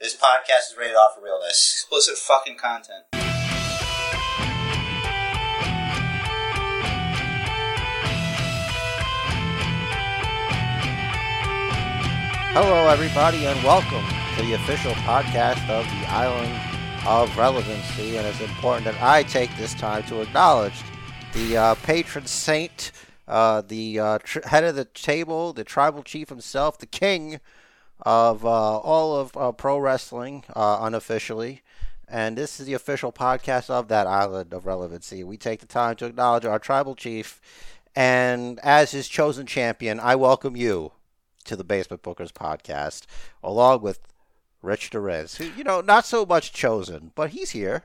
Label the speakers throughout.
Speaker 1: This podcast is rated off for realness.
Speaker 2: Explicit fucking content.
Speaker 1: Hello, everybody, and welcome to the official podcast of the Island of Relevancy. And it's important that I take this time to acknowledge the uh, patron saint, uh, the uh, tr- head of the table, the tribal chief himself, the king of uh, all of uh, pro wrestling, uh, unofficially. And this is the official podcast of that Island of Relevancy. We take the time to acknowledge our tribal chief. And as his chosen champion, I welcome you to the Basement Bookers podcast, along with Rich Derez, who, you know, not so much chosen, but he's here.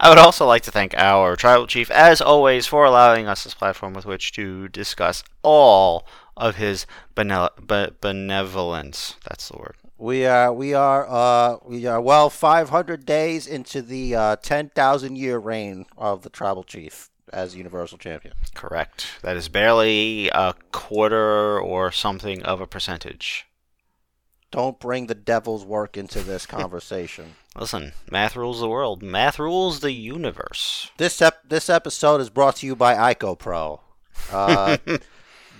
Speaker 3: I would also like to thank our tribal chief, as always, for allowing us this platform with which to discuss all of his benel- be- benevolence. That's the word.
Speaker 1: We are, we are, uh, we are well 500 days into the uh, 10,000 year reign of the Tribal Chief as Universal Champion.
Speaker 3: Correct. That is barely a quarter or something of a percentage.
Speaker 1: Don't bring the devil's work into this conversation.
Speaker 3: Listen, math rules the world. Math rules the universe.
Speaker 1: This ep- this episode is brought to you by Ico Pro. Uh,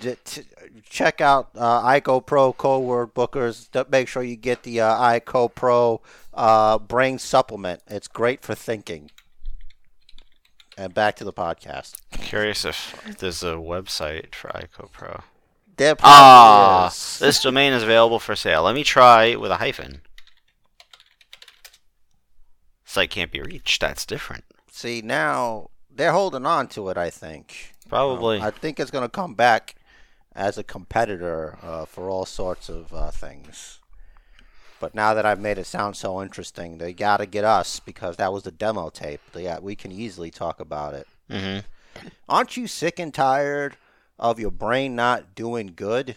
Speaker 1: d- t- check out uh, Ico Pro Code Word Bookers. D- make sure you get the uh, Ico Pro uh, Brain Supplement. It's great for thinking. And back to the podcast.
Speaker 3: Curious if there's a website for IcoPro.
Speaker 1: There probably
Speaker 3: Ah,
Speaker 1: is.
Speaker 3: this domain is available for sale. Let me try with a hyphen. Site can't be reached. That's different.
Speaker 1: See now they're holding on to it. I think.
Speaker 3: Probably.
Speaker 1: Um, I think it's going to come back as a competitor uh, for all sorts of uh, things. But now that I've made it sound so interesting, they got to get us because that was the demo tape. They got, we can easily talk about it.
Speaker 3: hmm
Speaker 1: Aren't you sick and tired of your brain not doing good?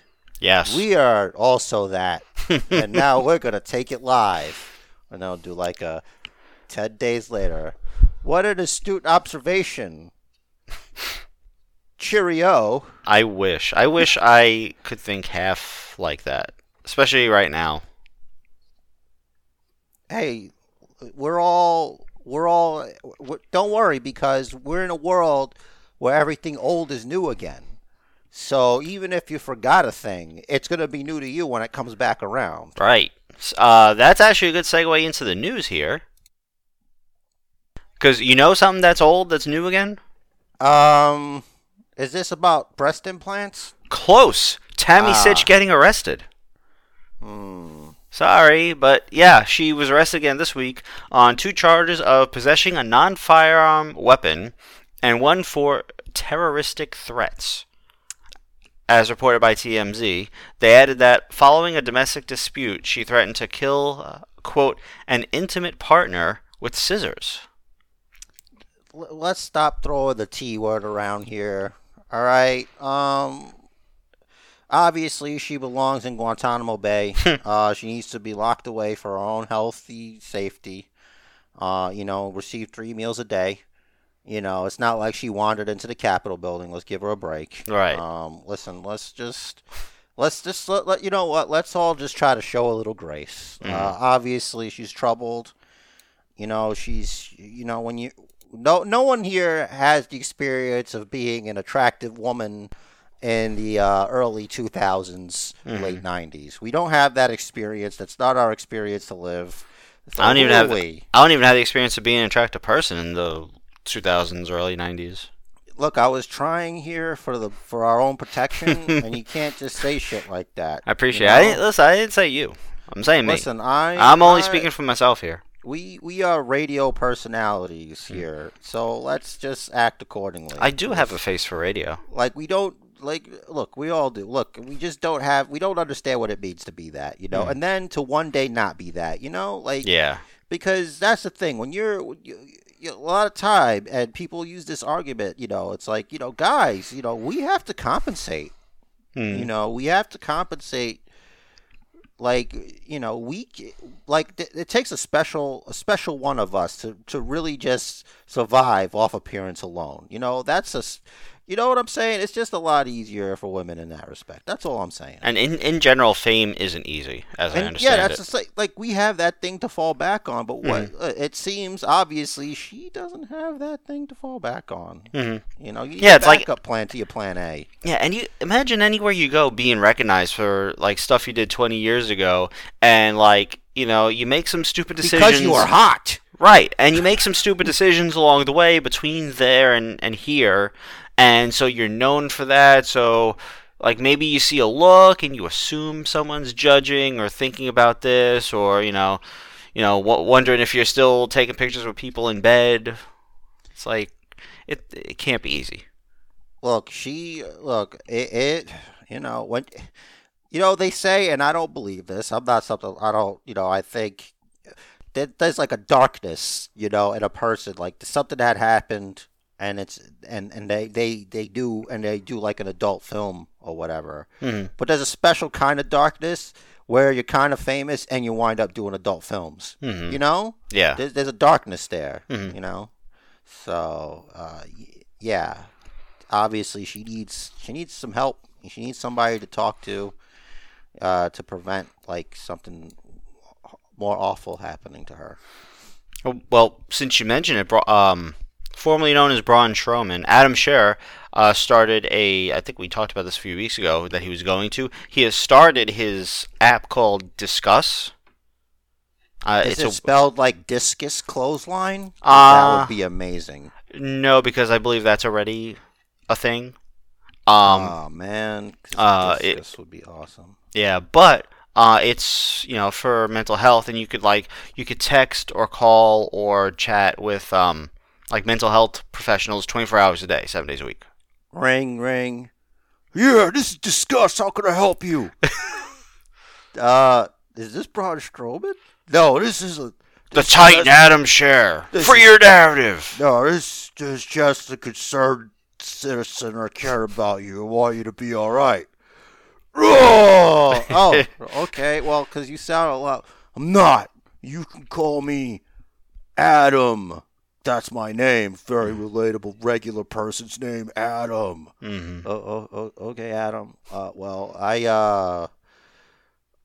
Speaker 3: Yes.
Speaker 1: We are also that. and now we're going to take it live. And I'll do like a 10 days later. What an astute observation. Cheerio.
Speaker 3: I wish. I wish I could think half like that, especially right now.
Speaker 1: hey, we're all we're all we don't worry because we're in a world where everything old is new again. So even if you forgot a thing, it's gonna be new to you when it comes back around.
Speaker 3: Right. S- Uh, that's actually a good segue into the news here. Because you know something that's old that's new again?
Speaker 1: Um, is this about breast implants?
Speaker 3: Close. Tammy
Speaker 1: Ah.
Speaker 3: Sitch getting arrested.
Speaker 1: Hmm.
Speaker 3: Sorry, but yeah, she was arrested again this week on two charges of possessing a non firearm weapon and one for terroristic threats. As reported by TMZ, they added that following a domestic dispute, she threatened to kill, uh, quote, an intimate partner with scissors.
Speaker 1: L- let's stop throwing the T word around here. All right. Um. Obviously, she belongs in Guantanamo Bay. uh, she needs to be locked away for her own healthy safety. Uh, you know, receive three meals a day. You know, it's not like she wandered into the Capitol building. Let's give her a break.
Speaker 3: Right.
Speaker 1: Um. Listen. Let's just. Let's just let, let you know what. Let's all just try to show a little grace.
Speaker 3: Mhm.
Speaker 1: Uh, obviously, she's troubled. You know, she's. You know, when you no no one here has the experience of being an attractive woman in the uh, early 2000s
Speaker 3: Mhm.
Speaker 1: late 90s we don't have that experience that's not our experience to live So
Speaker 3: I don't even
Speaker 1: who are
Speaker 3: have-
Speaker 1: we?
Speaker 3: I don't even have the experience of being an attractive person in the 2000s, early 90s.
Speaker 1: look i was trying here for the for our own protection and you can't just say shit like that
Speaker 3: I appreciate
Speaker 1: you
Speaker 3: I
Speaker 1: know?
Speaker 3: didn't, Listen, I didn't say you. I'm saying me.
Speaker 1: listen i
Speaker 3: I'm only
Speaker 1: I-
Speaker 3: speaking for myself here.
Speaker 1: we we are radio personalities here so let's just act accordingly
Speaker 3: Hmm. I do have a face for radio.
Speaker 1: like we don't like look we all do look we just don't have we don't understand what it means to be that you know
Speaker 3: Mm.
Speaker 1: and then to one day not be that you know like
Speaker 3: Yeah.
Speaker 1: because that's the thing when you're when you, you, a lot of time and people use this argument you know it's like you know guys you know we have to compensate
Speaker 3: Mm.
Speaker 1: you know we have to compensate like you know we c- like th- it takes a special a special one of us to to really just survive off appearance alone you know that's a s- You know what I'm saying? It's just a lot easier for women in that respect. That's all I'm saying.
Speaker 3: And in, in general, fame isn't easy, as I
Speaker 1: And yeah,
Speaker 3: understand
Speaker 1: that's
Speaker 3: it. Mm.
Speaker 1: just like, like we have that thing to fall back on, but what uh, it seems obviously she doesn't have that thing to fall back on. You know, you need
Speaker 3: Mm-hmm. Yeah,
Speaker 1: a
Speaker 3: it's like-
Speaker 1: backup plan to your plan A.
Speaker 3: Yeah, and you imagine anywhere you go being recognized for like stuff you did 20 years ago, and like you know you make some stupid decisions
Speaker 1: Because you are hot.
Speaker 3: right, and you make some stupid decisions along the way between there and and here, and so you're known for that. So like maybe you see a look and you assume someone's judging or thinking about this, or you know, you know, w- wondering if you're still taking pictures with people in bed. It's like it it can't be easy.
Speaker 1: Look, she look it, it. You know when, you know they say, and I don't believe this. I'm not something I don't. You know, I think that there's like a darkness, you know, in a person, like something that happened, and it's and and they they they do and they do like an adult film or whatever.
Speaker 3: Mhm.
Speaker 1: But there's a special kind of darkness where you're kind of famous and you wind up doing adult films.
Speaker 3: Mhm.
Speaker 1: You know,
Speaker 3: Yeah.
Speaker 1: there's, there's a darkness there,
Speaker 3: Mhm.
Speaker 1: you know. So uh, y- yeah, obviously she needs she needs some help. She needs somebody to talk to uh, to prevent like something more awful happening to her.
Speaker 3: Oh, Well, since you mentioned it, Bra- um, formerly known as Braun Strowman, Adam Scher uh, started a. I think we talked about this a few weeks ago that he was going to. He has started his app called Discuss. Uh,
Speaker 1: Is
Speaker 3: it's
Speaker 1: it
Speaker 3: a,
Speaker 1: spelled like discus clothesline? that
Speaker 3: Uh,
Speaker 1: would be amazing.
Speaker 3: no, because I believe that's already a thing. Um,
Speaker 1: oh man, 'cause
Speaker 3: uh, it-
Speaker 1: discus would be awesome.
Speaker 3: Yeah, but uh, it's you know for mental health, and you could like you could text or call or chat with um, like mental health professionals twenty four hours a day, seven days a week.
Speaker 1: Ring, ring. Yeah, this is disgust. How can I help you? uh, is this Braun Strowman? No, this is a.
Speaker 3: The Titan Adam Share
Speaker 1: This
Speaker 3: for
Speaker 1: is-
Speaker 3: your narrative.
Speaker 1: No, this is just a concerned citizen. I care about you. I want you to be all right. Oh, oh okay. Well, because you sound a lot. I'm not. You can call me Adam. That's my name. Very relatable, regular person's name, Adam.
Speaker 3: hmm
Speaker 1: Oh, oh, oh okay, Adam. Uh, well, I uh,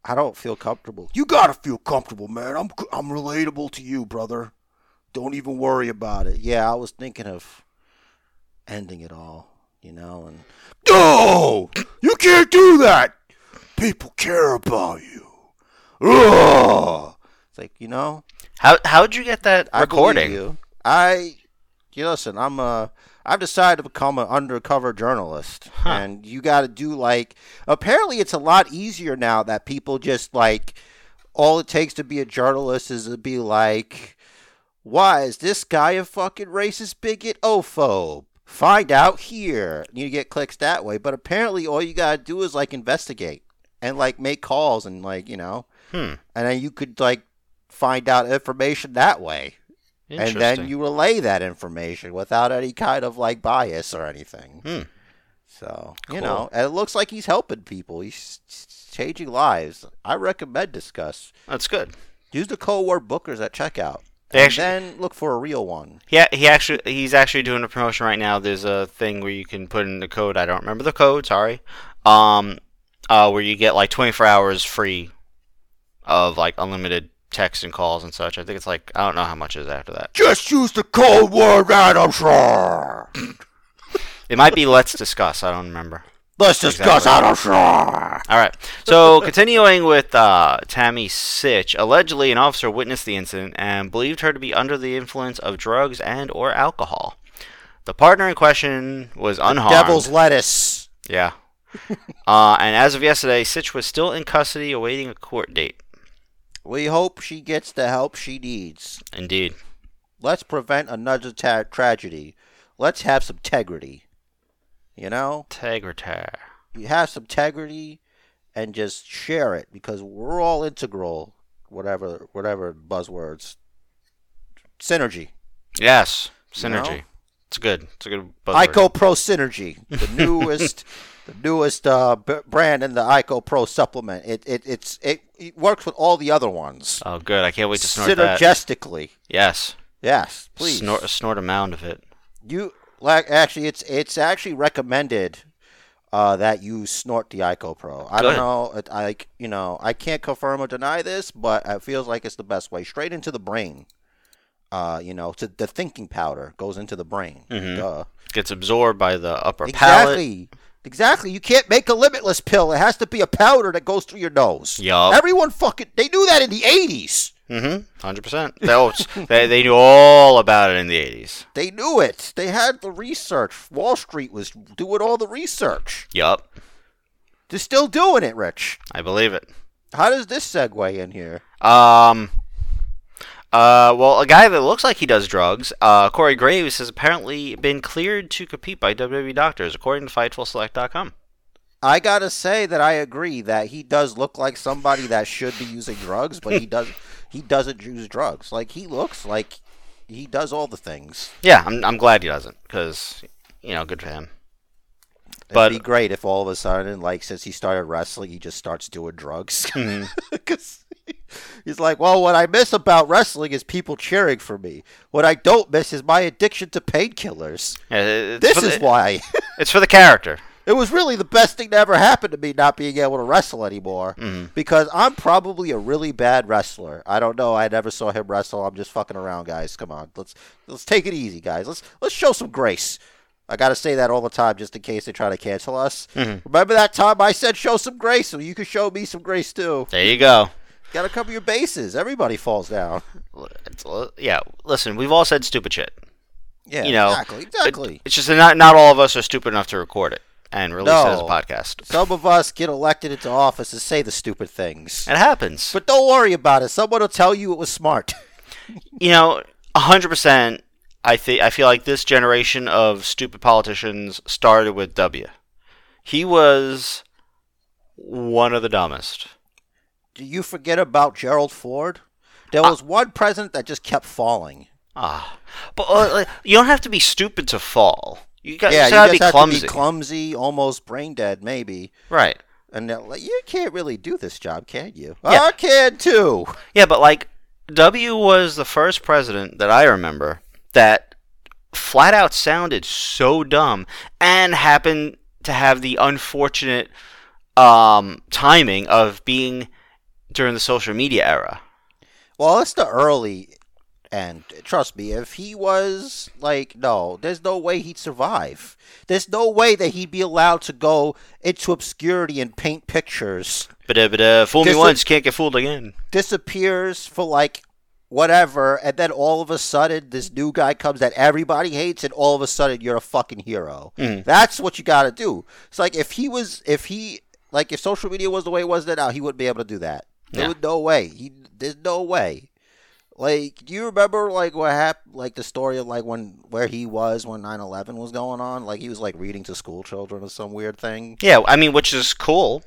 Speaker 1: I don't feel comfortable. You gotta feel comfortable, man. I'm I'm relatable to you, brother. Don't even worry about it. Yeah, I was thinking of ending it all, you know. And no, you can't do that. People care about you. Ugh. It's like you know.
Speaker 3: How how'd you get that
Speaker 1: I believe
Speaker 3: recording?
Speaker 1: you. I, you listen. I'm a. I've decided to become an undercover journalist, and you got to do like. Apparently, it's a lot easier now that people just like. All it takes to be a journalist is to be like, "Why is this guy a fucking racist bigot ophobe?" Find out here. And You get clicks that way, but apparently, all you gotta do is like investigate and like make calls and like you know,
Speaker 3: Hmm.
Speaker 1: and then you could like find out information that way and
Speaker 3: Interesting.
Speaker 1: then you relay that information without any kind of like bias or anything.
Speaker 3: Hmm.
Speaker 1: So
Speaker 3: Cool.
Speaker 1: you know, and it looks like he's helping people. He's changing lives. I recommend discuss. That's
Speaker 3: good.
Speaker 1: Use the code word bookers at checkout.
Speaker 3: They
Speaker 1: and
Speaker 3: actually-
Speaker 1: then look for a real one.
Speaker 3: Yeah, he actually he's actually doing a promotion right now. There's a thing where you can put in the code. I don't remember the code. Sorry. Um, uh, where you get like 24 hours free of like unlimited text and calls and such. I think it's like I don't know how much it is after that.
Speaker 1: Just use the code word Adam Shaw.
Speaker 3: It might be let's discuss. I don't remember.
Speaker 1: Let's
Speaker 3: discuss Exactly.
Speaker 1: Adam Shaw.
Speaker 3: All right. So, continuing with uh, Tammy Sitch, allegedly an officer witnessed the incident and believed her to be under the influence of drugs and or alcohol. The partner in question was unharmed.
Speaker 1: Devil's lettuce.
Speaker 3: Yeah. uh, and as of yesterday, Sitch was still in custody awaiting a court date.
Speaker 1: We hope she gets the help she needs.
Speaker 3: Indeed.
Speaker 1: Let's prevent another ta- tragedy. Let's have some integrity. You know,
Speaker 3: Tegratar.
Speaker 1: you have some integrity, and just share it because we're all integral. Whatever, whatever buzzwords. Synergy.
Speaker 3: Yes. Synergy.
Speaker 1: No.
Speaker 3: It's good. It's a good buzzword.
Speaker 1: Ico Pro Synergy, the newest, the newest uh, b- brand in the Ico Pro supplement. It it it's it, it works with all the other ones
Speaker 3: Oh, good. I can't wait to snort that.
Speaker 1: synergistically.
Speaker 3: Yes.
Speaker 1: Yes, please.
Speaker 3: Snort, snort a mound of it.
Speaker 1: You like, actually, it's it's actually recommended uh, that you snort the IcoPro. I don't
Speaker 3: Good.
Speaker 1: know, it- I like, you know, I can't confirm or deny this, but it feels like it's the best way, straight into the brain. Uh, you know, to the thinking powder goes into the brain. Duh.
Speaker 3: Gets absorbed by the upper Mm-hmm. palate.
Speaker 1: Exactly. Exactly. You can't make a limitless pill. It has to be a powder that goes through your nose.
Speaker 3: Yup.
Speaker 1: Everyone fucking they knew that in the eighties.
Speaker 3: Mm-hmm. Hundred percent. They they knew all about it in the eighties.
Speaker 1: They knew it. They had the research. Wall Street was doing all the research.
Speaker 3: Yup.
Speaker 1: They're still doing it, Rich.
Speaker 3: I believe it.
Speaker 1: How does this segue in here?
Speaker 3: Um. Uh, well, a guy that looks like he does drugs, uh, Corey Graves, has apparently been cleared to compete by WWE doctors, according to FightfulSelect.com.
Speaker 1: I gotta say that I agree that he does look like somebody that should be using drugs, but he does he doesn't use drugs. Like he looks like he does all the things.
Speaker 3: Yeah, I'm, I'm glad he doesn't, because, you know, good for him.
Speaker 1: It'd
Speaker 3: But- uh,
Speaker 1: be great if all of a sudden, like since he started wrestling, he just starts doing drugs.
Speaker 3: Mm-hmm.
Speaker 1: Because he's like, well, what I miss about wrestling is people cheering for me. What I don't miss is my addiction to painkillers.
Speaker 3: Yeah, it- it's
Speaker 1: This
Speaker 3: for the-
Speaker 1: is why.
Speaker 3: It's for the character.
Speaker 1: it was really the best thing that ever happened to me not being able to wrestle anymore.
Speaker 3: Mm-hmm.
Speaker 1: Because I'm probably a really bad wrestler. I don't know. I never saw him wrestle. I'm just fucking around, guys. Come on. Let's let's take it easy, guys. Let's let's show some grace. I gotta say that all the time just in case they try to cancel us.
Speaker 3: Mm-hmm.
Speaker 1: Remember that time I said show some grace, so you can show me some grace too.
Speaker 3: There you go.
Speaker 1: Gotta cover your bases. Everybody falls down.
Speaker 3: L- it's l- yeah, listen, we've all said stupid shit.
Speaker 1: Yeah,
Speaker 3: You know,
Speaker 1: exactly, exactly.
Speaker 3: It's just that not, not all of us are stupid enough to record it and release it as a
Speaker 1: No.
Speaker 3: podcast.
Speaker 1: Some of us get elected into office and say the stupid things.
Speaker 3: It happens.
Speaker 1: But don't worry about it. Someone will tell you it was smart.
Speaker 3: you know, hundred percent. I think I feel like this generation of stupid politicians started with W. He was one of the dumbest.
Speaker 1: Do you forget about Gerald Ford? There
Speaker 3: Uh,
Speaker 1: was one president that just kept falling.
Speaker 3: Ah, but uh, like, you don't have to be stupid to fall. You got
Speaker 1: yeah,
Speaker 3: you
Speaker 1: you
Speaker 3: gotta
Speaker 1: just
Speaker 3: be
Speaker 1: have
Speaker 3: clumsy,
Speaker 1: to be clumsy, almost brain dead, maybe.
Speaker 3: right?
Speaker 1: And they're like, you can't really do this job, can you?
Speaker 3: Yeah.
Speaker 1: I can too.
Speaker 3: Yeah, but like W was the first president that I remember that flat out sounded so dumb and happened to have the unfortunate um, timing of being during the social media era.
Speaker 1: Well, it's the early, and trust me, if he was like, no, there's no way he'd survive. There's no way that he'd be allowed to go into obscurity and paint pictures.
Speaker 3: But uh, but uh, fool me
Speaker 1: Just a-
Speaker 3: once, can't get fooled again.
Speaker 1: disappears for like whatever, and then all of a sudden this new guy comes that everybody hates, and all of a sudden you're a fucking hero.
Speaker 3: Mm.
Speaker 1: That's what you gotta do. It's like if he was, if he, like if social media was the way it was then, now he wouldn't be able to do that. There
Speaker 3: Yeah.
Speaker 1: was no way. He there's no way. Like, do you remember like what happened? Like the story of like when where he was when 9-11 was going on. Like he was like reading to school children or some weird thing.
Speaker 3: Yeah, I mean, which is cool.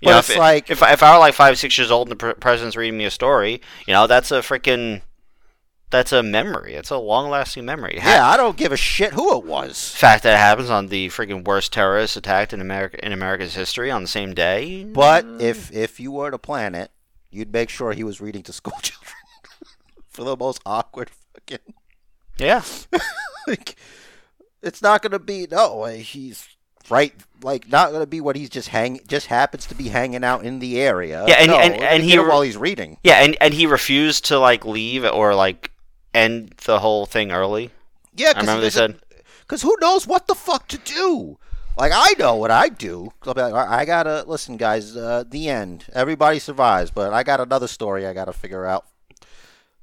Speaker 3: You
Speaker 1: But
Speaker 3: know,
Speaker 1: it's
Speaker 3: if,
Speaker 1: like-
Speaker 3: if if I were like five six years old and the pre- president's reading me a story, you know, that's a freaking that's a memory. It's a long lasting memory. Ha-
Speaker 1: Yeah, I don't give a shit who it was.
Speaker 3: fact that it happens on the freaking worst terrorist attack in America in America's history on the same day.
Speaker 1: But if if you were to plan it, you'd make sure he was reading to school children for the most awkward fucking.
Speaker 3: yeah,
Speaker 1: Like, it's not gonna be no. He's right, like not gonna be what he's just hang just happens to be hanging out in the area.
Speaker 3: Yeah, and-
Speaker 1: No,
Speaker 3: and-
Speaker 1: we're gonna
Speaker 3: and he
Speaker 1: get him
Speaker 3: re-
Speaker 1: while he's reading.
Speaker 3: yeah, and and he refused to like leave or like end the whole thing early.
Speaker 1: Yeah,
Speaker 3: I remember they said
Speaker 1: because who knows what the fuck to do. Like I know what I do. I'll be like, "All right, I gotta listen, guys. Uh, the end. Everybody survives, but I got another story I gotta figure out.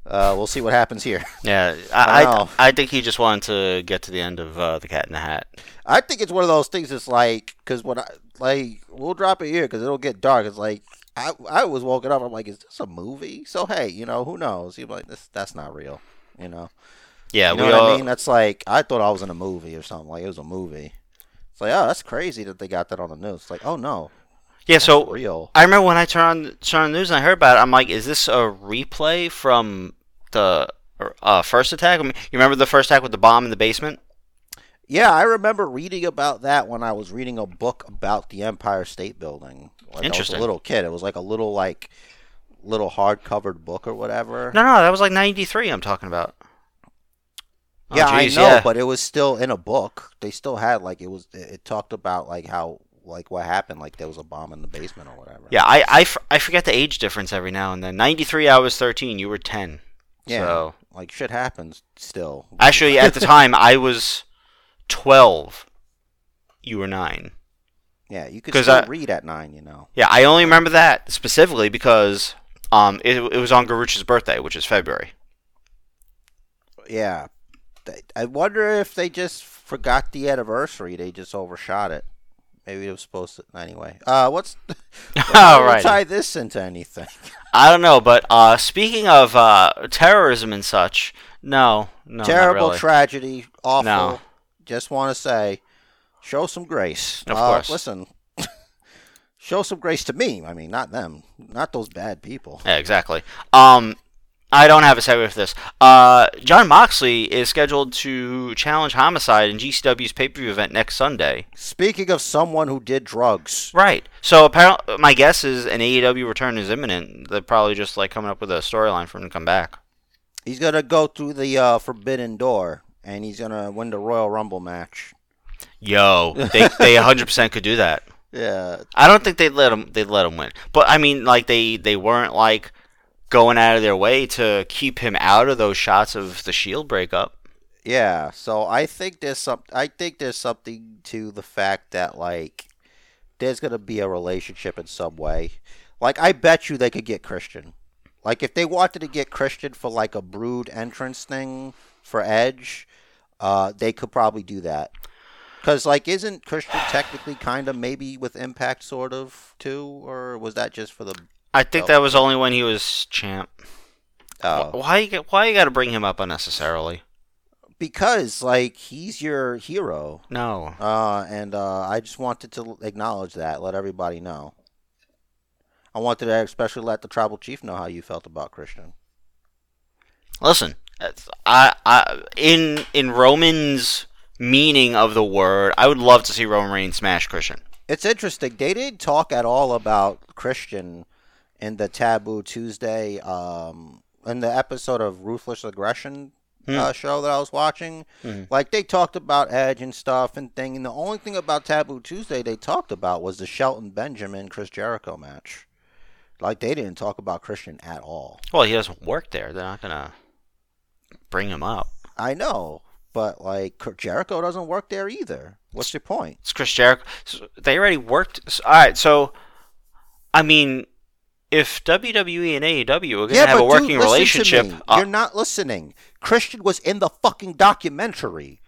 Speaker 1: Uh, we'll see what happens here.
Speaker 3: yeah. I I,
Speaker 1: Wow.
Speaker 3: I think he just wanted to get to the end of uh, the Cat in the Hat.
Speaker 1: I think it's one of those things. It's like because when I like we'll drop it here because it'll get dark. It's like I I was woken up. I'm like, is this a movie? So hey, you know who knows? You're like this. That's not real. You know.
Speaker 3: Yeah,
Speaker 1: You know
Speaker 3: we
Speaker 1: what
Speaker 3: all
Speaker 1: I mean? That's like I thought I was in a movie or something. Like it was a movie. It's like oh, that's crazy that they got that on the news. It's like oh no,
Speaker 3: yeah. So
Speaker 1: real.
Speaker 3: I remember when I turned on turned on the news and I heard about it. I'm like, is this a replay from the uh, first attack? I mean, you remember the first attack with the bomb in the basement?
Speaker 1: Yeah, I remember reading about that when I was reading a book about the Empire State Building. Like I was
Speaker 3: Interesting.
Speaker 1: a little kid. It was like a little like little hard covered book or whatever.
Speaker 3: No, no, that was like '93. I'm talking about.
Speaker 1: yeah,
Speaker 3: Oh, jeez,
Speaker 1: I know,
Speaker 3: yeah.
Speaker 1: but it was still in a book. They still had like it was. It, it talked about like how like what happened. Like there was a bomb in the basement or whatever.
Speaker 3: Yeah, I, I, f- I forget the age difference every now and then. 93, I was 13. You were 10.
Speaker 1: yeah.
Speaker 3: So
Speaker 1: Like shit happens still.
Speaker 3: actually, at the time, I was 12. You were 9.
Speaker 1: yeah, you could
Speaker 3: 'cause
Speaker 1: still
Speaker 3: I-
Speaker 1: read at nine. You know.
Speaker 3: Yeah, I only remember that specifically because um, it, it was on Garuch's birthday, which is February.
Speaker 1: Yeah. Th- I wonder if they just forgot the anniversary. They just overshot it. Maybe it was supposed to. Anyway, uh, what's
Speaker 3: All
Speaker 1: we'll
Speaker 3: right.
Speaker 1: tie this into anything?
Speaker 3: I don't know, but uh, speaking of uh, terrorism and such, no, no, not
Speaker 1: Terrible
Speaker 3: really.
Speaker 1: tragedy, awful.
Speaker 3: No.
Speaker 1: Just want to say, show some grace.
Speaker 3: Of
Speaker 1: Uh,
Speaker 3: course.
Speaker 1: Listen, show some grace to me. I mean, not them, not those bad people.
Speaker 3: Yeah, exactly. Um, I don't have a segue for this. Uh, John Moxley is scheduled to challenge Homicide in GCW's pay per view event next Sunday.
Speaker 1: Speaking of someone who did drugs,
Speaker 3: Right. So apparently, my guess is an AEW return is imminent. They're probably just like coming up with a storyline for him to come back.
Speaker 1: he's gonna go through the uh, forbidden door, and he's gonna win the Royal Rumble match.
Speaker 3: Yo, they they 100% could do that.
Speaker 1: Yeah,
Speaker 3: I don't think they'd let him they'd let him win. But I mean, like they they weren't like going out of their way to keep him out of those shots of the Shield breakup.
Speaker 1: Yeah, so I think there's some I think there's something to the fact that like there's gonna be a relationship in some way. Like I bet you they could get Christian. Like if they wanted to get Christian for like a brood entrance thing for Edge, uh, they could probably do that. Cause like isn't Christian technically kind of maybe with Impact sort of too, or was that just for the?
Speaker 3: I think that was only when he was champ.
Speaker 1: Oh,
Speaker 3: Why you got- why you got to bring him up unnecessarily?
Speaker 1: because like he's your hero.
Speaker 3: No.
Speaker 1: Uh, and uh, I just wanted to acknowledge that, let everybody know. I wanted to especially let the tribal chief know how you felt about Christian.
Speaker 3: Listen, that's- I I in in Roman's meaning of the word, I would love to see Roman Reigns smash Christian.
Speaker 1: It's interesting. They didn't talk at all about Christian in the Taboo Tuesday, um, in the episode of Ruthless Aggression
Speaker 3: Hmm.
Speaker 1: uh, show that I was watching.
Speaker 3: Mhm.
Speaker 1: Like they talked about Edge and stuff and thing. And the only thing about Taboo Tuesday they talked about was the Shelton Benjamin Chris Jericho match. Like they didn't talk about Christian at all.
Speaker 3: Well, he doesn't work there. They're not gonna bring him up.
Speaker 1: I know, but like Cr- Jericho doesn't work there either. What's your point?
Speaker 3: It's Chris Jericho. So they already worked. s all right, so I mean, if WWE and AEW are gonna have a
Speaker 1: dude,
Speaker 3: working
Speaker 1: listen to
Speaker 3: relationship,
Speaker 1: me.
Speaker 3: uh,
Speaker 1: You're not listening. Christian was in the fucking documentary.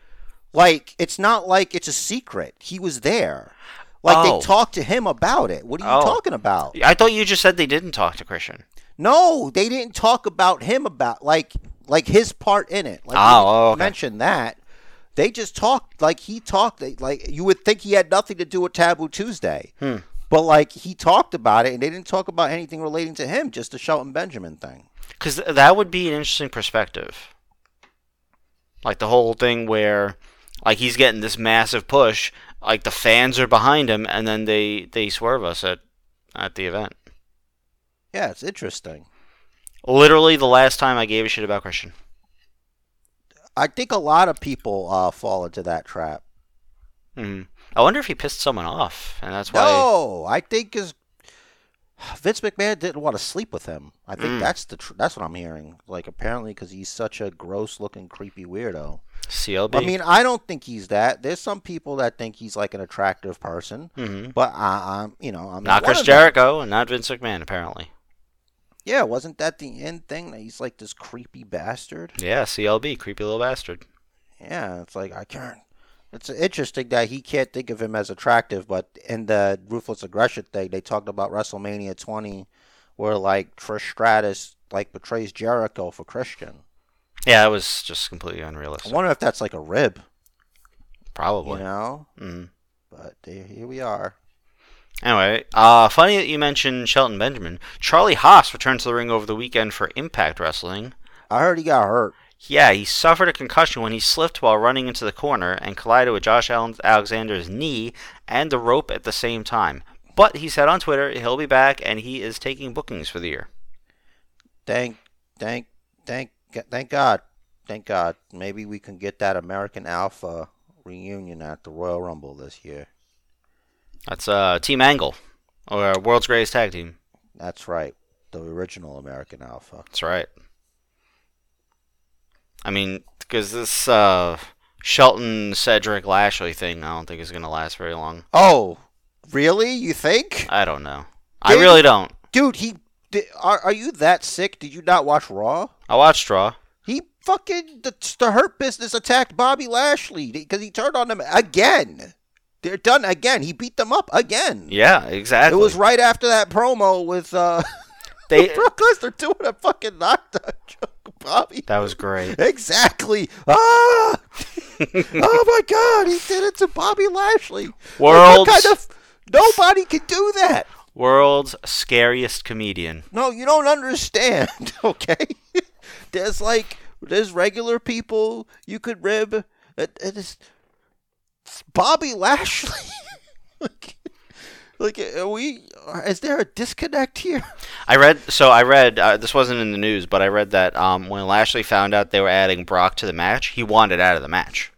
Speaker 1: Like it's not like it's a secret. He was there. Like
Speaker 3: Oh.
Speaker 1: they talked to him about it. What are you
Speaker 3: Oh.
Speaker 1: talking about?
Speaker 3: I thought you just said they didn't talk to Christian.
Speaker 1: No, they didn't talk about him about like like his part in it. Like
Speaker 3: Oh,
Speaker 1: they
Speaker 3: oh,
Speaker 1: didn't
Speaker 3: okay.
Speaker 1: mention that. They just talked like he talked they- like you would think he had nothing to do with Taboo Tuesday.
Speaker 3: Hmm.
Speaker 1: But like he talked about it and they didn't talk about anything relating to him, just the Shelton Benjamin thing.
Speaker 3: Because that would be an interesting perspective. Like the whole thing where, like he's getting this massive push, like the fans are behind him, and then they they swerve us at at the event.
Speaker 1: Yeah, it's interesting.
Speaker 3: Literally the last time I gave a shit about Christian.
Speaker 1: I think a lot of people uh, fall into that trap.
Speaker 3: hmm I wonder if he pissed someone off, and that's why.
Speaker 1: No, I think is Vince McMahon didn't want to sleep with him. I think
Speaker 3: Mm.
Speaker 1: that's the tr- that's what I'm hearing. Like apparently because he's such a gross looking creepy weirdo.
Speaker 3: CLB.
Speaker 1: I mean, I don't think he's that. There's some people that think he's like an attractive person,
Speaker 3: Mhm.
Speaker 1: but I, I'm, you know, I'm
Speaker 3: not
Speaker 1: one
Speaker 3: Chris
Speaker 1: of them.
Speaker 3: Jericho and not Vince McMahon, apparently.
Speaker 1: Yeah, wasn't that the end thing? That he's like this creepy bastard.
Speaker 3: Yeah, CLB, creepy little bastard.
Speaker 1: Yeah, it's like I can't. It's interesting that he can't think of him as attractive, but in the ruthless aggression thing, they talked about WrestleMania 20, where like Trish Stratus like betrays Jericho for Christian.
Speaker 3: Yeah, it was just completely
Speaker 1: I
Speaker 3: unrealistic.
Speaker 1: wonder if that's like a rib, you
Speaker 3: Probably.
Speaker 1: know?
Speaker 3: Mhm.
Speaker 1: But there, here we are.
Speaker 3: Anyway, uh, funny that you mentioned Shelton Benjamin. Charlie Haas returned to the ring over the weekend for Impact Wrestling.
Speaker 1: I heard he got hurt.
Speaker 3: Yeah, he suffered a concussion when he slipped while running into the corner and collided with Josh Allen- Alexander's knee and the rope at the same time. But he said on Twitter he'll be back and he is taking bookings for the year.
Speaker 1: Thank, thank, thank, thank God. Thank God. Maybe we can get that American Alpha reunion at the Royal Rumble this year.
Speaker 3: That's uh, Team Angle, or World's Greatest Tag Team.
Speaker 1: That's right. The original American Alpha.
Speaker 3: That's right. I mean, because this uh, Shelton Cedric Lashley thing, I don't think is going to last very long.
Speaker 1: Oh, really? You think?
Speaker 3: I don't know. I
Speaker 1: Dude.
Speaker 3: really don't.
Speaker 1: Dude, he. Did, are, are you that sick? Did you not watch Raw?
Speaker 3: I watched Raw.
Speaker 1: He fucking. The, the Hurt Business attacked Bobby Lashley because he turned on them again. They're done again. He beat them up again.
Speaker 3: Yeah,
Speaker 1: It
Speaker 3: exactly.
Speaker 1: was right after that promo with uh,
Speaker 3: They-
Speaker 1: Brock Lesnar doing a fucking knockdown joke, Bobby.
Speaker 3: that was great.
Speaker 1: Exactly. Ah! oh my God, he did it to Bobby Lashley. Like, what
Speaker 3: World's-
Speaker 1: kind of? Nobody can do that.
Speaker 3: World's scariest comedian.
Speaker 1: No, you don't understand. Okay, there's like there's regular people you could rib. It, it is it's Bobby Lashley. like, like are we? Is there a disconnect here?
Speaker 3: I read. So I read. Uh, this wasn't in the news, but I read that um, when Lashley found out they were adding Brock to the match, he wanted out of the match.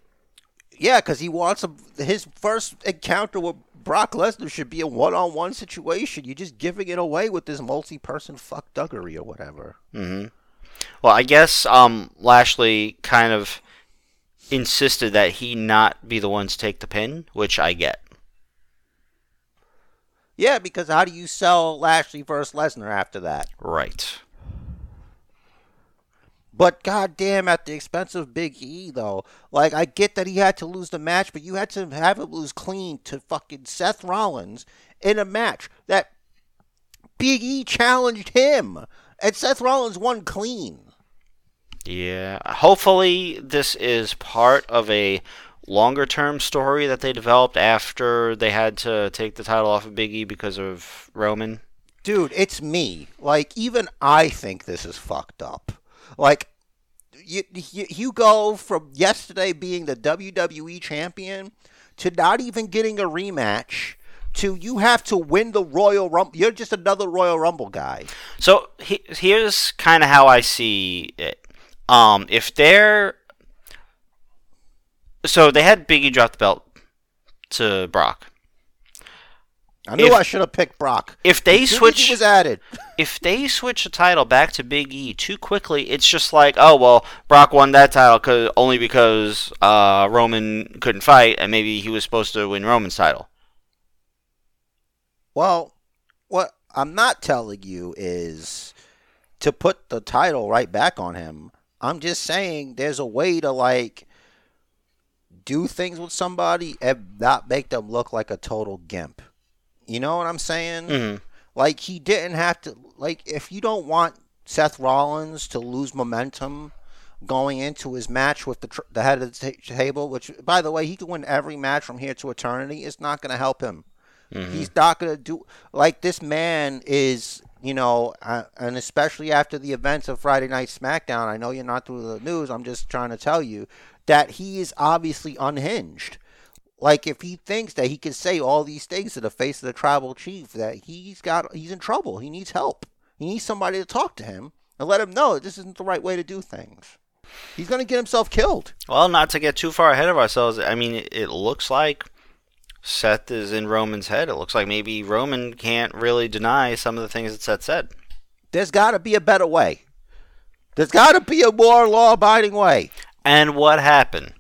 Speaker 1: Yeah, because he wants him. His first encounter with Brock Lesnar should be a one-on-one situation. You're just giving it away with this multi-person fuckduggery or whatever.
Speaker 3: Well, I guess um, Lashley kind of insisted that he not be the one to take the pin, which I get.
Speaker 1: Yeah, because how do you sell Lashley versus Lesnar after that?
Speaker 3: Right.
Speaker 1: But goddamn, at the expense of Big E though. Like I get that he had to lose the match, but you had to have him lose clean to fucking Seth Rollins in a match that Big E challenged him, and Seth Rollins won clean.
Speaker 3: Yeah. Hopefully, this is part of a longer term story that they developed after they had to take the title off of Big E because of Roman.
Speaker 1: dude, it's me. Like even I think this is fucked up. Like you, you, you go from yesterday being the WWE champion to not even getting a rematch to you have to win the Royal Rumble. You're just another Royal Rumble guy.
Speaker 3: So he, here's kind of how I see it. Um, if they're so they had Biggie drop the belt to Brock.
Speaker 1: I knew
Speaker 3: If-
Speaker 1: I should have picked Brock.
Speaker 3: If they
Speaker 1: As soon as
Speaker 3: switch,
Speaker 1: he was added.
Speaker 3: if they switch the title back to Big E too quickly, it's just like, oh well, Brock won that title 'cause- only because uh, Roman couldn't fight, and maybe he was supposed to win Roman's title.
Speaker 1: Well, what I'm not telling you is to put the title right back on him. I'm just saying there's a way to like do things with somebody and not make them look like a total gimp. You know what I'm saying?
Speaker 3: hmm
Speaker 1: Like he didn't have to like if you don't want Seth Rollins to lose momentum going into his match with the tr- the head of the ta table, which by the way he can win every match from here to eternity. It's not going to help him. He's not going to do like this man is. You know, uh, and especially after the events of Friday Night SmackDown, I know you're not through the news. I'm just trying to tell you that he is obviously unhinged. Like if he thinks that he can say all these things to the face of the tribal chief, that he's got he's in trouble. He needs help. He needs somebody to talk to him and let him know that this isn't the right way to do things. He's gonna get himself killed.
Speaker 3: Well, not to get too far ahead of ourselves, I mean, it, it looks like Seth is in Roman's head. It looks like maybe Roman can't really deny some of the things that Seth said.
Speaker 1: There's gotta be a better way. There's gotta be a more law abiding way.
Speaker 3: And what happened?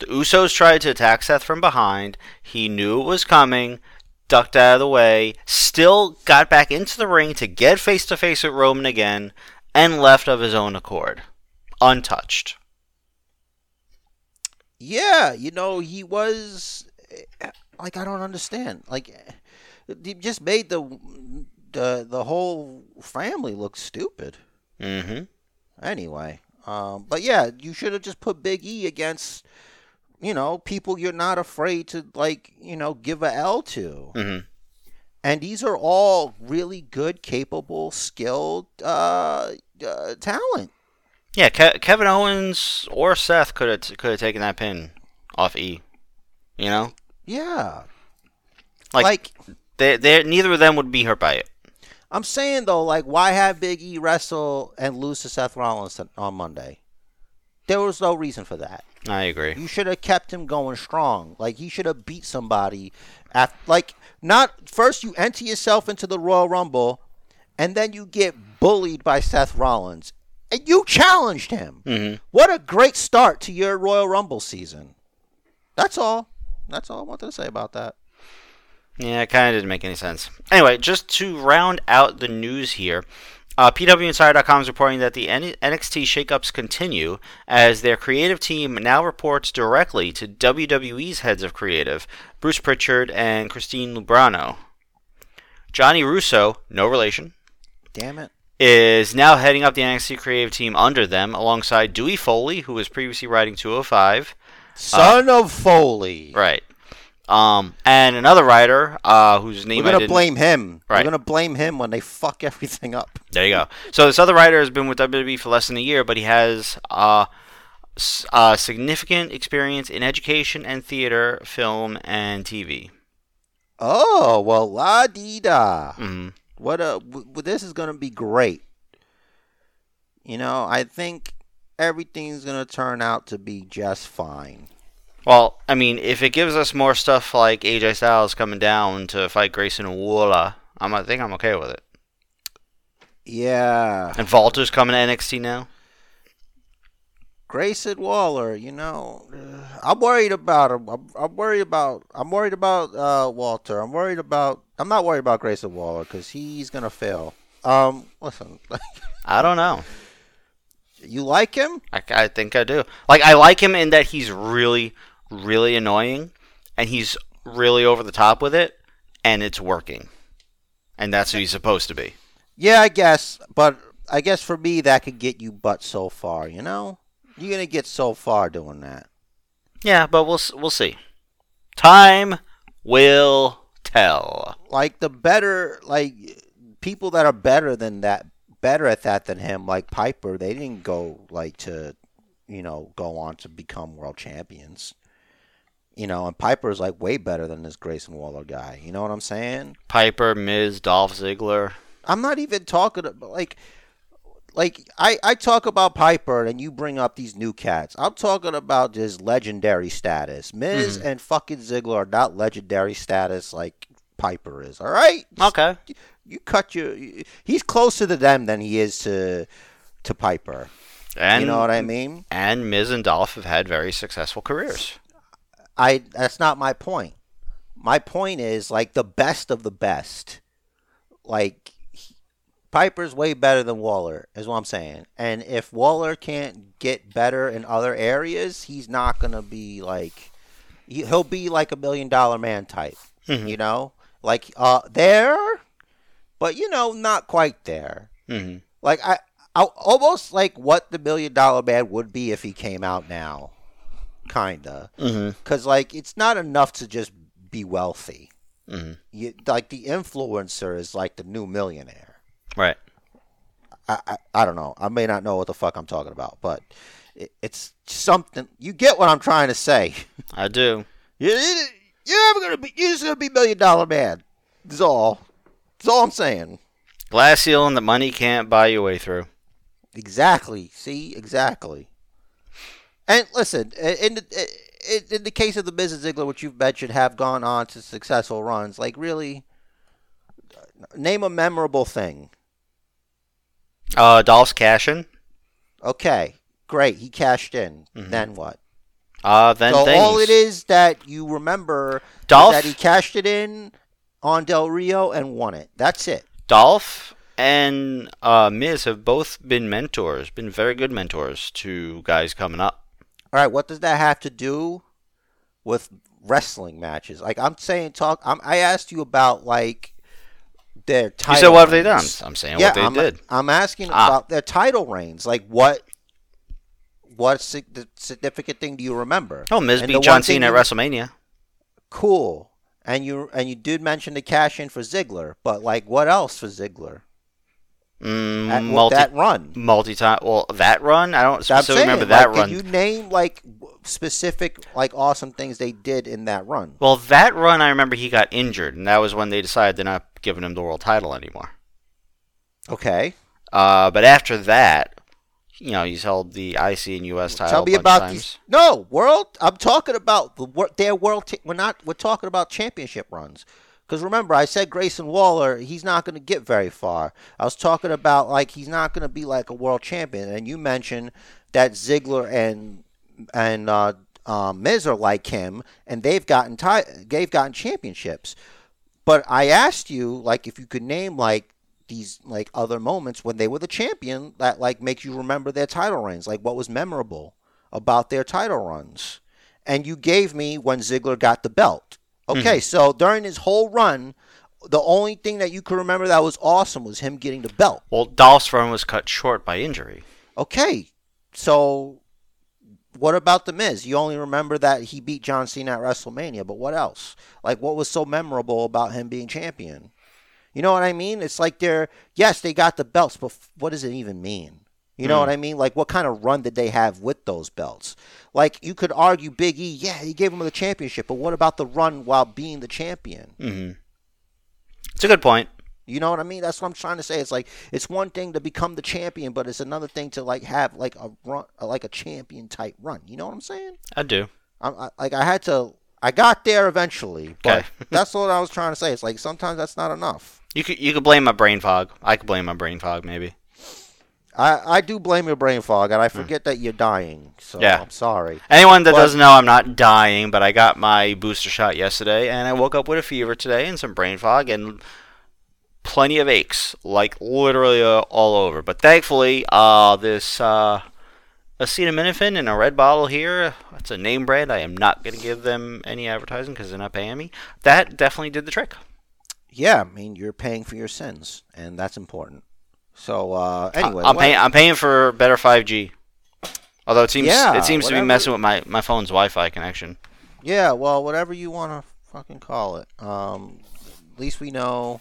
Speaker 3: The Usos tried to attack Seth from behind. He knew it was coming, ducked out of the way, still got back into the ring to get face to face with Roman again, and left of his own accord. Untouched.
Speaker 1: Yeah, you know, he was eh, like I don't understand. Like he just made the the the whole family look stupid.
Speaker 3: Mm hmm.
Speaker 1: anyway. Um, but yeah, you should have just put Big E against, you know, people you're not afraid to like, you know, give a L to.
Speaker 3: Mhm.
Speaker 1: And these are all really good, capable, skilled uh, uh, talent.
Speaker 3: Yeah, Ke- Kevin Owens or Seth could have could have taken that pin off E. You know,
Speaker 1: Yeah,
Speaker 3: like,
Speaker 1: like
Speaker 3: they they neither of them would be hurt by it.
Speaker 1: I'm saying though, like why have Big E wrestle and lose to Seth Rollins on Monday? There was no reason for that.
Speaker 3: I agree.
Speaker 1: You should have kept him going strong. Like he should have beat somebody. After, like not first you enter yourself into the Royal Rumble, and then you get bullied by Seth Rollins, and you challenged him. What a great start to your Royal Rumble season. That's all. That's all I wanted to say about that.
Speaker 3: Yeah, it kind of didn't make any sense. Anyway, just to round out the news here, uh, PWInsider.com is reporting that the N- NXT shakeups continue as their creative team now reports directly to WWE's heads of creative, Bruce Pritchard and Christine Lubrano. Johnny Russo, no relation,
Speaker 1: Damn it.
Speaker 3: is now heading up the NXT creative team under them alongside Dewey Foley, who was previously writing 205.
Speaker 1: Son of Foley.
Speaker 3: Right. Um, and another writer uh, whose name
Speaker 1: We're
Speaker 3: I
Speaker 1: gonna
Speaker 3: didn't-
Speaker 1: blame him.
Speaker 3: Right.
Speaker 1: We're gonna blame him when they fuck everything up.
Speaker 3: There you go. So this other writer has been with WWE for less than a year, but he has uh, s- uh, significant experience in education and theater, film, and TV.
Speaker 1: Oh well, la di da.
Speaker 3: hmm
Speaker 1: What a w- w- this is gonna be great. You know, I think everything's gonna turn out to be just fine.
Speaker 3: Well, I mean, if it gives us more stuff like AJ Styles coming down to fight Grayson Waller, I'm, I think I'm okay with it.
Speaker 1: Yeah,
Speaker 3: And Walter's coming to NXT now.
Speaker 1: Grayson Waller. You know, uh, I'm worried about him. I'm, I'm worried about. I'm worried about uh, Walter. I'm worried about. I'm not worried about Grayson Waller because he's gonna fail. Um, listen,
Speaker 3: I don't know.
Speaker 1: you like him?
Speaker 3: I, I think I do. Like I like him in that he's really, really annoying, and he's really over the top with it, and it's working, and that's who he's supposed to be.
Speaker 1: Yeah, I guess, but I guess for me that could get you but so far, you know? You're going to get so far doing that.
Speaker 3: Yeah, but we'll s- we'll see. Time will tell.
Speaker 1: Like the better like people that are better than that better at that than him like Piper, they didn't go like to you know, go on to become world champions. You know, and Piper's like way better than this Grayson Waller guy. You know what I'm saying?
Speaker 3: Piper, Miz, Dolph Ziggler.
Speaker 1: I'm not even talking about like like I, I talk about Piper and you bring up these new cats. I'm talking about this legendary status. Miz and fucking Ziggler are not legendary status like Piper is. All right,
Speaker 3: Okay.
Speaker 1: you cut your. He's closer to them than he is to to Piper.
Speaker 3: And
Speaker 1: you know what I mean?
Speaker 3: and Miz and Dolph have had very successful careers.
Speaker 1: I that's not my point. My point is like the best of the best. Like he- Piper's way better than Waller is what I'm saying. And if Waller can't get better in other areas, he's not gonna be like he- he'll be like a million dollar man type. You know, like uh there, but you know not quite there.
Speaker 3: hmm
Speaker 1: Like I. I, almost like what the million dollar man would be if he came out now, kinda
Speaker 3: hmm
Speaker 1: because like it's not enough to just be wealthy
Speaker 3: hmm
Speaker 1: you, like the influencer is like the new millionaire
Speaker 3: Right.
Speaker 1: I, I i don't know i may not know what the fuck i'm talking about but it, it's something you get what i'm trying to say
Speaker 3: I do.
Speaker 1: you, you- you're never gonna be you're just gonna be million dollar man that's all that's all i'm saying
Speaker 3: Glass ceiling that money can't buy your way through.
Speaker 1: Exactly. See, exactly. And listen, i- in the i- in the case of the Miz and Ziggler, which you've mentioned, have gone on to successful runs. Like, really, name a memorable thing.
Speaker 3: Uh, Dolph's cashing.
Speaker 1: Okay, great. He cashed in. Then what?
Speaker 3: Uh, Mm-hmm. then
Speaker 1: so
Speaker 3: things.
Speaker 1: all it is that you remember is
Speaker 3: Dolph?
Speaker 1: that he cashed it in on Del Rio and won it. That's it.
Speaker 3: Dolph and uh, Miz have both been mentors, been very good mentors to guys coming up.
Speaker 1: All right, what does that have to do with wrestling matches? Like I'm saying, talk. I'm, I asked you about like their title.
Speaker 3: you said, what have they done?
Speaker 1: reigns.
Speaker 3: I'm saying
Speaker 1: yeah,
Speaker 3: what they
Speaker 1: I'm,
Speaker 3: did.
Speaker 1: I'm asking
Speaker 3: Ah.
Speaker 1: about their title reigns. Like what? What sig- significant thing do you remember?
Speaker 3: Oh, Miz
Speaker 1: And the
Speaker 3: beat John
Speaker 1: one thing
Speaker 3: Cena at
Speaker 1: you-
Speaker 3: WrestleMania.
Speaker 1: Cool. And you and you did mention the cash in for Ziggler, but like what else for Ziggler?
Speaker 3: Mm,
Speaker 1: At, with
Speaker 3: multi,
Speaker 1: that run.
Speaker 3: multi-time. Well, that run. I don't
Speaker 1: I'm
Speaker 3: specifically
Speaker 1: saying,
Speaker 3: remember that
Speaker 1: like,
Speaker 3: run.
Speaker 1: Can you name like w- specific like awesome things they did in that run?
Speaker 3: Well, that run I remember he got injured, and that was when they decided they're not giving him the world title anymore.
Speaker 1: Okay.
Speaker 3: Uh, but after that, you know, he's held the IC and US title.
Speaker 1: Tell me
Speaker 3: a bunch of
Speaker 1: about
Speaker 3: times.
Speaker 1: these. No, world. I'm talking about the wor- their world. T- we're not. We're talking about championship runs. Because remember, I said Grayson Waller. He's not going to get very far. I was talking about like he's not going to be like a world champion. And you mentioned that Ziggler and and uh, uh, Miz are like him, and they've gotten ti- they've gotten championships. But I asked you like if you could name like these like other moments when they were the champion that like makes you remember their title reigns, like what was memorable about their title runs. And you gave me when Ziggler got the belt. Okay, so during his whole run, the only thing that you could remember that was awesome was him getting the belt.
Speaker 3: Well, Dolph's run was cut short by injury.
Speaker 1: Okay, so what about the Miz? You only remember that he beat John Cena at WrestleMania, but what else? Like, what was so memorable about him being champion? You know what I mean? It's like they're yes, they got the belts, but f- what does it even mean? You know what I mean? Like, what kind of run did they have with those belts? Like, you could argue Big E, yeah, he gave him the championship, but what about the run while being the champion?
Speaker 3: hmm It's a good point.
Speaker 1: You know what I mean? That's what I'm trying to say. It's like it's one thing to become the champion, but it's another thing to like have like a run, like a champion type run. You know what I'm saying?
Speaker 3: I do.
Speaker 1: I'm I, like I had to, I got there eventually, but
Speaker 3: Okay.
Speaker 1: that's what I was trying to say. It's like sometimes that's not enough.
Speaker 3: You could you could blame my brain fog. I could blame my brain fog maybe.
Speaker 1: I I do blame your brain fog, and I forget that you're dying. So
Speaker 3: Hmm. Yeah.
Speaker 1: I'm sorry.
Speaker 3: Anyone that
Speaker 1: Well-
Speaker 3: doesn't know, I'm not dying, but I got my booster shot yesterday, and I woke up with a fever today and some brain fog and plenty of aches, like literally uh, all over. But thankfully, uh, this uh, acetaminophen in a red bottle here, it's a name brand. I am not going to give them any advertising because they're not paying me. That definitely did the trick.
Speaker 1: Yeah, I mean you're paying for your sins, and that's important. So uh, anyway,
Speaker 3: I'm,
Speaker 1: what-
Speaker 3: paying, I'm paying for better 5G. Although it seems
Speaker 1: Yeah,
Speaker 3: it seems to
Speaker 1: whatever.
Speaker 3: be messing with my, my phone's Wi-Fi connection.
Speaker 1: Yeah, well, whatever you want to fucking call it. Um, at least we know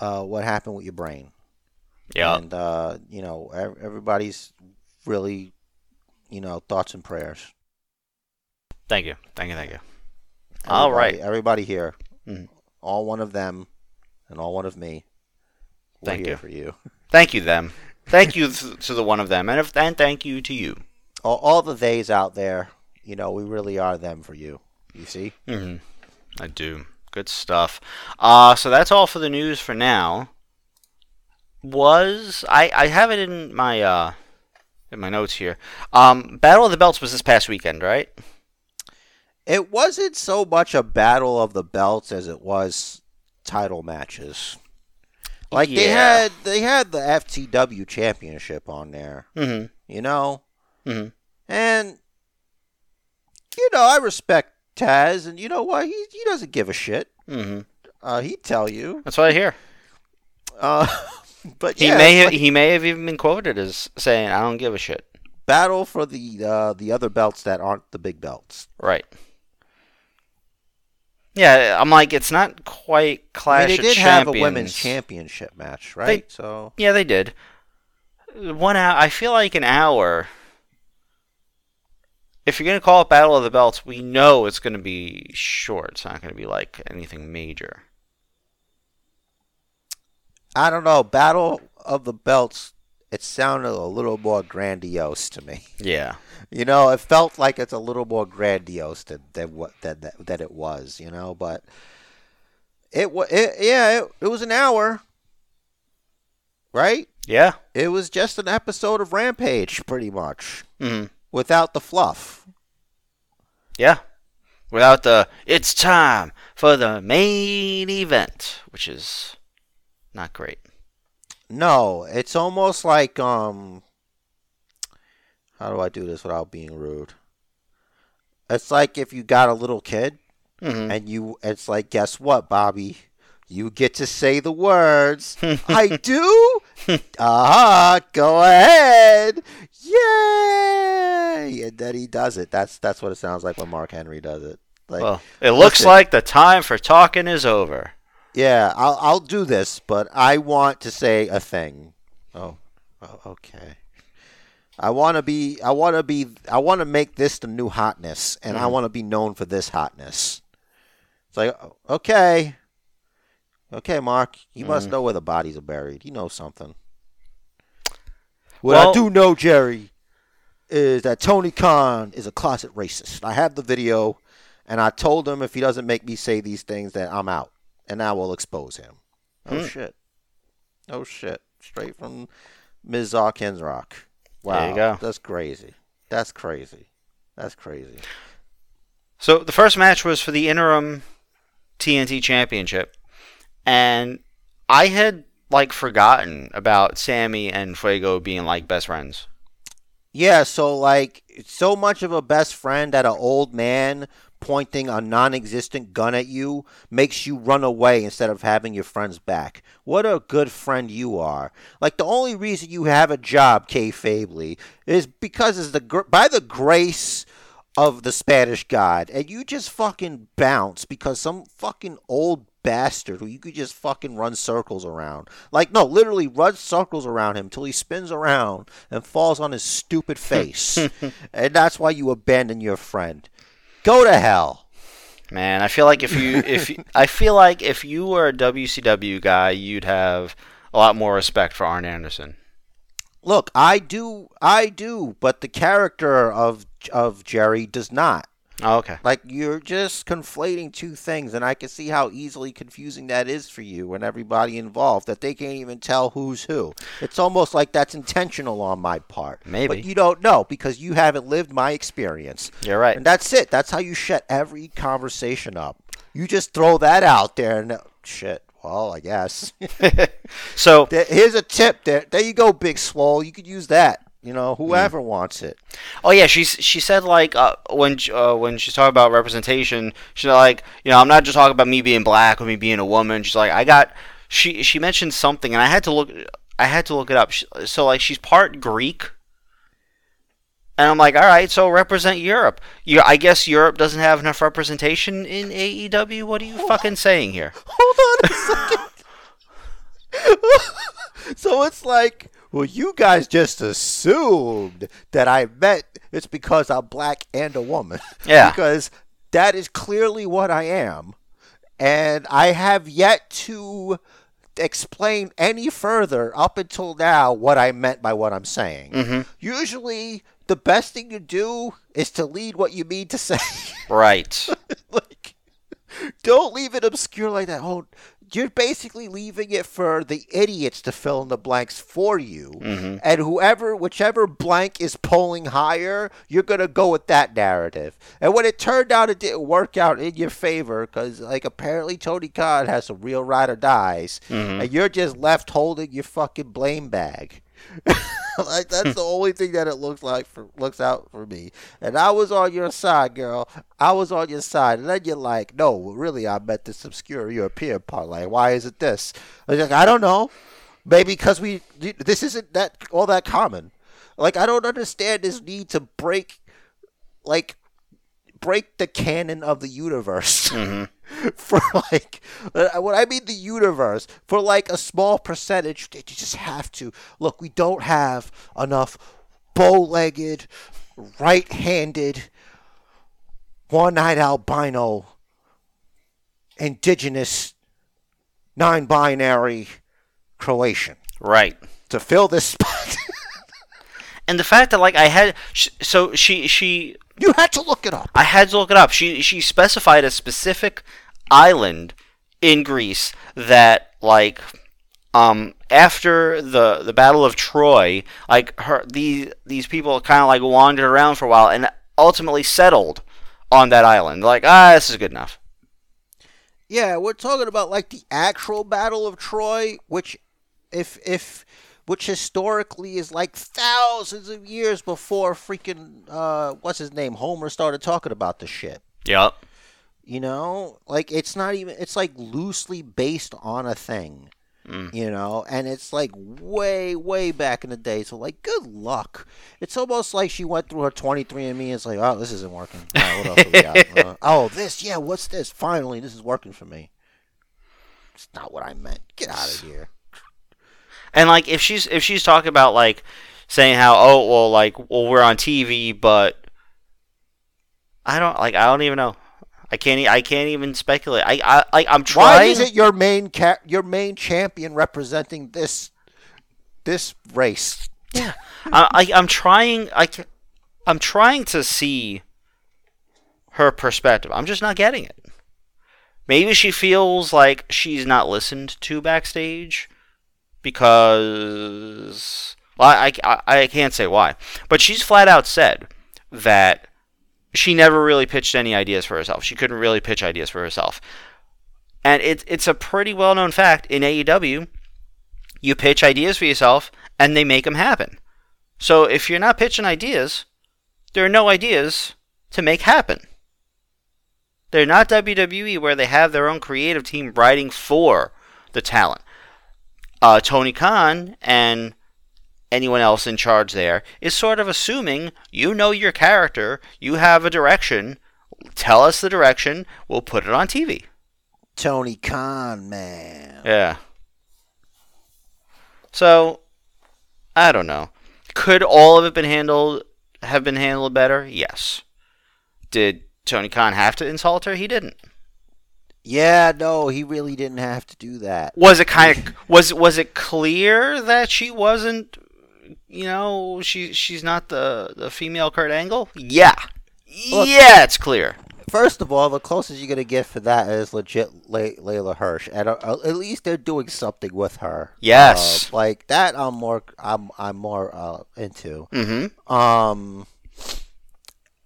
Speaker 1: uh, what happened with your brain.
Speaker 3: Yeah.
Speaker 1: And, uh, you know, ev- everybody's really, you know, thoughts and prayers.
Speaker 3: Thank you. Thank you. Thank you. All
Speaker 1: Everybody-
Speaker 3: right.
Speaker 1: Everybody here,
Speaker 3: Mhm.
Speaker 1: all one of them and all one of me. We're
Speaker 3: Thank
Speaker 1: here
Speaker 3: you.
Speaker 1: for you.
Speaker 3: Thank you, them. Thank you th- to the one of them, and if, and thank you to you.
Speaker 1: All, all the theys out there, you know, we really are them for you. You see?
Speaker 3: hmm I do. Good stuff. Uh, so that's all for the news for now. Was I? I have it in my uh, in my notes here. Um, Battle of the Belts was this past weekend, right?
Speaker 1: It wasn't so much a battle of the belts as it was title matches. Like they
Speaker 3: Yeah.
Speaker 1: had they had the FTW championship on there,
Speaker 3: Mm-hmm.
Speaker 1: you know?
Speaker 3: Mm-hmm.
Speaker 1: And you know, I respect Taz and you know what? He he doesn't give a shit.
Speaker 3: Mm-hmm.
Speaker 1: Uh he'd tell you.
Speaker 3: That's what I hear.
Speaker 1: Uh but
Speaker 3: He
Speaker 1: yeah,
Speaker 3: may
Speaker 1: it's
Speaker 3: have,
Speaker 1: like
Speaker 3: he may have even been quoted as saying, "I don't give a shit."
Speaker 1: battle for the uh, the other belts that aren't the big belts.
Speaker 3: Right. Yeah, I'm like, it's not quite Clash
Speaker 1: I mean,
Speaker 3: of
Speaker 1: they did have a
Speaker 3: Champions.
Speaker 1: women's championship match, right? so
Speaker 3: Yeah, they did. One hour. I feel like an hour. If you're gonna call it Battle of the Belts, we know it's gonna be short. It's not gonna be like anything major.
Speaker 1: I don't know. Battle of the Belts. It sounded a little more grandiose to me.
Speaker 3: Yeah.
Speaker 1: You know, it felt like it's a little more grandiose than than what than that that it was. You know, but it was it, yeah. It, it was an hour, right?
Speaker 3: Yeah.
Speaker 1: It was just an episode of Rampage, pretty much,
Speaker 3: hmm
Speaker 1: without the fluff.
Speaker 3: Yeah. Without the it's time for the main event, which is not great.
Speaker 1: No, it's almost like um how do I do this without being rude? It's like if you got a little kid
Speaker 3: Mm-hmm.
Speaker 1: and you it's like guess what, Bobby? You get to say the words. I do? Uh-huh, go ahead. Yay! And then he does it. That's that's what it sounds like when Mark Henry does it. Like
Speaker 3: well, it looks
Speaker 1: listen.
Speaker 3: like the time for talking is over.
Speaker 1: Yeah, I'll I'll do this, but I want to say a thing. Oh, o- okay. I want to be. I want to be. I want to make this the new hotness, and I want to be known for this hotness. It's like o- okay, okay, Mark. You must know where the bodies are buried. You know something. What I
Speaker 3: Well-
Speaker 1: do know, Jerry, is that Tony Khan is a closet racist. I have the video, and I told him if he doesn't make me say these things, that I'm out, and I will expose him. Oh
Speaker 3: Hmm.
Speaker 1: shit! Oh shit! Straight from Ms. Hawkins Rock. Wow,
Speaker 3: There you go.
Speaker 1: that's crazy. That's crazy. That's crazy.
Speaker 3: So the first match was for the interim TNT Championship, and I had like forgotten about Sammy and Fuego being like best friends.
Speaker 1: Yeah, so like so much of a best friend that an old man pointing a non-existent gun at you makes you run away instead of having your friends back. What a good friend you are! Like the only reason you have a job, Kay Fabley, is because it's the gr- by the grace of the Spanish God, and you just fucking bounce because some fucking old bastard who you could just fucking run circles around. Like, no, literally run circles around him till he spins around and falls on his stupid face. and that's why you abandon your friend. Go to hell.
Speaker 3: Man, I feel like if you if you- I feel like if you were a WCW guy, you'd have a lot more respect for Arn Anderson.
Speaker 1: Look, I do, I do, but the character of of Jerry does not.
Speaker 3: Oh, okay.
Speaker 1: Like you're just conflating two things, and I can see how easily confusing that is for you and everybody involved. That they can't even tell who's who. It's almost like that's intentional on my part.
Speaker 3: Maybe.
Speaker 1: but you don't know because you haven't lived my experience.
Speaker 3: You're right.
Speaker 1: And that's it. That's how you shut every conversation up. You just throw that out there and shit. Well, I guess.
Speaker 3: So
Speaker 1: There- Here's a tip. There, there you go, Big Swole. You could use that. You know, whoever wants it.
Speaker 3: Oh yeah, she's she said like uh, when sh- uh, when she's talking about representation, she's like you know I'm not just talking about me being black or me being a woman. She's like I got she she mentioned something and I had to look I had to look it up. She, so like she's part Greek, and I'm like all right, so represent Europe. You I guess Europe doesn't have enough representation in AEW. What are you fucking saying here?
Speaker 1: Hold on a second. so it's like, well, you guys just assumed that I meant it's because I'm black and a woman.
Speaker 3: Yeah.
Speaker 1: because that is clearly what I am. And I have yet to explain any further up until now what I meant by what I'm saying. Usually, the best thing to do is to lead what you mean to say.
Speaker 3: Right.
Speaker 1: like don't leave it obscure like that oh you're basically leaving it for the idiots to fill in the blanks for you and whoever whichever blank is polling higher you're going to go with that narrative and when it turned out it didn't work out in your favor because like apparently tony khan has some real ride or dies and you're just left holding your fucking blame bag like that's the only thing that it looks like for looks out for me. And I was on your side, girl. I was on your side, and then you're like, no, really, I meant this obscure European part. Like, why is it this? I was like, I don't know. Maybe because we this isn't that all that common. Like, I don't understand this need to break, like, break the canon of the universe for like uh, when I mean the universe for like a small percentage that you just have to look we don't have enough bow-legged right-handed one-eyed albino indigenous non-binary Croatian
Speaker 3: Right.
Speaker 1: to fill this spot
Speaker 3: And the fact that like I had sh- so she she
Speaker 1: you had to look it up
Speaker 3: I had to look it up. She she specified a specific island in Greece that like um after the the battle of Troy, like her these these people kind of like wandered around for a while and ultimately settled on that island. Like, ah, this is good enough.
Speaker 1: Yeah, we're talking about like the actual Battle of Troy, which if if which historically is like thousands of years before freaking uh what's his name Homer started talking about this shit.
Speaker 3: Yep.
Speaker 1: You know, like it's not even it's like loosely based on a thing. You know, and it's like way, way back in the day. So like, good luck. It's almost like she went through her 23andMe and it's like, oh, this isn't working. All right, what else we got? Uh, oh, this, yeah, what's this? Finally, this is working for me. It's not what I meant. Get out of here.
Speaker 3: And like if she's if she's talking about like saying how oh well like well we're on TV but I don't like I don't even know. I can't e- I can't even speculate. I I like I'm trying
Speaker 1: Why is it your main ca- your main champion representing this this race?
Speaker 3: Yeah, I, I I'm trying. I can, I'm trying to see her perspective. I'm just not getting it. Maybe she feels like she's not listened to backstage because well, I, I, I can't say why, but she's flat out said that she never really pitched any ideas for herself. She couldn't really pitch ideas for herself, and it's it's a pretty well known fact in AEW. You pitch ideas for yourself, and they make them happen. So if you're not pitching ideas, there are no ideas to make happen. They're not WWE where they have their own creative team writing for the talent. Uh, Tony Khan and anyone else in charge there is sort of assuming you know your character, you have a direction, tell us the direction, we'll put it on TV.
Speaker 1: Tony Khan, man.
Speaker 3: Yeah. So, I don't know. Could all of it been handled have been handled better? Yes. Did Tony Khan have to insult her? He didn't.
Speaker 1: Yeah, no, he really didn't have to do that.
Speaker 3: Was it kind of was was it clear that she wasn't you know, she she's not the the female Kurt Angle? Yeah.
Speaker 1: Look-
Speaker 3: yeah, it's clear.
Speaker 1: First of all, the closest you're gonna get for that is legit Le- Layla Hirsch, and uh, uh, at least they're doing something with her.
Speaker 3: Yes.
Speaker 1: Uh, like that, I'm more I'm I'm more uh, into.
Speaker 3: Mhm.
Speaker 1: Um,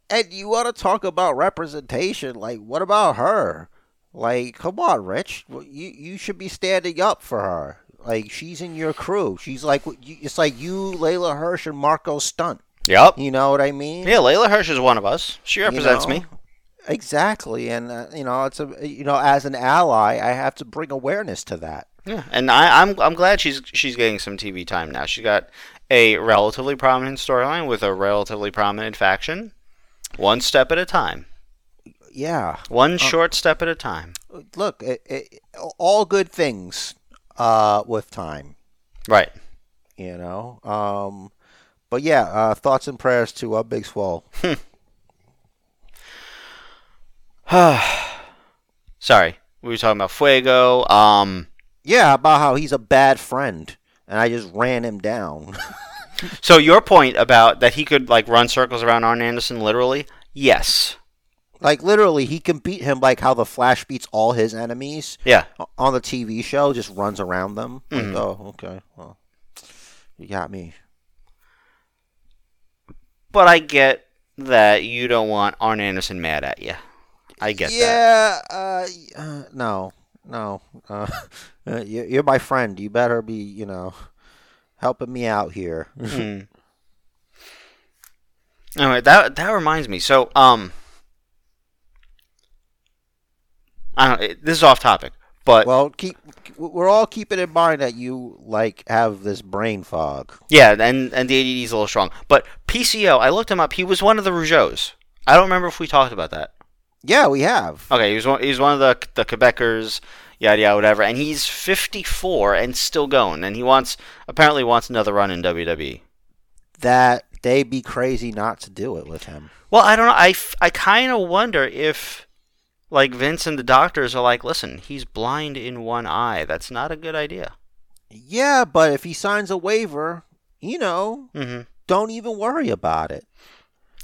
Speaker 1: and you want to talk about representation? Like, what about her? Like, come on, Rich, Well, you you should be standing up for her. Like, she's in your crew. She's like, what you- it's like you, Layla Hirsch, and Marco Stunt.
Speaker 3: Yep.
Speaker 1: You know what I mean?
Speaker 3: Yeah, Layla Hirsch is one of us. She represents
Speaker 1: know?
Speaker 3: me.
Speaker 1: Exactly, and uh, you know, it's a you know, as an ally, I have to bring awareness to that.
Speaker 3: Yeah, and I, I'm I'm glad she's she's getting some TV time now. She's got a relatively prominent storyline with a relatively prominent faction. One step at a time.
Speaker 1: Yeah,
Speaker 3: One short step at a time.
Speaker 1: look, it, it, all good things uh, with time,
Speaker 3: Right.
Speaker 1: you know. Um, but yeah, uh, thoughts and prayers to uh, Big Swole.
Speaker 3: Sorry, we were talking about Fuego. Um.
Speaker 1: Yeah, about how he's a bad friend, and I just ran him down.
Speaker 3: So your point about that he could like run circles around Arn Anderson literally? Yes.
Speaker 1: like literally, he can beat him like how the Flash beats all his enemies
Speaker 3: Yeah. Mm.
Speaker 1: o- on the TV show. Just runs around them. Like, oh, okay, well, you got me.
Speaker 3: But I get that you don't want Arn Anderson mad at you. I get that.
Speaker 1: yeah, uh, y- uh, no, no. Uh, uh, you- you're my friend. You better be, you know, helping me out here.
Speaker 3: Mm. Anyway, that that reminds me. So, um, I don't. It, this is off topic, but
Speaker 1: well, keep. We're all keeping in mind that you like have this brain fog.
Speaker 3: yeah, and and the ADD is a little strong. But PCO, I looked him up. He was one of the Rougeaus. I don't remember if we talked about that.
Speaker 1: Yeah, we have.
Speaker 3: Okay, he was one. He was one of the the Quebecers. Yada yada whatever. And he's 54 and still going. And he wants apparently wants another run in E. WWE.
Speaker 1: That they be crazy not to do it with him.
Speaker 3: Well, I don't know. I, f- I kind of wonder if, like, Vince and the doctors are like, listen, he's blind in one eye. That's not a good idea.
Speaker 1: Yeah, but if he signs a waiver, you know,
Speaker 3: hmm
Speaker 1: don't even worry about it.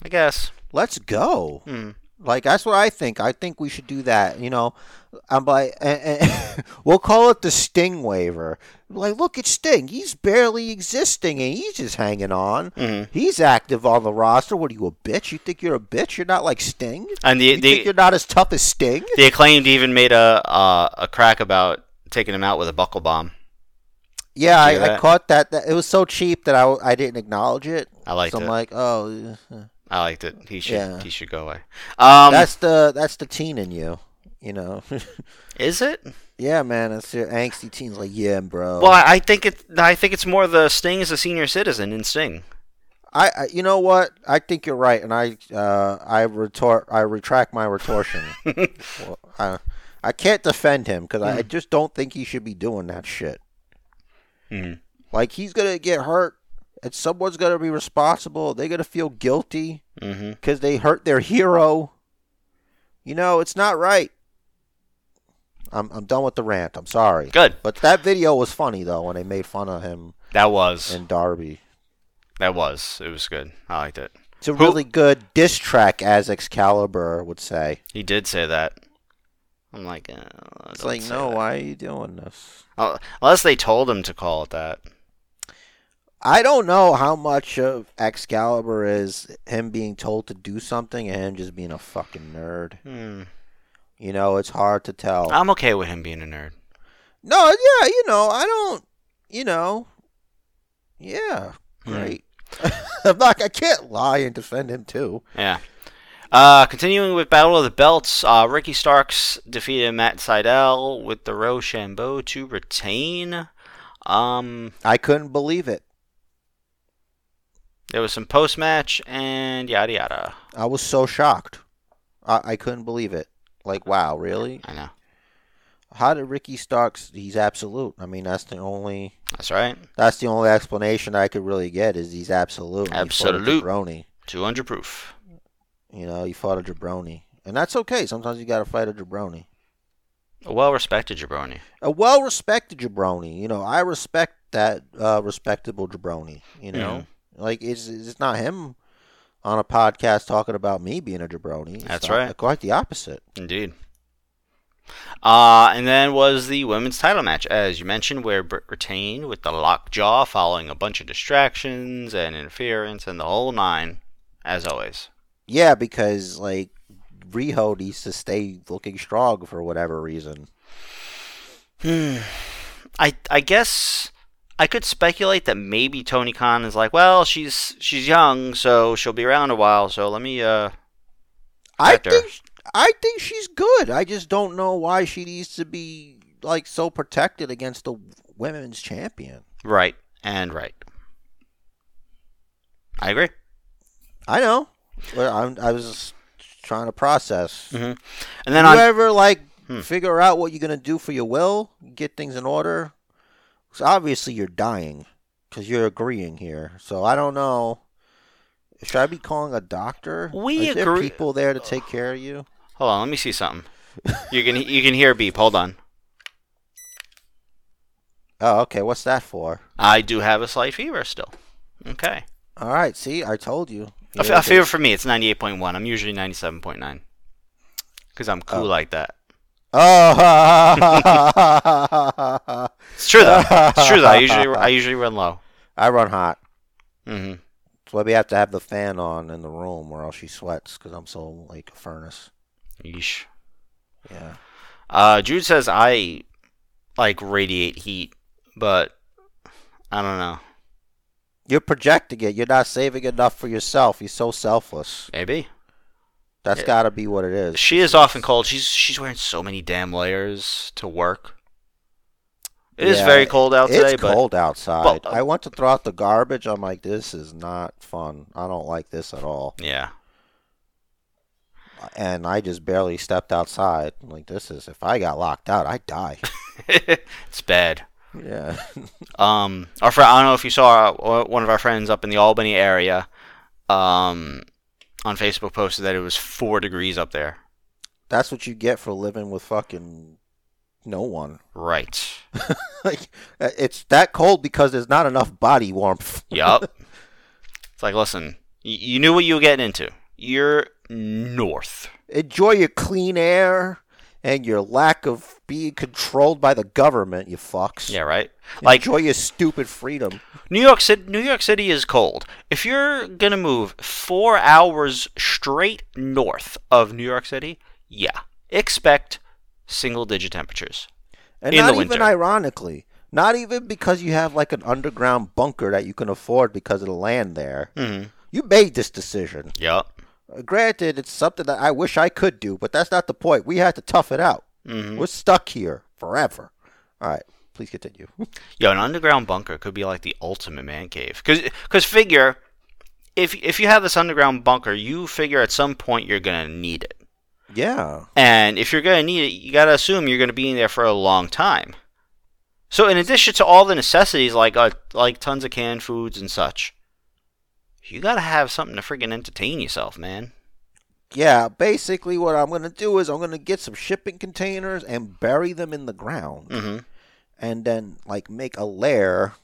Speaker 3: I guess.
Speaker 1: Let's go.
Speaker 3: Hmm.
Speaker 1: Like that's what I think. I think we should do that. You know, I'm like, eh, eh, we'll call it the Sting waiver. Like, look at Sting. He's barely existing, and he's just hanging on.
Speaker 3: Mhm.
Speaker 1: He's active on the roster. What are you, a bitch? You think you're a bitch? You're not like Sting.
Speaker 3: And the
Speaker 1: You think
Speaker 3: the,
Speaker 1: you're not as tough as Sting?
Speaker 3: the acclaimed even made a uh, a crack about taking him out with a buckle bomb.
Speaker 1: Yeah,
Speaker 3: hear
Speaker 1: I, I
Speaker 3: that?
Speaker 1: caught that, that. It was so cheap that I, I didn't acknowledge it.
Speaker 3: I liked
Speaker 1: so I'm
Speaker 3: it. Um,
Speaker 1: like, oh, eh.
Speaker 3: I liked it. He should
Speaker 1: Yeah.
Speaker 3: he should go away. Um,
Speaker 1: that's the that's the teen in you. You know,
Speaker 3: is it?
Speaker 1: yeah, man, that's your angsty teen's like, yeah, bro.
Speaker 3: Well, I, I think it. I think it's more the Sting is a senior citizen in Sting.
Speaker 1: I, I you know what? I think you're right, and I uh, I retort I retract my retortion. well, I, I can't defend him because
Speaker 3: Mm.
Speaker 1: I, I just don't think he should be doing that shit.
Speaker 3: Mhm.
Speaker 1: Like he's gonna get hurt, and someone's gonna be responsible. They're gonna feel guilty
Speaker 3: Mm-hmm.
Speaker 1: because they hurt their hero. You know, it's not right. I'm I'm done with the rant. I'm sorry,
Speaker 3: Good.
Speaker 1: but that video was funny though when they made fun of him
Speaker 3: That was.
Speaker 1: and Darby.
Speaker 3: That was. It was good. I liked it.
Speaker 1: It's a
Speaker 3: Who-
Speaker 1: really good diss track, as Excalibur would say.
Speaker 3: He did say that. I'm like, uh,
Speaker 1: It's
Speaker 3: don't
Speaker 1: like,
Speaker 3: say
Speaker 1: no,
Speaker 3: that.
Speaker 1: why are you doing this?
Speaker 3: Uh, Unless they told him to call it that.
Speaker 1: I don't know how much of Excalibur is him being told to do something and him just being a fucking nerd.
Speaker 3: Hmm.
Speaker 1: You know, it's hard to tell.
Speaker 3: I'm okay with him being a nerd.
Speaker 1: no, yeah, you know, I don't, you know, yeah,
Speaker 3: Hmm.
Speaker 1: great. I'm not, I can't lie and defend him too.
Speaker 3: Yeah. Uh, continuing with Battle of the Belts, uh, Ricky Starks defeated Matt Seidel with the Rochambeau to retain. Um,
Speaker 1: I couldn't believe it.
Speaker 3: there was some post match and yada yada.
Speaker 1: I was so shocked. I, I couldn't believe it. Like, wow, really?
Speaker 3: I know.
Speaker 1: How did Ricky Starks? He's absolute. I mean, that's the only
Speaker 3: That's right.
Speaker 1: that's the only explanation I could really get is he's absolute. and he fought a
Speaker 3: Absolute.
Speaker 1: jabroni.
Speaker 3: 200 proof.
Speaker 1: You know, he fought a jabroni, and that's okay. Sometimes you got to fight a jabroni,
Speaker 3: A well respected jabroni.
Speaker 1: a well-respected jabroni. You know, I respect that uh, respectable jabroni. You know, like it's it's not him on a podcast talking about me being a jabroni. It's
Speaker 3: That's
Speaker 1: not-
Speaker 3: right.
Speaker 1: Quite the opposite.
Speaker 3: Indeed. Uh, and then was the women's title match, as you mentioned, where Britt retained with the lockjaw following a bunch of distractions and interference and the whole nine, as always.
Speaker 1: Yeah, because like Riho needs to stay looking strong for whatever reason.
Speaker 3: Hmm. I I guess I could speculate that maybe Tony Khan is like, well, she's she's young, so she'll be around a while. So let me. Uh,
Speaker 1: I
Speaker 3: protect her.
Speaker 1: think I think she's good. I just don't know why she needs to be like so protected against the women's champion.
Speaker 3: right and right. I agree.
Speaker 1: I know. Well, I'm, I was just trying to process.
Speaker 3: hmm And then
Speaker 1: you
Speaker 3: on
Speaker 1: ever like
Speaker 3: Hmm.
Speaker 1: figure out what you're gonna do for your will, get things in order? 'Cause obviously you're dying because you're agreeing here. So I don't know. Should I be calling a doctor?
Speaker 3: We
Speaker 1: Is there
Speaker 3: agree-
Speaker 1: people there to take care of you.
Speaker 3: Hold on, let me see something. You can you can hear a beep. Hold on.
Speaker 1: Oh, okay. What's that for?
Speaker 3: I do have a slight fever still. Okay.
Speaker 1: All right. See, I told you.
Speaker 3: A, f-
Speaker 1: You're
Speaker 3: a
Speaker 1: the-
Speaker 3: fever for me, it's 98.1. I'm usually 97.9. Because I'm cool
Speaker 1: Oh.
Speaker 3: like that.
Speaker 1: Oh,
Speaker 3: It's true though. it's true though. I usually I usually run low.
Speaker 1: I run hot.
Speaker 3: hmm
Speaker 1: That's why we have to have the fan on in the room, or else she sweats because I'm so like a furnace.
Speaker 3: Yeesh.
Speaker 1: Yeah.
Speaker 3: Uh, Jude says I like radiate heat, but I don't know.
Speaker 1: You're projecting it. You're not saving enough for yourself. You're so selfless.
Speaker 3: Maybe
Speaker 1: That's
Speaker 3: Yeah.
Speaker 1: got to be what it is.
Speaker 3: she is often cold. She's she's wearing so many damn layers to work. It is
Speaker 1: Yeah,
Speaker 3: very cold out today,
Speaker 1: it's
Speaker 3: but uh
Speaker 1: cold outside.
Speaker 3: but-
Speaker 1: I went to throw out the garbage. I'm like, this is not fun. I don't like this at all.
Speaker 3: yeah,
Speaker 1: And I just barely stepped outside. I'm like, this is if I got locked out, I'd die.
Speaker 3: it's bad.
Speaker 1: yeah.
Speaker 3: Um, our friend, I don't know if you saw uh, one of our friends up in the Albany area, um, on Facebook posted that it was four degrees up there.
Speaker 1: That's what you get for living with fucking no one.
Speaker 3: Right.
Speaker 1: like uh, it's that cold because there's not enough body warmth.
Speaker 3: Yup. it's like, listen, y- you knew what you were getting into. You're north.
Speaker 1: Enjoy your clean air and your lack of being controlled by the government, you fucks.
Speaker 3: Yeah, right. Like
Speaker 1: Enjoy your stupid freedom.
Speaker 3: New York City. New York City is cold. If you're gonna move four hours straight north of New York City, yeah, expect single-digit temperatures.
Speaker 1: And
Speaker 3: In
Speaker 1: not
Speaker 3: the
Speaker 1: even
Speaker 3: winter.
Speaker 1: ironically. Not even because you have like an underground bunker that you can afford because of the land there.
Speaker 3: Mm-hmm.
Speaker 1: You made this decision.
Speaker 3: Yup.
Speaker 1: Uh, Granted, it's something that I wish I could do, but that's not the point. We had to tough it out.
Speaker 3: Mm-hmm.
Speaker 1: We're stuck here forever. All right, please continue.
Speaker 3: Yo, an underground bunker could be like the ultimate man cave. Cause, 'cause figure, if if you have this underground bunker, you figure at some point you're gonna need it,
Speaker 1: yeah.
Speaker 3: and if you're gonna need it, you gotta assume you're gonna be in there for a long time. So, in addition to all the necessities like uh, like tons of canned foods and such, you gotta have something to freaking entertain yourself, man.
Speaker 1: Yeah, basically what I'm going to do is I'm going to get some shipping
Speaker 3: Mm.
Speaker 1: containers and bury them in the ground
Speaker 3: Mm-hmm.
Speaker 1: and then like make a lair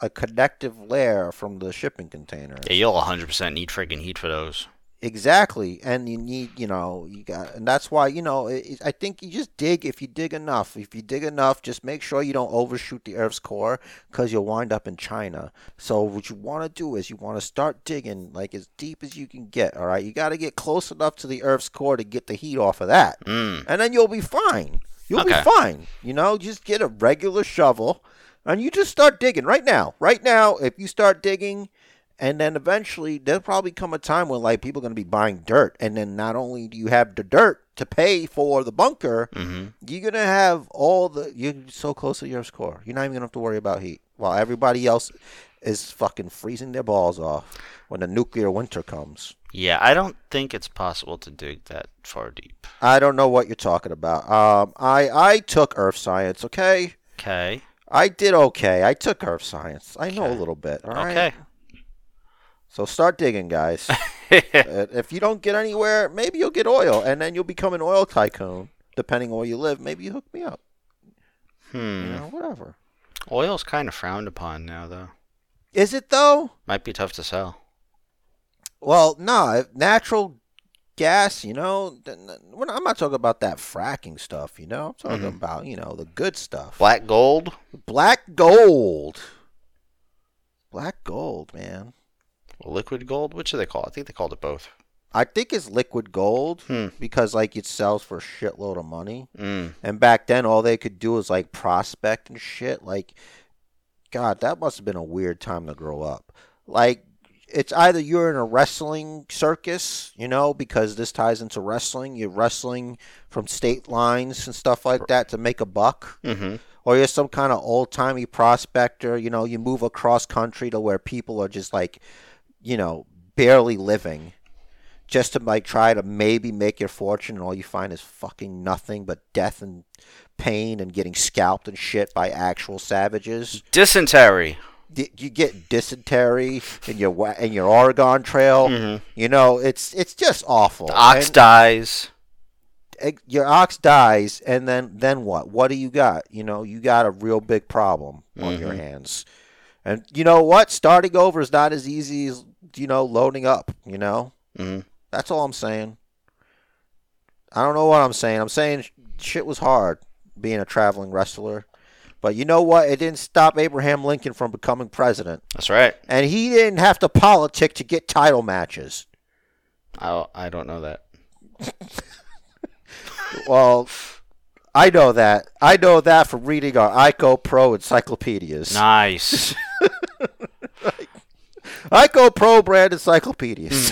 Speaker 1: a connective layer from the shipping container.
Speaker 3: Yeah, you'll 100% need freaking heat for those.
Speaker 1: Exactly, and you need, you know, you got, and that's why, you know, it, it- I think you just dig. If you dig enough, if you dig enough, just make sure you don't overshoot the Earth's core, because you'll wind up in China. So what you want to do is you want to start digging like as deep as you can get. All right, you got to get close enough to the Earth's core to get the heat off of that,
Speaker 3: Mm.
Speaker 1: and then you'll be fine. You'll
Speaker 3: Okay.
Speaker 1: be fine. You know, just get a regular shovel, and you just start digging right now. Right now, if you start digging, and then eventually there'll probably come a time when like people are going to be buying dirt, and then not only do you have the dirt to pay for the bunker,
Speaker 3: hmm
Speaker 1: you're gonna have all the. You're so close to your score. You're not even gonna have to worry about heat, while everybody else is fucking freezing their balls off when the nuclear winter comes.
Speaker 3: Yeah, I don't think it's possible to dig that far deep.
Speaker 1: I don't know what you're talking about. Um, I I took earth science. Okay.
Speaker 3: Okay.
Speaker 1: I did okay. I took earth science. I know a
Speaker 3: Okay.
Speaker 1: little bit. All right.
Speaker 3: Okay.
Speaker 1: So start digging, guys. Uh, if you don't get anywhere, maybe you'll get oil, and then you'll become an oil tycoon. Depending on where you live, maybe you hook me up. You
Speaker 3: hmm.
Speaker 1: know, whatever.
Speaker 3: Oil's kind of frowned upon now, though.
Speaker 1: Is it though?
Speaker 3: Might be tough to sell.
Speaker 1: Well, no, if natural gas. You know, th- n- we're not- I'm not talking about that fracking stuff. You know, I'm talking
Speaker 3: Mhm.
Speaker 1: about you know the good stuff.
Speaker 3: Black gold?
Speaker 1: Black gold. Black gold, man.
Speaker 3: Liquid gold? Which do they call it? I think they called it both.
Speaker 1: I think it's liquid gold
Speaker 3: Hmm.
Speaker 1: because like it sells for a shitload of money.
Speaker 3: Mm.
Speaker 1: And back then, all they could do was like prospect and shit. Like, God, that must have been a weird time to grow up. Like, it's either you're in a wrestling circus, you know, because this ties into wrestling. You're wrestling from state lines and stuff like that to make a buck.
Speaker 3: hmm
Speaker 1: Or you're some kind of old timey prospector, you know, you move across country to where people are just like, you know, barely living just to like try to maybe make your fortune and all you find is fucking nothing but death and pain and getting scalped and shit by actual savages.
Speaker 3: Dysentery.
Speaker 1: D- You get dysentery in your wa- in your Oregon Trail.
Speaker 3: Mhm.
Speaker 1: You know, it's it's just awful.
Speaker 3: The ox
Speaker 1: And-
Speaker 3: dies.
Speaker 1: eh, your ox dies and then then what? What do you got? You know, you got a real big problem on your
Speaker 3: Mhm.
Speaker 1: hands. And you know what? Starting over is not as easy as you know loading up, you know?
Speaker 3: hmm
Speaker 1: That's all I'm saying. I don't know what I'm saying. I'm saying sh- shit was hard being a traveling wrestler. But you know what? It didn't stop Abraham Lincoln from becoming president.
Speaker 3: That's right.
Speaker 1: And he didn't have to politic to get title matches.
Speaker 3: I, I don't know that.
Speaker 1: Well, I know that. I know that from reading our ICO Pro encyclopedias.
Speaker 3: Nice.
Speaker 1: ICO Pro brand encyclopedias.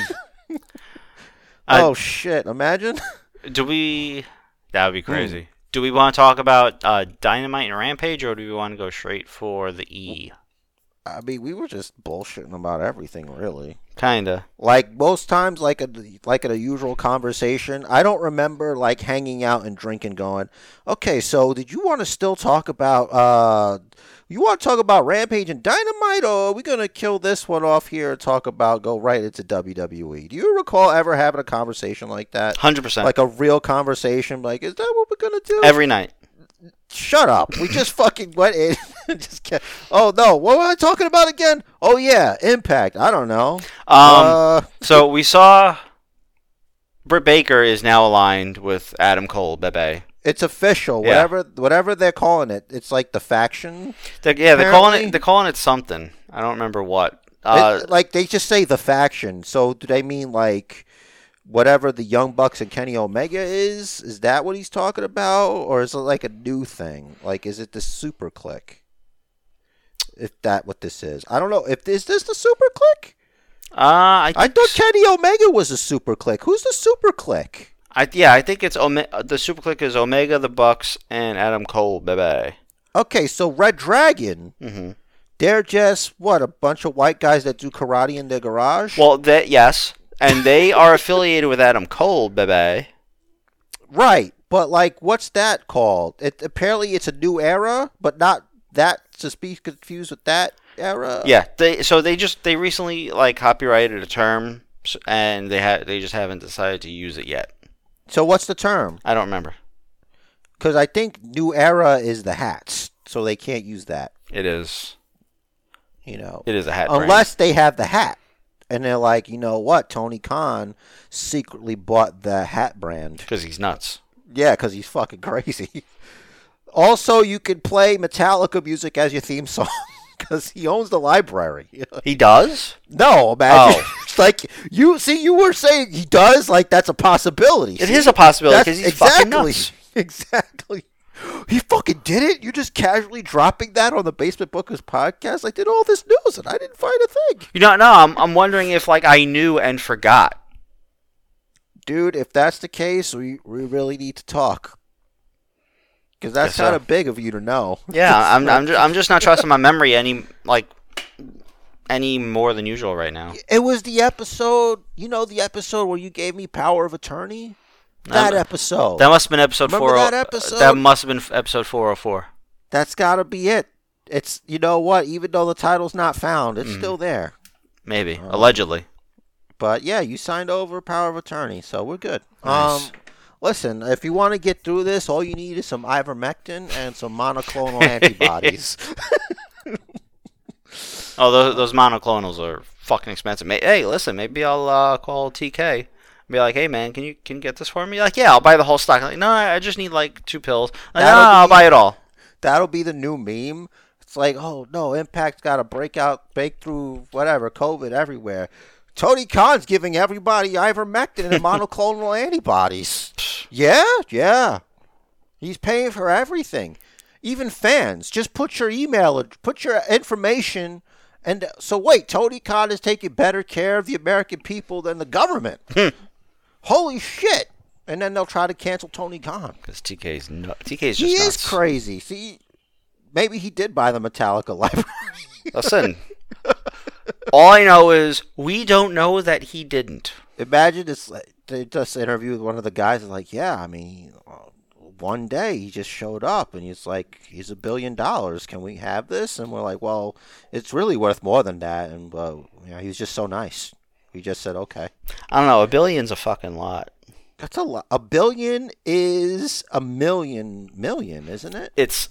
Speaker 3: I-
Speaker 1: oh, shit. Imagine.
Speaker 3: do we. That would be crazy. Hmm. Do we want to talk about uh, Dynamite and Rampage, or do we want to go straight for the E?
Speaker 1: I mean, we were just bullshitting about everything, really.
Speaker 3: Kinda.
Speaker 1: like most times like a like in a usual conversation i don't remember like hanging out and drinking going okay so did you want to still talk about uh you want to talk about rampage and dynamite or are we gonna kill this one off here and talk about go right into wwe do you recall ever having a conversation like that
Speaker 3: 100%.
Speaker 1: like a real conversation like is that what we're gonna do
Speaker 3: Every night.
Speaker 1: shut up. We just fucking went in. just kept, oh no, what were I talking about again? Oh yeah, Impact. I don't know.
Speaker 3: Um,
Speaker 1: uh,
Speaker 3: So we saw Britt Baker is now aligned with Adam Cole, Bebe.
Speaker 1: it's official.
Speaker 3: Yeah.
Speaker 1: Whatever whatever they're calling it, it's like the faction.
Speaker 3: They're, yeah, they're calling
Speaker 1: Apparently-
Speaker 3: it. They're calling it something. I don't remember what. Uh,
Speaker 1: It- like they just say the faction. So do they mean like whatever the Young Bucks and Kenny Omega is? Is that what he's talking about, or is it like a new thing? Like is it the Super Click? If that what this is, I don't know. If is this the Super Click?
Speaker 3: uh, I,
Speaker 1: I
Speaker 3: think
Speaker 1: thought
Speaker 3: s-
Speaker 1: Kenny Omega was a super click. Who's the super click?
Speaker 3: I, yeah, I think it's Ome- uh, the Super Click is Omega, the Bucks, and Adam Cole, Bebe.
Speaker 1: Okay, so Red Dragon,
Speaker 3: hmm
Speaker 1: they're just what a bunch of white guys that do karate in their garage.
Speaker 3: Well, that yes, and they are affiliated with Adam Cole, Bebe.
Speaker 1: right, but like, what's that called? It apparently it's a new era, but not that to be confused with that era.
Speaker 3: Yeah, they so they just they recently like copyrighted a term, s- and they ha- they just haven't decided to use it yet.
Speaker 1: So what's the term?
Speaker 3: I don't remember.
Speaker 1: Because I think new era is the hats, so they can't use that.
Speaker 3: It is.
Speaker 1: you know.
Speaker 3: It is a hat. brand.
Speaker 1: Unless they have the hat. And they're like, you know what? Tony Khan secretly bought the hat brand.
Speaker 3: because he's nuts.
Speaker 1: Yeah, because he's fucking crazy. Also, you can play Metallica music as your theme song because he owns the library.
Speaker 3: He does.
Speaker 1: No, imagine.
Speaker 3: Oh.
Speaker 1: it's like you see, you were saying he does. Like that's a possibility.
Speaker 3: It
Speaker 1: See?
Speaker 3: is a possibility
Speaker 1: That's-
Speaker 3: because he's fucking
Speaker 1: exactly,
Speaker 3: nuts.
Speaker 1: exactly. He fucking did it. You're just casually dropping that on the Basement Bookers podcast. I did all this news and I didn't find a thing,
Speaker 3: You know, no, I'm, I'm wondering if like I knew and forgot.
Speaker 1: dude. If that's the case, we we really need to talk because
Speaker 3: Yes,
Speaker 1: that's
Speaker 3: sir.
Speaker 1: kind of big of you to know.
Speaker 3: Yeah, I'm I'm just, I'm just not trusting my memory any like any more than usual right now.
Speaker 1: It was the episode, you know, the episode where you gave me power of attorney. That
Speaker 3: Um,
Speaker 1: episode.
Speaker 3: That must have been episode
Speaker 1: Remember
Speaker 3: four. oh, uh,
Speaker 1: that episode?
Speaker 3: That must have been f- episode four hundred four.
Speaker 1: That's got to be it. It's you know what, even though the title's not found, it's still there.
Speaker 3: Maybe
Speaker 1: Oh.
Speaker 3: allegedly.
Speaker 1: But yeah, you signed over power of attorney, so we're good.
Speaker 3: Nice.
Speaker 1: Um listen, if you want to get through this, all you need is some ivermectin and some monoclonal antibodies.
Speaker 3: Oh, those, those monoclonals are fucking expensive. May- Hey, listen, maybe I'll uh, call TK and be like, "Hey, man, can you can you get this for me?" Like, yeah, I'll buy the whole stock. Like, no, I I just need like two pills. Like, no,
Speaker 1: That'll
Speaker 3: I'll
Speaker 1: be-
Speaker 3: buy it all.
Speaker 1: That'll be the new meme. It's like, oh no, Impact's got a breakout, breakthrough, whatever, COVID everywhere. Tony Khan's giving everybody ivermectin and monoclonal antibodies. Yeah, yeah. He's paying for everything, even fans. Just put your email, ad- put your information, and so wait. Tony Khan is taking better care of the American people than the government. Holy shit! And then they'll try to cancel Tony Khan.
Speaker 3: Because TK's nut. TK's just
Speaker 1: He is
Speaker 3: nuts.
Speaker 1: crazy. See, maybe he did buy the Metallica library.
Speaker 3: Listen, all I know is we don't know that he didn't.
Speaker 1: Imagine it's like, they just interviewed one of the guys. And like, yeah, I mean, uh, one day he just showed up and he's like, he's a billion dollars. Can we have this? And we're like, well, it's really worth more than that. And uh, you know, he was just so nice. He just said, okay.
Speaker 3: I don't know. A billion's a fucking lot.
Speaker 1: That's a lot. A billion is a million million, isn't it?
Speaker 3: It's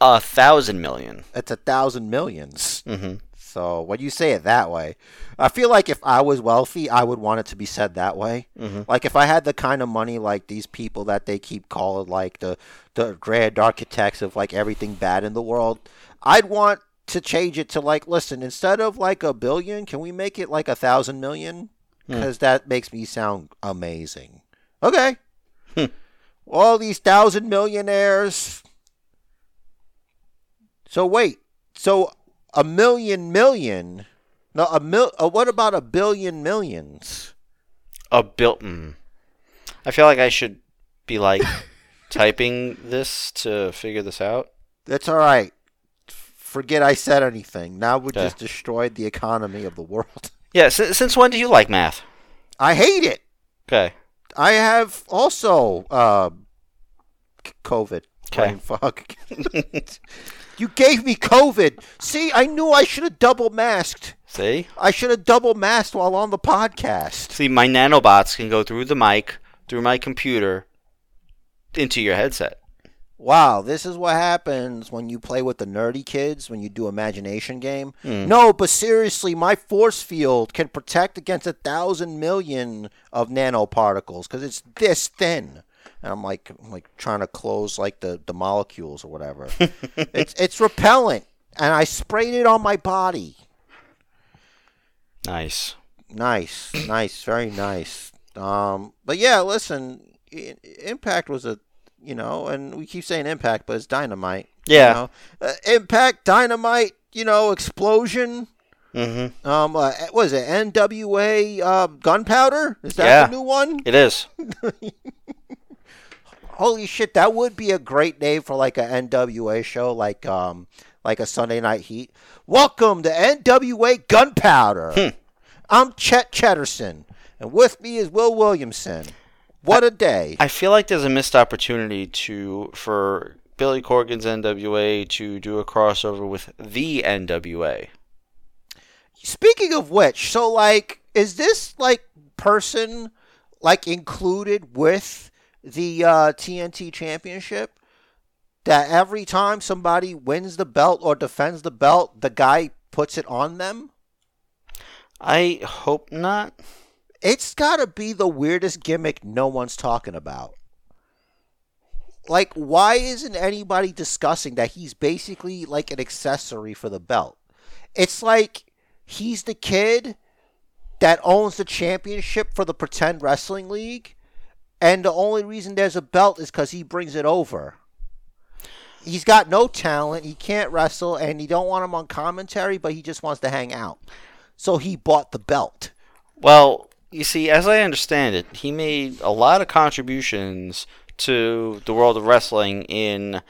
Speaker 3: a thousand million.
Speaker 1: That's a thousand millions.
Speaker 3: Mm-hmm.
Speaker 1: So when you say it that way, I feel like if I was wealthy, I would want it to be said that way. Like if I had the kind of money like these people that they keep calling like the the grand architects of like everything bad in the world, I'd want to change it to like listen instead of like a billion, can we make it like a thousand million? Because that makes me sound amazing. Okay. All these thousand millionaires. So wait. So a million million. No, a mil. Uh, what about a billion millions?
Speaker 3: A bill. Mm. I feel like I should be like typing this to figure this out.
Speaker 1: That's all right. F- Forget I said anything. Now we
Speaker 3: Okay.
Speaker 1: just destroyed the economy of the world.
Speaker 3: Yeah. Since, since when do you like math?
Speaker 1: I hate it.
Speaker 3: Okay.
Speaker 1: I have also uh, c- COVID.
Speaker 3: Okay.
Speaker 1: Brain Fuck. you gave me COVID. See, I knew I should have double masked.
Speaker 3: See.
Speaker 1: I should have double masked while on the podcast.
Speaker 3: See, my nanobots can go through the mic, through my computer, into your headset.
Speaker 1: Wow, this is what happens when you play with the nerdy kids when you do imagination game. No, but seriously, my force field can protect against a thousand million of nanoparticles because it's this thin. And I'm like, I'm like trying to close like the, the molecules or whatever. it's it's repellent, and I sprayed it on my body.
Speaker 3: Nice.
Speaker 1: Nice, nice, very nice. Um, but yeah, listen, I- Impact was a, you know, and we keep saying Impact, but it's Dynamite.
Speaker 3: Yeah.
Speaker 1: You know? uh, Impact, Dynamite, you know, explosion.
Speaker 3: Mm-hmm.
Speaker 1: Um, uh, was it NWA uh, Gunpowder? Is that
Speaker 3: Yeah.
Speaker 1: the new one?
Speaker 3: It is.
Speaker 1: Holy shit, that would be a great name for like a NWA show, like um, like a Sunday Night Heat. Welcome to NWA Gunpowder. I'm Chet Chetterson, and with me is Will Williamson. What a day!
Speaker 3: I feel like there's a missed opportunity to for Billy Corgan's NWA to do a crossover with the NWA.
Speaker 1: Speaking of which, so like, is this like person like included with the uh, TNT Championship? That every time somebody wins the belt or defends the belt, the guy puts it on them?
Speaker 3: I hope not.
Speaker 1: It's got to be the weirdest gimmick no one's talking about. Like, why isn't anybody discussing that he's basically like an accessory for the belt? It's like he's the kid that owns the championship for the pretend wrestling league, and the only reason there's a belt is because he brings it over. He's got no talent. He can't wrestle, and you don't want him on commentary, but he just wants to hang out. So he bought the belt.
Speaker 3: Well, you see, as I understand it, he made a lot of contributions to the world of wrestling in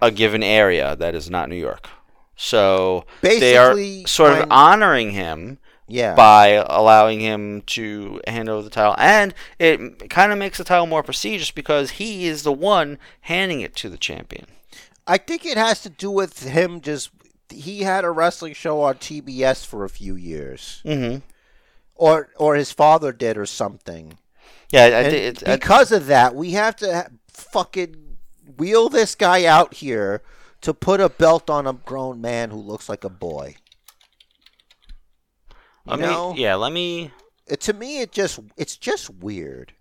Speaker 3: a given area that is not New York. So they
Speaker 1: Basically,
Speaker 3: are sort of
Speaker 1: when-
Speaker 3: honoring him
Speaker 1: Yeah.
Speaker 3: by allowing him to hand over the title, and it kind of makes the title more prestigious because he is the one handing it to the champion.
Speaker 1: I think it has to do with him just. He had a wrestling show on TBS for a few years,
Speaker 3: Mm-hmm.
Speaker 1: or or his father did, or something.
Speaker 3: Yeah, I, I,
Speaker 1: And
Speaker 3: did- I,
Speaker 1: because of that, we have to ha- fucking wheel this guy out here to put a belt on a grown man who looks like a boy. You
Speaker 3: let
Speaker 1: know,
Speaker 3: me, yeah, let me.
Speaker 1: It- to me, it just it's just weird.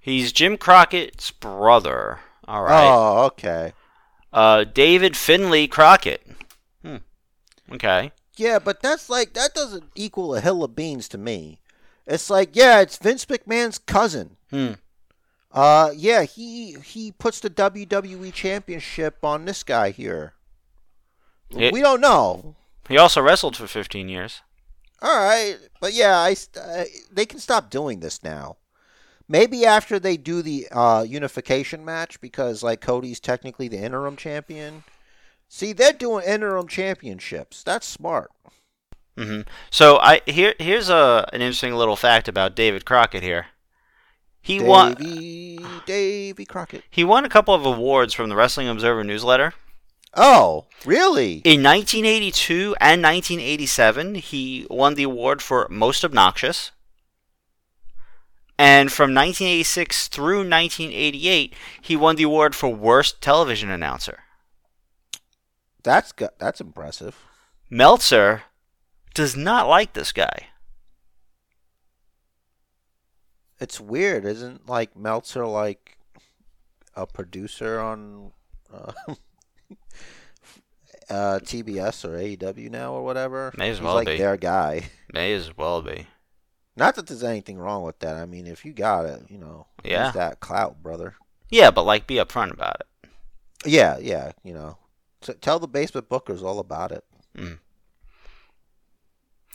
Speaker 3: He's Jim Crockett's brother. All right.
Speaker 1: Oh, okay.
Speaker 3: Uh, David Finley Crockett. Hmm. Okay.
Speaker 1: Yeah, but that's like that doesn't equal a hill of beans to me. It's like, yeah, it's Vince McMahon's cousin.
Speaker 3: Hmm.
Speaker 1: Uh, yeah, he he puts the WWE championship on this guy here.
Speaker 3: It-
Speaker 1: we don't know.
Speaker 3: He also wrestled for 15 years.
Speaker 1: All right, but yeah, I st- I- they can stop doing this now. Maybe after they do the uh, unification match, because like Cody's technically the interim champion. See, they're doing interim championships. That's smart.
Speaker 3: hmm So I here here's a an interesting little fact about David Crockett here. He won
Speaker 1: Davy, Davy Crockett.
Speaker 3: he won a couple of awards from the Wrestling Observer newsletter.
Speaker 1: Oh, really?
Speaker 3: In 1982 and 1987, he won the award for Most Obnoxious. And from 1986 through 1988, he won the award for Worst Television Announcer.
Speaker 1: That's go- that's impressive.
Speaker 3: Meltzer does not like this guy.
Speaker 1: It's weird, isn't like Meltzer like a producer on uh, uh, TBS or AEW now or whatever?
Speaker 3: May as
Speaker 1: He's
Speaker 3: well
Speaker 1: like
Speaker 3: be.
Speaker 1: their guy.
Speaker 3: May as well be.
Speaker 1: Not that there's anything wrong with that. I mean, if you got it, you know, use
Speaker 3: Yeah.
Speaker 1: that clout, brother.
Speaker 3: Yeah, but like be upfront about it.
Speaker 1: Yeah, yeah, you know. So tell the basement bookers all about it.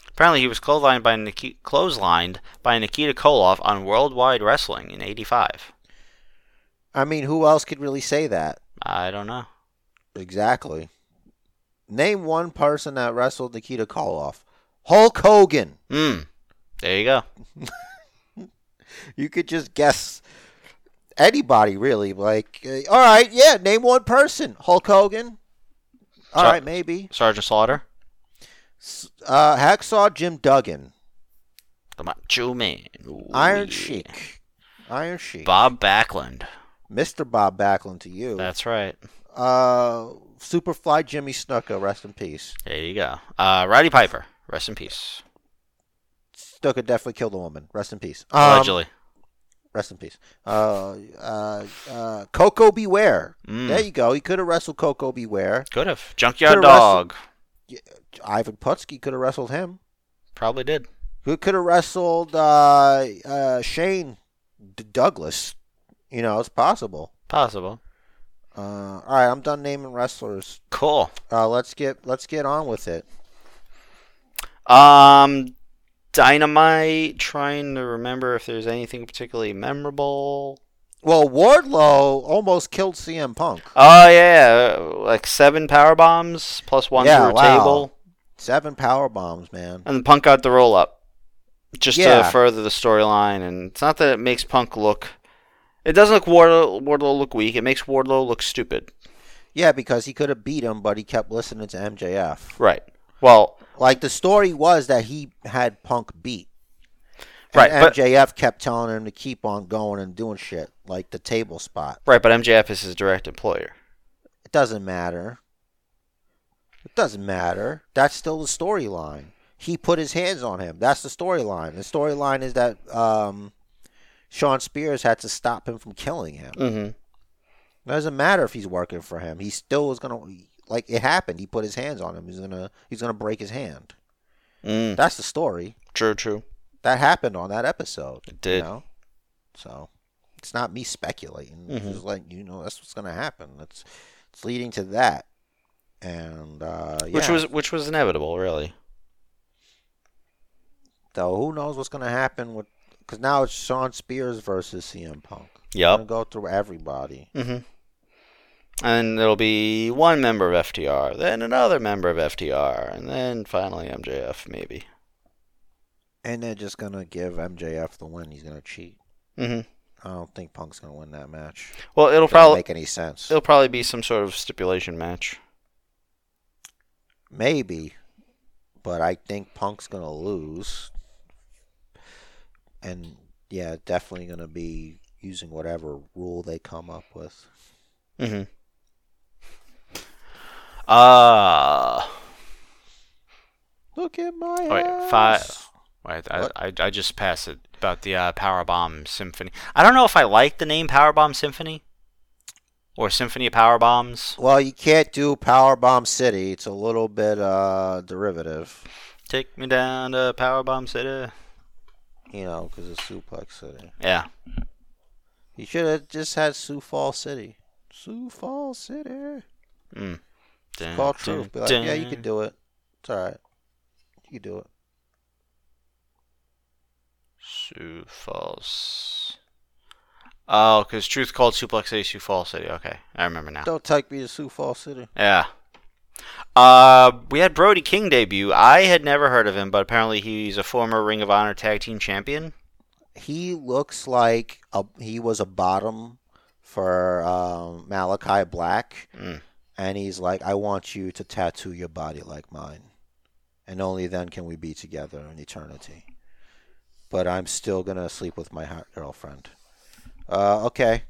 Speaker 3: Apparently, he was clotheslined by Nikita, clotheslined by Nikita Koloff on Worldwide Wrestling in '85.
Speaker 1: I mean, who else could really say that?
Speaker 3: I don't know.
Speaker 1: Exactly. Name one person that wrestled Nikita Koloff. Hulk Hogan.
Speaker 3: Hmm. There you go.
Speaker 1: You could just guess anybody, really. Like, uh, all right, yeah, name one person. Hulk Hogan. All
Speaker 3: So-
Speaker 1: right, maybe.
Speaker 3: Sergeant Slaughter,
Speaker 1: S- Uh, Hacksaw Jim Duggan.
Speaker 3: the Macho Man, Ooh,
Speaker 1: Iron
Speaker 3: yeah.
Speaker 1: Sheik. Iron Sheik.
Speaker 3: Bob Backlund.
Speaker 1: Mr. Bob Backlund to you.
Speaker 3: That's right.
Speaker 1: Uh, Superfly Jimmy Snuka, rest in peace.
Speaker 3: There you go. Uh, Roddy Piper, rest in peace.
Speaker 1: Snuka definitely killed a woman. Rest in peace. Um,
Speaker 3: Allegedly.
Speaker 1: Rest in peace. Uh, uh, uh, Coco Beware.
Speaker 3: Mm.
Speaker 1: There you go. He could have wrestled Coco Beware.
Speaker 3: Could have. Junkyard
Speaker 1: Could've wrestled-
Speaker 3: Dog.
Speaker 1: Ivan Putski could have wrestled him.
Speaker 3: Probably did.
Speaker 1: Who could have wrestled uh, uh, Shane D- Douglas? You know, it's possible.
Speaker 3: Possible.
Speaker 1: Uh, all right, I'm done naming wrestlers.
Speaker 3: Cool.
Speaker 1: Uh, let's get let's get on with it.
Speaker 3: Um, Dynamite. Trying to remember if there's anything particularly memorable.
Speaker 1: Well, Wardlow almost killed CM Punk.
Speaker 3: Oh yeah, uh, like seven power bombs plus one
Speaker 1: Yeah,
Speaker 3: through a
Speaker 1: wow.
Speaker 3: table,
Speaker 1: Seven power bombs, man.
Speaker 3: and Punk got the roll up, just
Speaker 1: Yeah.
Speaker 3: to further the storyline. And it's not that it makes Punk look. It doesn't look Wardlow, Wardlow look weak. It makes Wardlow look stupid.
Speaker 1: Yeah, because he could have beat him, but he kept listening to MJF.
Speaker 3: Right. Well,
Speaker 1: Like the story was that he had Punk beat.
Speaker 3: Right,
Speaker 1: And
Speaker 3: but-
Speaker 1: MJF kept telling him to keep on going and doing shit, like the table spot.
Speaker 3: right, but MJF is his direct employer.
Speaker 1: It doesn't matter. It doesn't matter. That's still the storyline. He put his hands on him. That's the storyline. The storyline is that um, Sean Spears had to stop him from killing him.
Speaker 3: Mm-hmm.
Speaker 1: doesn't matter if he's working for him. He still is gonna like it happened. He put his hands on him. He's gonna he's gonna break his hand.
Speaker 3: Mm.
Speaker 1: That's the story.
Speaker 3: True, true.
Speaker 1: That happened on that episode.
Speaker 3: It did.
Speaker 1: You know? So it's not me speculating. It's
Speaker 3: Mhm.
Speaker 1: just like you know that's what's gonna happen. That's it's leading to that. And uh
Speaker 3: Which
Speaker 1: yeah.
Speaker 3: was which was inevitable, really.
Speaker 1: So who knows what's going to happen with because now it's Sean Spears versus CM Punk.
Speaker 3: Yep.
Speaker 1: Gonna go through everybody.
Speaker 3: Mm-hmm. And there'll be one member of FTR, then another member of FTR, and then finally MJF, maybe.
Speaker 1: And they're just gonna give MJF the win. He's gonna cheat.
Speaker 3: Mm-hmm.
Speaker 1: I don't think Punk's gonna win that match.
Speaker 3: Well, it'll
Speaker 1: Doesn't
Speaker 3: probably
Speaker 1: make any sense.
Speaker 3: it'll probably be some sort of stipulation match.
Speaker 1: Maybe, but I think Punk's gonna lose. And yeah, definitely gonna be using whatever rule they come up with.
Speaker 3: Mm-hmm. Uh,
Speaker 1: Look at my
Speaker 3: Wait,
Speaker 1: ass.
Speaker 3: fi- Right, I,
Speaker 1: What?
Speaker 3: I, I just passed it about the uh, Powerbomb Symphony. I don't know if I like the name Powerbomb Symphony or Symphony of Powerbombs.
Speaker 1: Well, you can't do Powerbomb City. It's a little bit uh, derivative,
Speaker 3: Take me down to Powerbomb City.
Speaker 1: you know, because it's Suplex City.
Speaker 3: Yeah,
Speaker 1: You should have just had Sioux Falls City. Sioux Falls City.
Speaker 3: mm. Dun,
Speaker 1: Call
Speaker 3: dun,
Speaker 1: truth. Be like, yeah, you
Speaker 3: dun.
Speaker 1: can do it. It's all right. You can do it.
Speaker 3: Sioux Falls. Oh, because Truth called Suplex City Sioux Falls City. Okay, I remember now.
Speaker 1: Don't take me to Sioux Falls City.
Speaker 3: Yeah. Uh, we had Brody King debut. I had never heard of him, but apparently he's a former Ring of Honor Tag Team Champion.
Speaker 1: He looks like a, he was a bottom for um, Malachi Black,
Speaker 3: Mm.
Speaker 1: and he's like, I want you to tattoo your body like mine, and only then can we be together in eternity. But I'm still gonna sleep with my hot girlfriend. Uh, okay,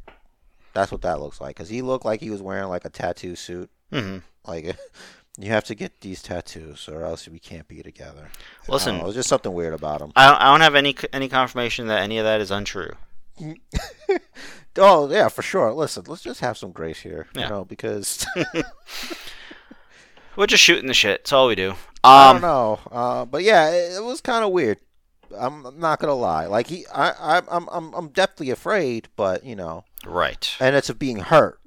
Speaker 1: that's what that looks like. Cause he looked like he was wearing like a tattoo suit.
Speaker 3: hmm
Speaker 1: Like, you have to get these tattoos, or else we can't be together. I
Speaker 3: Listen,
Speaker 1: don't know, there's just something weird about him.
Speaker 3: I don't, I don't have any any confirmation that any of that is untrue.
Speaker 1: Oh yeah, for sure. Listen, let's just have some grace here,
Speaker 3: Yeah.
Speaker 1: you know, because
Speaker 3: We're just shooting the shit. It's all we do.
Speaker 1: I don't
Speaker 3: Um,
Speaker 1: know. Uh, but yeah, it, it was kind of weird. I'm, I'm not gonna lie. Like he, I, I, I'm, I'm, I'm deathly afraid, but you know,
Speaker 3: right.
Speaker 1: and it's of being hurt,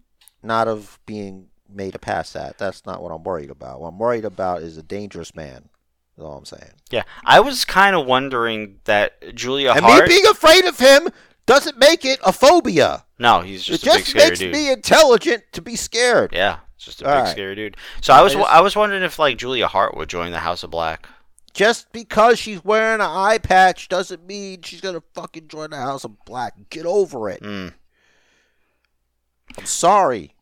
Speaker 1: not of being made a pass at. That's not what I'm worried about. What I'm worried about is a dangerous man. Is all I'm saying.
Speaker 3: Yeah, I was kind of wondering that Julia
Speaker 1: and
Speaker 3: Hart.
Speaker 1: me being afraid of him doesn't make it a phobia.
Speaker 3: no, he's just
Speaker 1: it
Speaker 3: a big
Speaker 1: just
Speaker 3: scary
Speaker 1: makes
Speaker 3: dude.
Speaker 1: me intelligent to be scared.
Speaker 3: Yeah, it's just a
Speaker 1: All
Speaker 3: big
Speaker 1: right.
Speaker 3: scary dude. So I was
Speaker 1: I just-
Speaker 3: I was wondering if like Julia Hart would join the House of Black.
Speaker 1: Just because she's wearing an eye patch doesn't mean she's gonna fucking join the House of Black. Get over it.
Speaker 3: Mm.
Speaker 1: I'm sorry.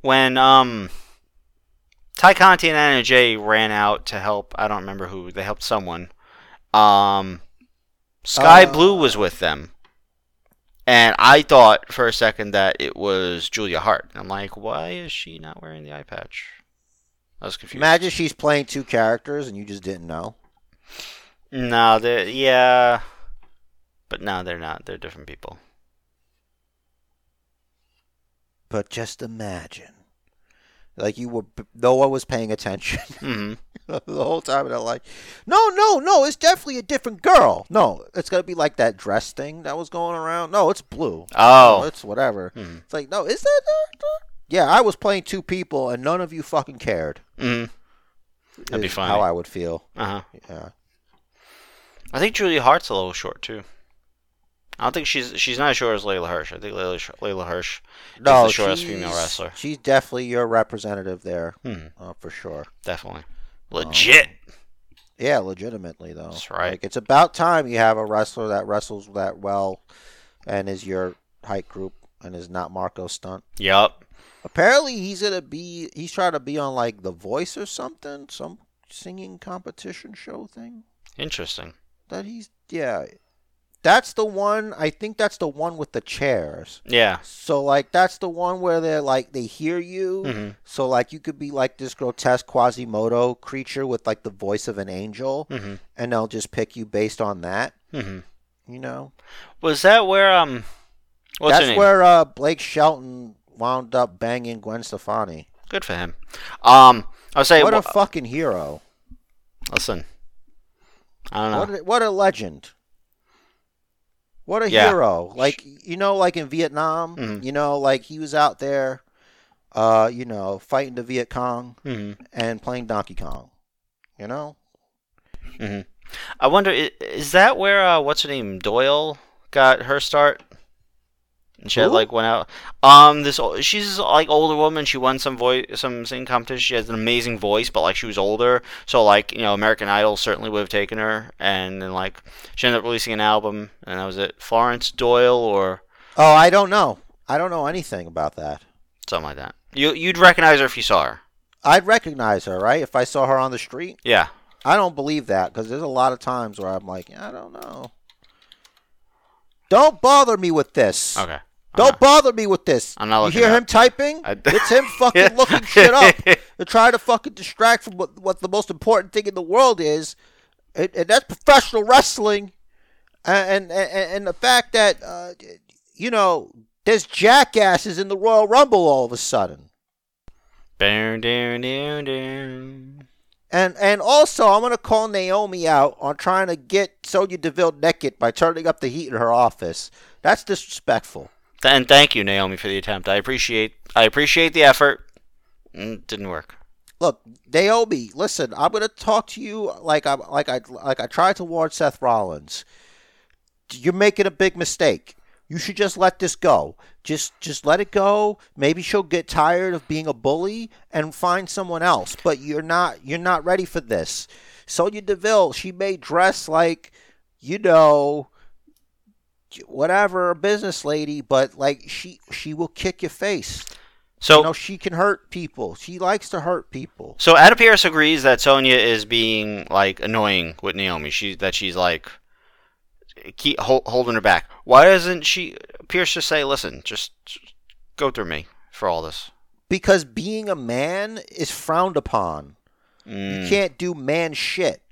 Speaker 3: When um, Ty Conti and Anna Jay ran out to help. I don't remember who they helped someone. Um, Sky
Speaker 1: Uh.
Speaker 3: Blue was with them. And I thought for a second that it was Julia Hart. And I'm like, why is she not wearing the eye patch? I was confused.
Speaker 1: Imagine she's playing two characters and you just didn't know.
Speaker 3: No, they're yeah, but no, they're not. They're different people.
Speaker 1: But just imagine. Like you were, no one was paying attention
Speaker 3: hmm
Speaker 1: the whole time, and I'm like, "No, no, no! It's definitely a different girl. No, it's gonna be like that dress thing that was going around. No, it's blue. No,
Speaker 3: Oh,
Speaker 1: it's whatever.
Speaker 3: hmm
Speaker 1: It's like, no, is that? her? Yeah, I was playing two people, and none of you fucking cared.
Speaker 3: hmm That'd be
Speaker 1: is
Speaker 3: funny.
Speaker 1: How I would feel.
Speaker 3: uh huh.
Speaker 1: Yeah.
Speaker 3: I think Julia Hart's a little short too. I don't think she's she's not as short as Layla Hirsch. I think Layla Sh- Layla Hirsch.
Speaker 1: No,
Speaker 3: the shortest female
Speaker 1: she's-
Speaker 3: wrestler.
Speaker 1: She's definitely your representative there,
Speaker 3: Hmm,
Speaker 1: uh, for sure.
Speaker 3: definitely
Speaker 1: Um,
Speaker 3: legit.
Speaker 1: Yeah, legitimately though.
Speaker 3: That's right.
Speaker 1: Like, it's about time you have a wrestler that wrestles that well, and is your height group, and is not Marco Stunt.
Speaker 3: Yup.
Speaker 1: Apparently, he's gonna be. He's trying to be on like The Voice or something, some singing competition show thing
Speaker 3: Interesting.
Speaker 1: that he's. Yeah, That's the one. I think that's the one with the chairs.
Speaker 3: Yeah.
Speaker 1: So like that's the one where they're like they hear you.
Speaker 3: hmm
Speaker 1: So like you could be like this grotesque Quasimodo creature with like the voice of an angel,
Speaker 3: hmm
Speaker 1: and they'll just pick you based on that.
Speaker 3: hmm
Speaker 1: You know.
Speaker 3: Was that where um? What's her
Speaker 1: that's
Speaker 3: name?
Speaker 1: where uh, Blake Shelton wound up banging Gwen Stefani.
Speaker 3: Good for him. Um, I was saying.
Speaker 1: what a
Speaker 3: wha-
Speaker 1: fucking hero!
Speaker 3: listen, I don't know.
Speaker 1: What a, what a legend! What a
Speaker 3: Yeah.
Speaker 1: hero! Like you know, like in Vietnam,
Speaker 3: Mhm.
Speaker 1: you know, like he was out there, uh, you know, fighting the Viet Cong
Speaker 3: hmm
Speaker 1: and playing Donkey Kong. You know,
Speaker 3: hmm I wonder i- is that where uh, what's her name Doyle got her start? And she had
Speaker 1: Who?
Speaker 3: like went out. Um, this ol- she's like older woman. She won some voice, some singing competition. She has an amazing voice, but like she was older, so like you know American Idol certainly would have taken her. And then like she ended up releasing an album, and that was it. Florence Doyle or
Speaker 1: Oh, I don't know. I don't know anything about that.
Speaker 3: something like that. You you'd recognize her if you saw her.
Speaker 1: I'd recognize her, right? If I saw her on the street.
Speaker 3: Yeah.
Speaker 1: I don't believe that because there's a lot of times where I'm like, I don't know. Don't bother me with this.
Speaker 3: Okay.
Speaker 1: Don't bother me with this.
Speaker 3: I'm not
Speaker 1: you
Speaker 3: looking
Speaker 1: hear
Speaker 3: it
Speaker 1: him typing?
Speaker 3: I-
Speaker 1: it's him fucking looking shit up. They're trying to fucking distract from what, what the most important thing in the world is, and, and that's professional wrestling, and and, and, and the fact that uh, you know there's jackasses in the Royal Rumble all of a sudden,
Speaker 3: Down, down, down, down.
Speaker 1: and and also I'm gonna call Naomi out on trying to get Sonya Deville naked by turning up the heat in her office. That's disrespectful.
Speaker 3: Th- And thank you, Naomi, for the attempt. I appreciate I appreciate the effort. Mm, didn't work.
Speaker 1: Look, Naomi, listen, I'm gonna talk to you like I like I like I tried to warn Seth Rollins. You're making a big mistake. You should just let this go. Just just let it go. Maybe she'll get tired of being a bully and find someone else. But you're not you're not ready for this. Sonya Deville, she may dress like, you know, whatever a business lady, but like she she will kick your face.
Speaker 3: So
Speaker 1: You know, she can hurt people. She likes to hurt people.
Speaker 3: so Ada Pierce agrees that Sonya is being like annoying with Naomi. She that she's like keep hold, holding her back. Why doesn't she Pierce just say, "Listen, just, just go through me for all this."
Speaker 1: because being a man is frowned upon. You
Speaker 3: Mm,
Speaker 1: can't do man shit.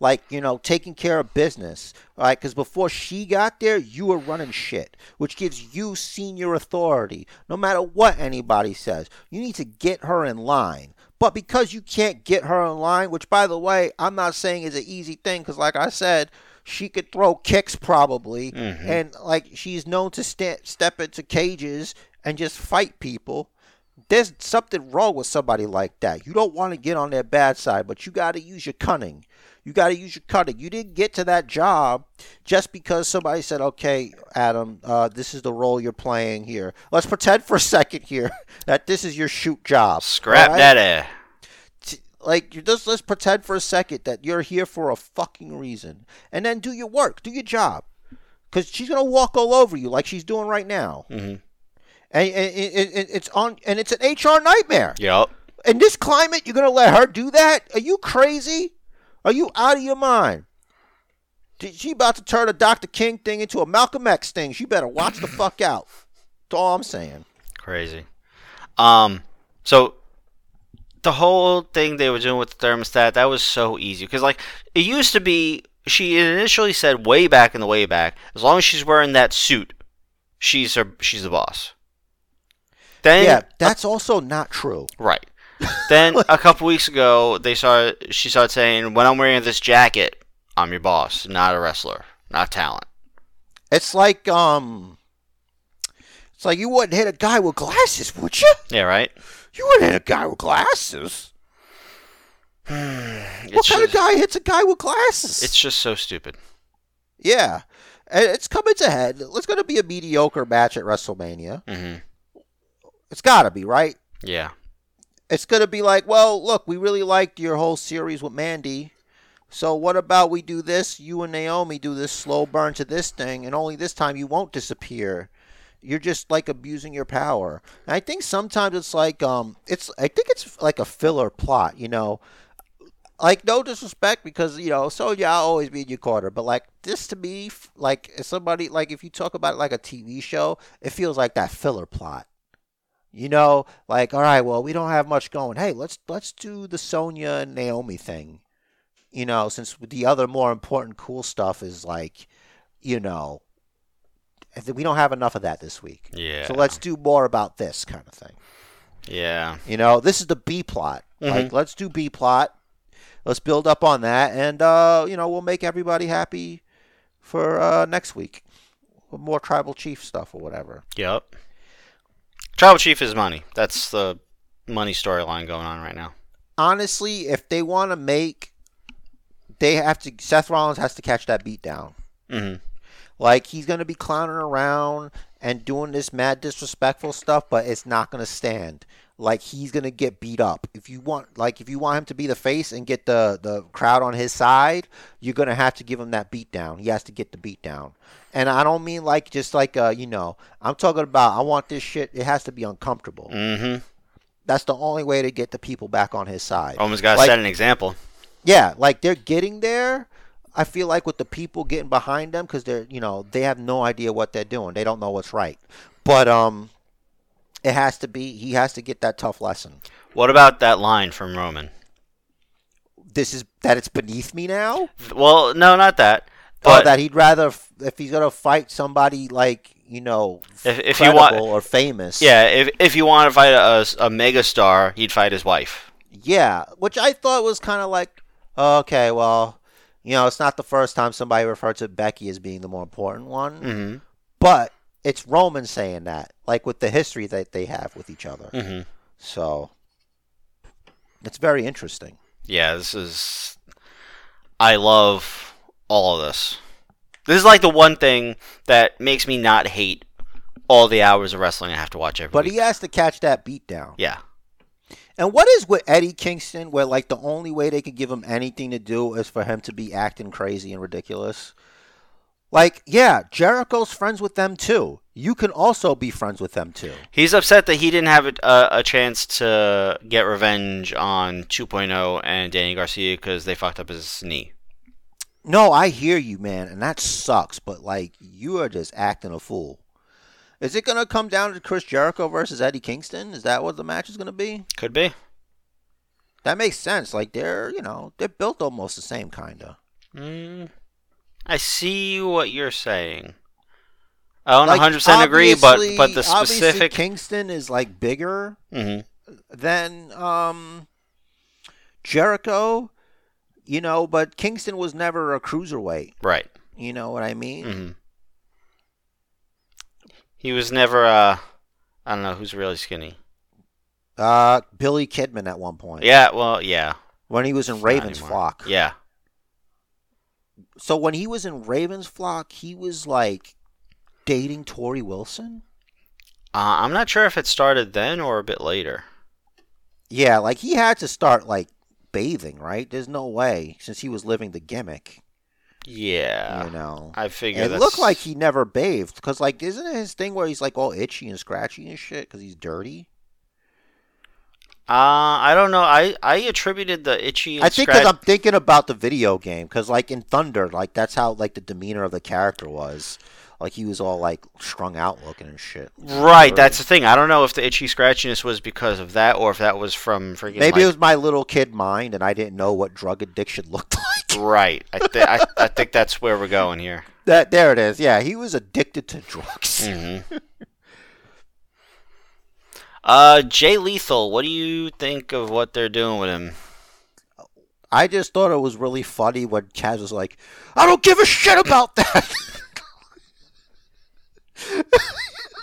Speaker 1: Like, you know, taking care of business. All right. Because before she got there, you were running shit, which gives you senior authority, no matter what anybody says. You need to get her in line. But because you can't get her in line, which, by the way, I'm not saying is an easy thing, because, like I said, she could throw kicks probably.
Speaker 3: Mhm.
Speaker 1: And, like, she's known to sta step into cages and just fight people there's something wrong with somebody like that. You don't want to get on their bad side, but you got to use your cunning. You got to use your cunning. You didn't get to that job just because somebody said, "Okay, Adam, uh, this is the role you're playing here. Let's pretend for a second here that this is your shoot job."
Speaker 3: Scrap
Speaker 1: all right?
Speaker 3: that air.
Speaker 1: t- like you just let's pretend for a second that you're here for a fucking reason and then do your work do your job because she's gonna walk all over you like she's doing right now
Speaker 3: Mhm.
Speaker 1: and, and, and, and it's on and it's an hr nightmare
Speaker 3: Yup.
Speaker 1: in this climate you're gonna let her do that are you crazy are you out of your mind Did she about to turn a dr king thing into a malcolm x thing she better watch the fuck out that's all i'm saying
Speaker 3: Crazy. Um, so the whole thing they were doing with the thermostat that was so easy because like it used to be she initially said way back in the way back as long as she's wearing that suit she's her she's the boss then
Speaker 1: yeah that's also not true
Speaker 3: right then a couple weeks ago they started she started saying when i'm wearing this jacket i'm your boss not a wrestler not talent
Speaker 1: It's like um, it's like you wouldn't hit a guy with glasses, would you?
Speaker 3: yeah right
Speaker 1: You wouldn't hit a guy with glasses. what
Speaker 3: it's
Speaker 1: kind
Speaker 3: just,
Speaker 1: of guy hits a guy with glasses?
Speaker 3: it's just so stupid
Speaker 1: yeah, and it's coming to head. It's going to be a mediocre match at WrestleMania.
Speaker 3: hmm
Speaker 1: It's got to be right.
Speaker 3: yeah
Speaker 1: It's going to be like, well, look, we really liked your whole series with Mandy. So what about we do this? You and Naomi do this slow burn to this thing, and only this time you won't disappear. You're just like abusing your power. And I think sometimes it's like um, it's I think it's like a filler plot, you know. Like no disrespect, because you know Sonya, I'll always be in your corner. But like this to me, f- like if somebody like if you talk about it like a TV show, it feels like that filler plot. You know, like all right, well we don't have much going. Hey, let's let's do the Sonya and Naomi thing. You know, since the other more important cool stuff is like, you know, I think we don't have enough of that this week.
Speaker 3: Yeah.
Speaker 1: So let's do more about this kind of thing.
Speaker 3: yeah.
Speaker 1: You know, this is the B plot. Like, let's do B plot. Let's build up on that, and uh, you know, we'll make everybody happy for uh, next week. More tribal chief stuff or whatever.
Speaker 3: Yep. Tribal Chief is money. That's the money storyline going on right now.
Speaker 1: Honestly, if they want to make, they have to. Seth Rollins has to catch that beat down.
Speaker 3: hmm
Speaker 1: Like he's gonna be clowning around and doing this mad disrespectful stuff, but it's not gonna stand. Like he's gonna get beat up. If you want, like, if you want him to be the face and get the the crowd on his side, you're gonna have to give him that beat down. He has to get the beat down. And I don't mean like just like uh, you know, I'm talking about I want this shit. It has to be uncomfortable.
Speaker 3: hmm
Speaker 1: That's the only way to get the people back on his side.
Speaker 3: Roman's got to
Speaker 1: Like-
Speaker 3: set an example.
Speaker 1: Yeah, like they're getting there. I feel like with the people getting behind them because they're you know they have no idea what they're doing. They don't know what's right. But um, it has to be. He has to get that tough lesson.
Speaker 3: What about that line from Roman?
Speaker 1: This is that it's beneath me now.
Speaker 3: Well, no, not that.
Speaker 1: But
Speaker 3: But
Speaker 1: Oh, that he'd rather f- if he's gonna fight somebody like you know
Speaker 3: if, if you
Speaker 1: credible
Speaker 3: want,
Speaker 1: or famous.
Speaker 3: yeah, if if you want to fight a, a mega star, he'd fight his wife.
Speaker 1: yeah. Which I thought was kind of like "Oh, okay, well, you know, it's not the first time somebody referred to Becky as being the more important one.
Speaker 3: hmm
Speaker 1: But it's Roman saying that, like with the history that they have with each other.
Speaker 3: hmm
Speaker 1: So it's very interesting.
Speaker 3: Yeah, this is. I love all of this. This is like the one thing that makes me not hate all the hours of wrestling I have to watch every
Speaker 1: But
Speaker 3: week.
Speaker 1: he has to catch that beat down.
Speaker 3: yeah,
Speaker 1: And what is with Eddie Kingston, where like the only way they could give him anything to do is for him to be acting crazy and ridiculous? Like, yeah, Jericho's friends with them too. You can also be friends with them too.
Speaker 3: he's upset that he didn't have a, a, a chance to get revenge on 2.0 and Danny Garcia because they fucked up his knee.
Speaker 1: No, I hear you, man, and that sucks, but like you are just acting a fool. Is it gonna come down to Chris Jericho versus Eddie Kingston? Is that what the match is gonna be?
Speaker 3: Could be.
Speaker 1: That makes sense. Like they're, you know, they're built almost the same kinda.
Speaker 3: Mm, I see what you're saying. I don't
Speaker 1: Like,
Speaker 3: 100% agree, but
Speaker 1: obviously-
Speaker 3: but the
Speaker 1: obviously
Speaker 3: specific.
Speaker 1: Kingston is like bigger
Speaker 3: hmm
Speaker 1: than um Jericho, you know, but Kingston was never a cruiserweight.
Speaker 3: Right.
Speaker 1: You know what I mean?
Speaker 3: hmm He was never. Uh, I don't know who's really skinny.
Speaker 1: Uh Billy Kidman at one point.
Speaker 3: Yeah. Well. Yeah.
Speaker 1: When he was in
Speaker 3: Not
Speaker 1: Raven's
Speaker 3: anymore.
Speaker 1: flock.
Speaker 3: Yeah.
Speaker 1: So when he was in Raven's flock, he was like dating Tori Wilson.
Speaker 3: Uh, I'm not sure if it started then or a bit later.
Speaker 1: Yeah, like he had to start like bathing, right? There's no way since he was living the gimmick,
Speaker 3: Yeah.
Speaker 1: you know.
Speaker 3: Ah, I figure
Speaker 1: It
Speaker 3: that's-
Speaker 1: looked like he never bathed because, like, isn't it his thing where he's like all itchy and scratchy and shit because he's dirty?
Speaker 3: Uh, I don't know. I I attributed the itchy. And
Speaker 1: I think
Speaker 3: scratch-
Speaker 1: because I'm thinking about the video game because, like, in Thunder, like that's how like the demeanor of the character was. Like he was all like strung out looking and shit.
Speaker 3: Right, that's the thing. I don't know if the itchy scratchiness was because of that, or if that was from freaking.
Speaker 1: Maybe
Speaker 3: like-
Speaker 1: it was my little kid mind, and I didn't know what drug addiction looked like.
Speaker 3: right. I, th- I I think that's where we're going here.
Speaker 1: That there it is. Yeah, he was addicted to drugs.
Speaker 3: Mm-hmm. Uh, Jay Lethal, what do you think of what they're doing with him?
Speaker 1: I just thought it was really funny when Chaz was like, "I don't give a shit about that."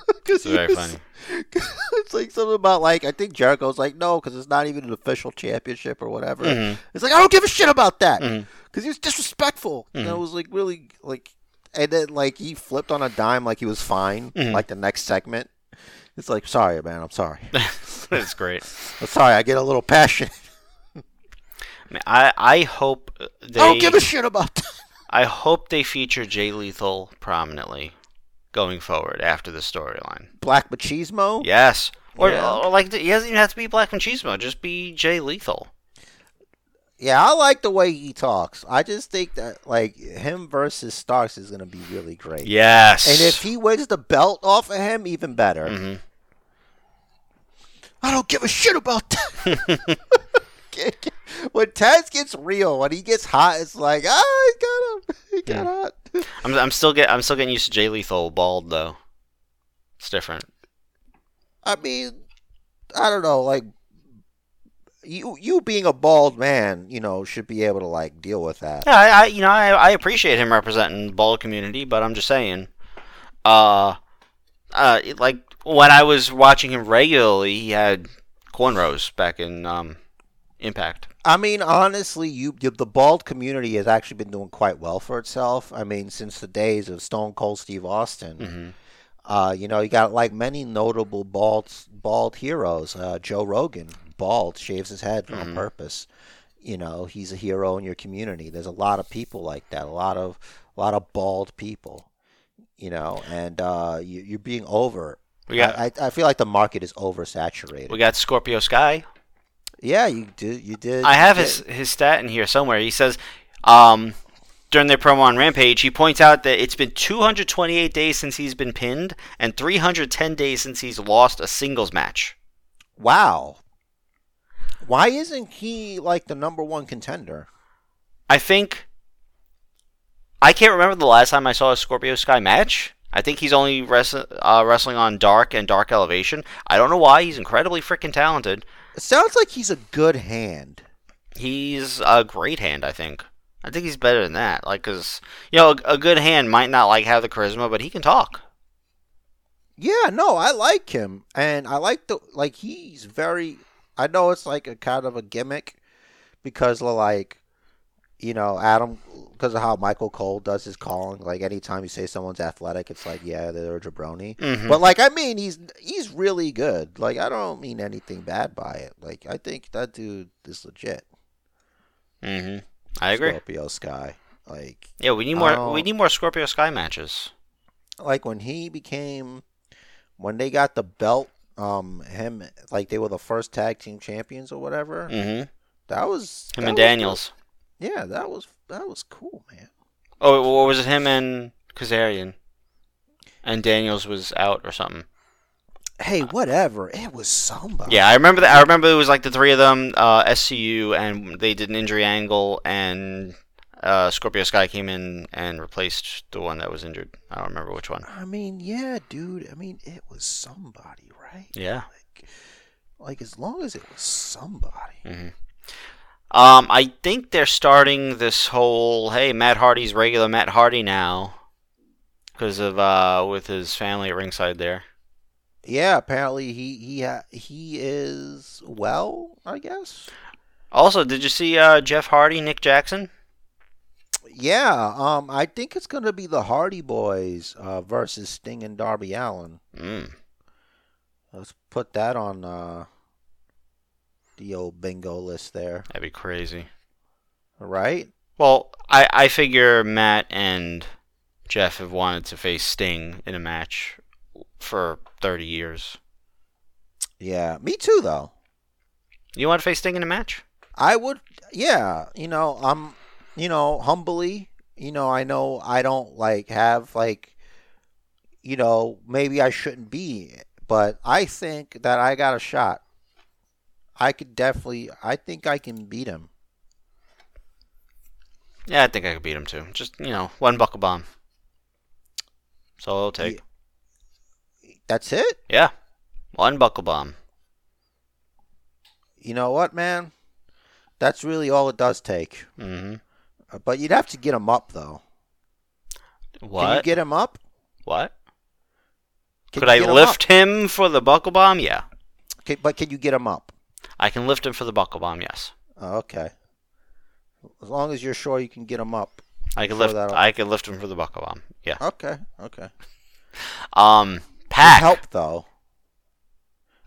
Speaker 1: Because
Speaker 3: It's very funny.
Speaker 1: it's like something about like I think Jericho's like no because it's not even an official championship or whatever.
Speaker 3: Mhm.
Speaker 1: It's like I don't give a shit about that because
Speaker 3: Mhm.
Speaker 1: he was disrespectful. And I was like really like, and then like he flipped on a dime like he was fine.
Speaker 3: Mhm.
Speaker 1: Like the next segment, it's like sorry man, I'm sorry,
Speaker 3: That's great.
Speaker 1: I'm sorry. I get a little passionate.
Speaker 3: I mean, I I hope they
Speaker 1: I don't Oh, give a shit about that.
Speaker 3: I hope they feature Jay Lethal prominently going forward after the storyline.
Speaker 1: Black Machismo.
Speaker 3: Yes. Or,
Speaker 1: Yeah.
Speaker 3: or like he doesn't even have to be Black Machismo, just be Jay Lethal.
Speaker 1: Yeah, I like the way he talks. I just think that like him versus Starks is gonna be really great.
Speaker 3: Yes.
Speaker 1: And if he wins the belt off of him, even better.
Speaker 3: Mhm.
Speaker 1: I don't give a shit about that. when Taz gets real, when he gets hot, it's like, ah, he got him. He got hot.
Speaker 3: I'm, I'm still get I'm still getting used to Jay Lethal bald though. It's different.
Speaker 1: I mean, I don't know. Like you, you being a bald man, you know, should be able to like deal with that.
Speaker 3: Yeah, I, I you know I, I appreciate him representing the bald community, but I'm just saying, uh, uh, it- like when I was watching him regularly, he had cornrows back in um, Impact.
Speaker 1: I mean, honestly, you you- the bald community has actually been doing quite well for itself. I mean, since the days of Stone Cold Steve Austin.
Speaker 3: hmm
Speaker 1: Uh, you know, you got like many notable bald bald heroes. Uh, Joe Rogan, bald, shaves his head on
Speaker 3: Mhm.
Speaker 1: purpose. You know, he's a hero in your community. There's a lot of people like that. A lot of a lot of bald people. You know, and uh, you, you're being over.
Speaker 3: We got
Speaker 1: I, I, I feel like the market is oversaturated.
Speaker 3: we got Scorpio Sky.
Speaker 1: yeah, you did. You did.
Speaker 3: I have
Speaker 1: you
Speaker 3: his his stat in here somewhere. He says, um, during their promo on Rampage, he points out that it's been 228 days since he's been pinned and 310 days since he's lost a singles match.
Speaker 1: did. Wow. Why isn't he like the number one contender?
Speaker 3: I think I can't remember the last time I saw a Scorpio Sky match. I think he's only wrest- uh, wrestling on Dark and Dark Elevation. I don't know why. He's incredibly freaking talented.
Speaker 1: It sounds like he's a good hand.
Speaker 3: He's a great hand, I think. I think he's better than that. Like, cause you know, a, a good hand might not like have the charisma, but he can talk.
Speaker 1: Yeah, no, I like him, and I like the like he's very. I know it's like a kind of a gimmick because of like, you know, Adam because of how Michael Cole does his calling. Like anytime you say someone's athletic, it's like yeah, they're a jabroni.
Speaker 3: Mhm.
Speaker 1: But like, I mean, he's he's really good. Like I don't mean anything bad by it. Like I think that dude is legit.
Speaker 3: hmm
Speaker 1: Mm-hmm.
Speaker 3: I agree.
Speaker 1: Scorpio Sky. Like
Speaker 3: Yeah, we need more.
Speaker 1: Oh.
Speaker 3: We need more Scorpio Sky matches.
Speaker 1: like when he became when they got the belt um him like they were the first tag team champions or whatever
Speaker 3: hmm Him
Speaker 1: that was Mm-hmm. that
Speaker 3: and
Speaker 1: was-
Speaker 3: Daniels.
Speaker 1: yeah that was that was cool man
Speaker 3: Oh, or was it him and Kazarian? And Daniels was out or something.
Speaker 1: hey whatever it was somebody
Speaker 3: Yeah, I remember that. I remember it was like the three of them, uh, SCU, and they did an injury angle, and uh, Scorpio Sky came in and replaced the one that was injured. I don't remember which one.
Speaker 1: i mean yeah dude i mean it was somebody right
Speaker 3: Yeah.
Speaker 1: like, like as long as it was somebody
Speaker 3: Mm. Mm-hmm. Um, I think they're starting this whole hey Matt Hardy's regular Matt Hardy now because of uh with his family at ringside there.
Speaker 1: yeah apparently he he ha- he is well i guess
Speaker 3: Also, did you see uh, Jeff Hardy, Nick Jackson?
Speaker 1: Yeah, um, I think it's gonna be the Hardy Boys uh, versus Sting and Darby Allen.
Speaker 3: Mm.
Speaker 1: Let's put that on uh, the old bingo list there,
Speaker 3: That'd be crazy.
Speaker 1: right?
Speaker 3: Well, I, I figure Matt and Jeff have wanted to face Sting in a match for 30 years.
Speaker 1: Yeah, me too though.
Speaker 3: You want to face Sting in a match?
Speaker 1: I would, yeah, you know, I'm, you know, humbly, you know, I know I don't like have like, you know, maybe I shouldn't be, but I think that I got a shot. I could definitely, I think I can beat him.
Speaker 3: Yeah, I think I could beat him too. Just, you know, one buckle bomb. So it'll take. Yeah.
Speaker 1: That's it.
Speaker 3: One buckle bomb.
Speaker 1: you know what, man? That's really all it does take.
Speaker 3: Mm-hmm.
Speaker 1: Uh, But you'd have to get him up, though. Can you
Speaker 3: What?
Speaker 1: get him up?
Speaker 3: what?
Speaker 1: Can
Speaker 3: Could
Speaker 1: you
Speaker 3: I
Speaker 1: get him
Speaker 3: lift him for the buckle bomb? Yeah.
Speaker 1: up? Can- but can you get him up?
Speaker 3: I can lift him for the buckle bomb, yes.
Speaker 1: Oh, okay. As long as you're sure you can get him up.
Speaker 3: I could
Speaker 1: Sure,
Speaker 3: lift
Speaker 1: that'll-
Speaker 3: I could lift him for the buckle bomb. Yeah.
Speaker 1: Okay. Okay.
Speaker 3: Um
Speaker 1: With
Speaker 3: Pack.
Speaker 1: Uh, help though.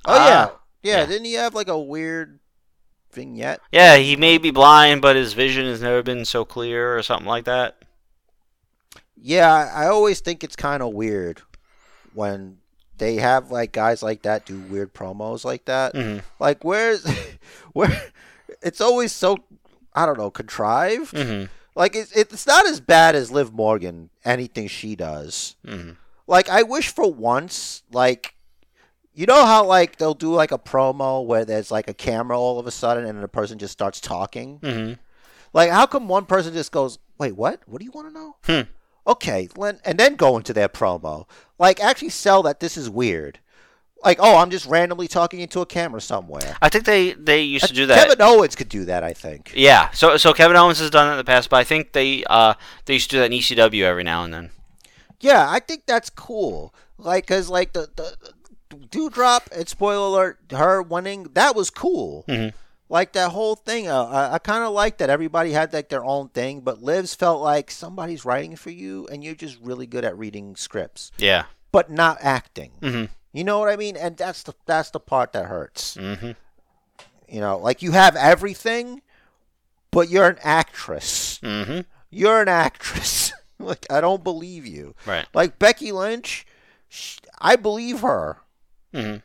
Speaker 1: Oh yeah.
Speaker 3: Ah,
Speaker 1: yeah.
Speaker 3: yeah.
Speaker 1: Didn't he have like a weird vignette?
Speaker 3: Yeah, he may be blind, but his vision has never been so clear or something like that.
Speaker 1: Yeah, I I always think it's kind of weird when they have like guys like that do weird promos like that.
Speaker 3: Mm-hmm.
Speaker 1: Like where's where it's always so I don't know, contrived.
Speaker 3: Mhm.
Speaker 1: Like it's it's not as bad as Liv Morgan. Anything she does.
Speaker 3: Mhm.
Speaker 1: Like I wish for once, like you know how like they'll do like a promo where there's like a camera all of a sudden and the person just starts talking.
Speaker 3: Mhm.
Speaker 1: Like how come one person just goes, "Wait, what? What do you want to know?"
Speaker 3: Hmm.
Speaker 1: Okay, Len, and then go into their promo. Like actually sell that this is weird. Like oh, I'm just randomly talking into a camera somewhere.
Speaker 3: I think they they used to do that.
Speaker 1: Uh, Kevin Owens could do that, I think.
Speaker 3: yeah, so so Kevin Owens has done that in the past, but I think they uh they used to do that in ECW every now and then.
Speaker 1: Yeah, I think that's cool. Like, cause like the the dewdrop and spoiler alert, her winning that was cool.
Speaker 3: Mhm.
Speaker 1: Like that whole thing, uh, I, I kind of like that everybody had like their own thing, but Liv's felt like somebody's writing for you, and you're just really good at reading scripts,
Speaker 3: Yeah.
Speaker 1: but not acting.
Speaker 3: Mhm.
Speaker 1: You know what I mean? And that's the that's the part that hurts.
Speaker 3: Mhm.
Speaker 1: You know, like you have everything, but you're an actress.
Speaker 3: Mhm.
Speaker 1: You're an actress. like I don't believe you.
Speaker 3: Right.
Speaker 1: Like Becky Lynch, sh I believe her. Mm-hmm.
Speaker 3: Mhm.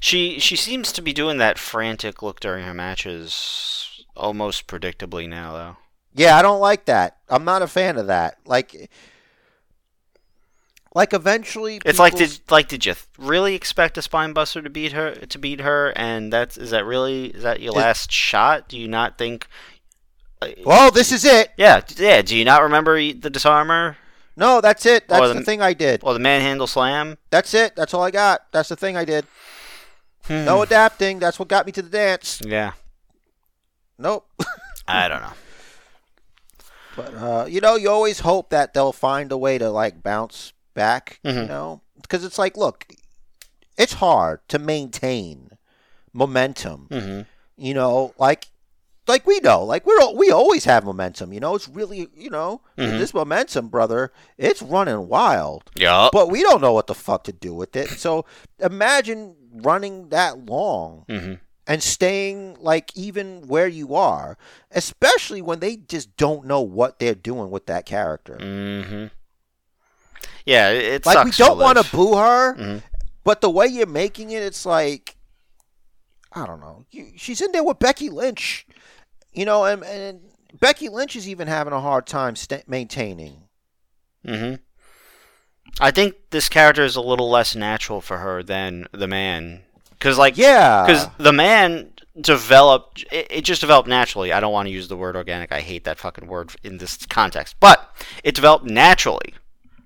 Speaker 3: She she seems to be doing that frantic look during her matches almost predictably now though.
Speaker 1: Yeah, I don't like that. I'm not a fan of that. Like, like eventually,
Speaker 3: It's like
Speaker 1: people-
Speaker 3: did like did you th- really expect a spine buster to beat her to beat her and that's is that really is that your
Speaker 1: It-
Speaker 3: last shot? Do you not think uh,
Speaker 1: Well, this is it.
Speaker 3: Yeah, d- yeah, do you not remember e- the disarmer
Speaker 1: No, that's it. That's
Speaker 3: Or
Speaker 1: the,
Speaker 3: the-
Speaker 1: thing I did.
Speaker 3: or the manhandle slam?
Speaker 1: That's it. That's all I got. That's the thing I did.
Speaker 3: Hmm.
Speaker 1: No adapting. That's what got me to the dance.
Speaker 3: Yeah,
Speaker 1: Nope.
Speaker 3: I don't know.
Speaker 1: But uh, you know, you always hope that they'll find a way to like bounce back. You
Speaker 3: Mhm.
Speaker 1: know, because it's like, look, it's hard to maintain momentum.
Speaker 3: Mm-hmm.
Speaker 1: you know, like like we know, like we're al- we always have momentum, you know. It's really, you know, with
Speaker 3: Mhm.
Speaker 1: this momentum, brother, it's running wild.
Speaker 3: Yeah.
Speaker 1: But we don't know what the fuck to do with it. So imagine running that long
Speaker 3: Mm-hmm.
Speaker 1: and staying like even where you are, especially when they just don't know what they're doing with that character.
Speaker 3: Mm-hmm. Yeah, it, it
Speaker 1: Like we
Speaker 3: sucks.
Speaker 1: don't want
Speaker 3: want
Speaker 1: to boo her,
Speaker 3: Mhm.
Speaker 1: but the way you're making it, it's like I don't know. You, she's in there with Becky Lynch, you know, and, and Becky Lynch is even having a hard time st- maintaining.
Speaker 3: Mm-hmm. I think this character is a little less natural for her than the man, because like,
Speaker 1: Yeah,
Speaker 3: because the man developed, it, it just developed naturally. I don't want to use the word organic. I hate that fucking word in this context, but it developed naturally.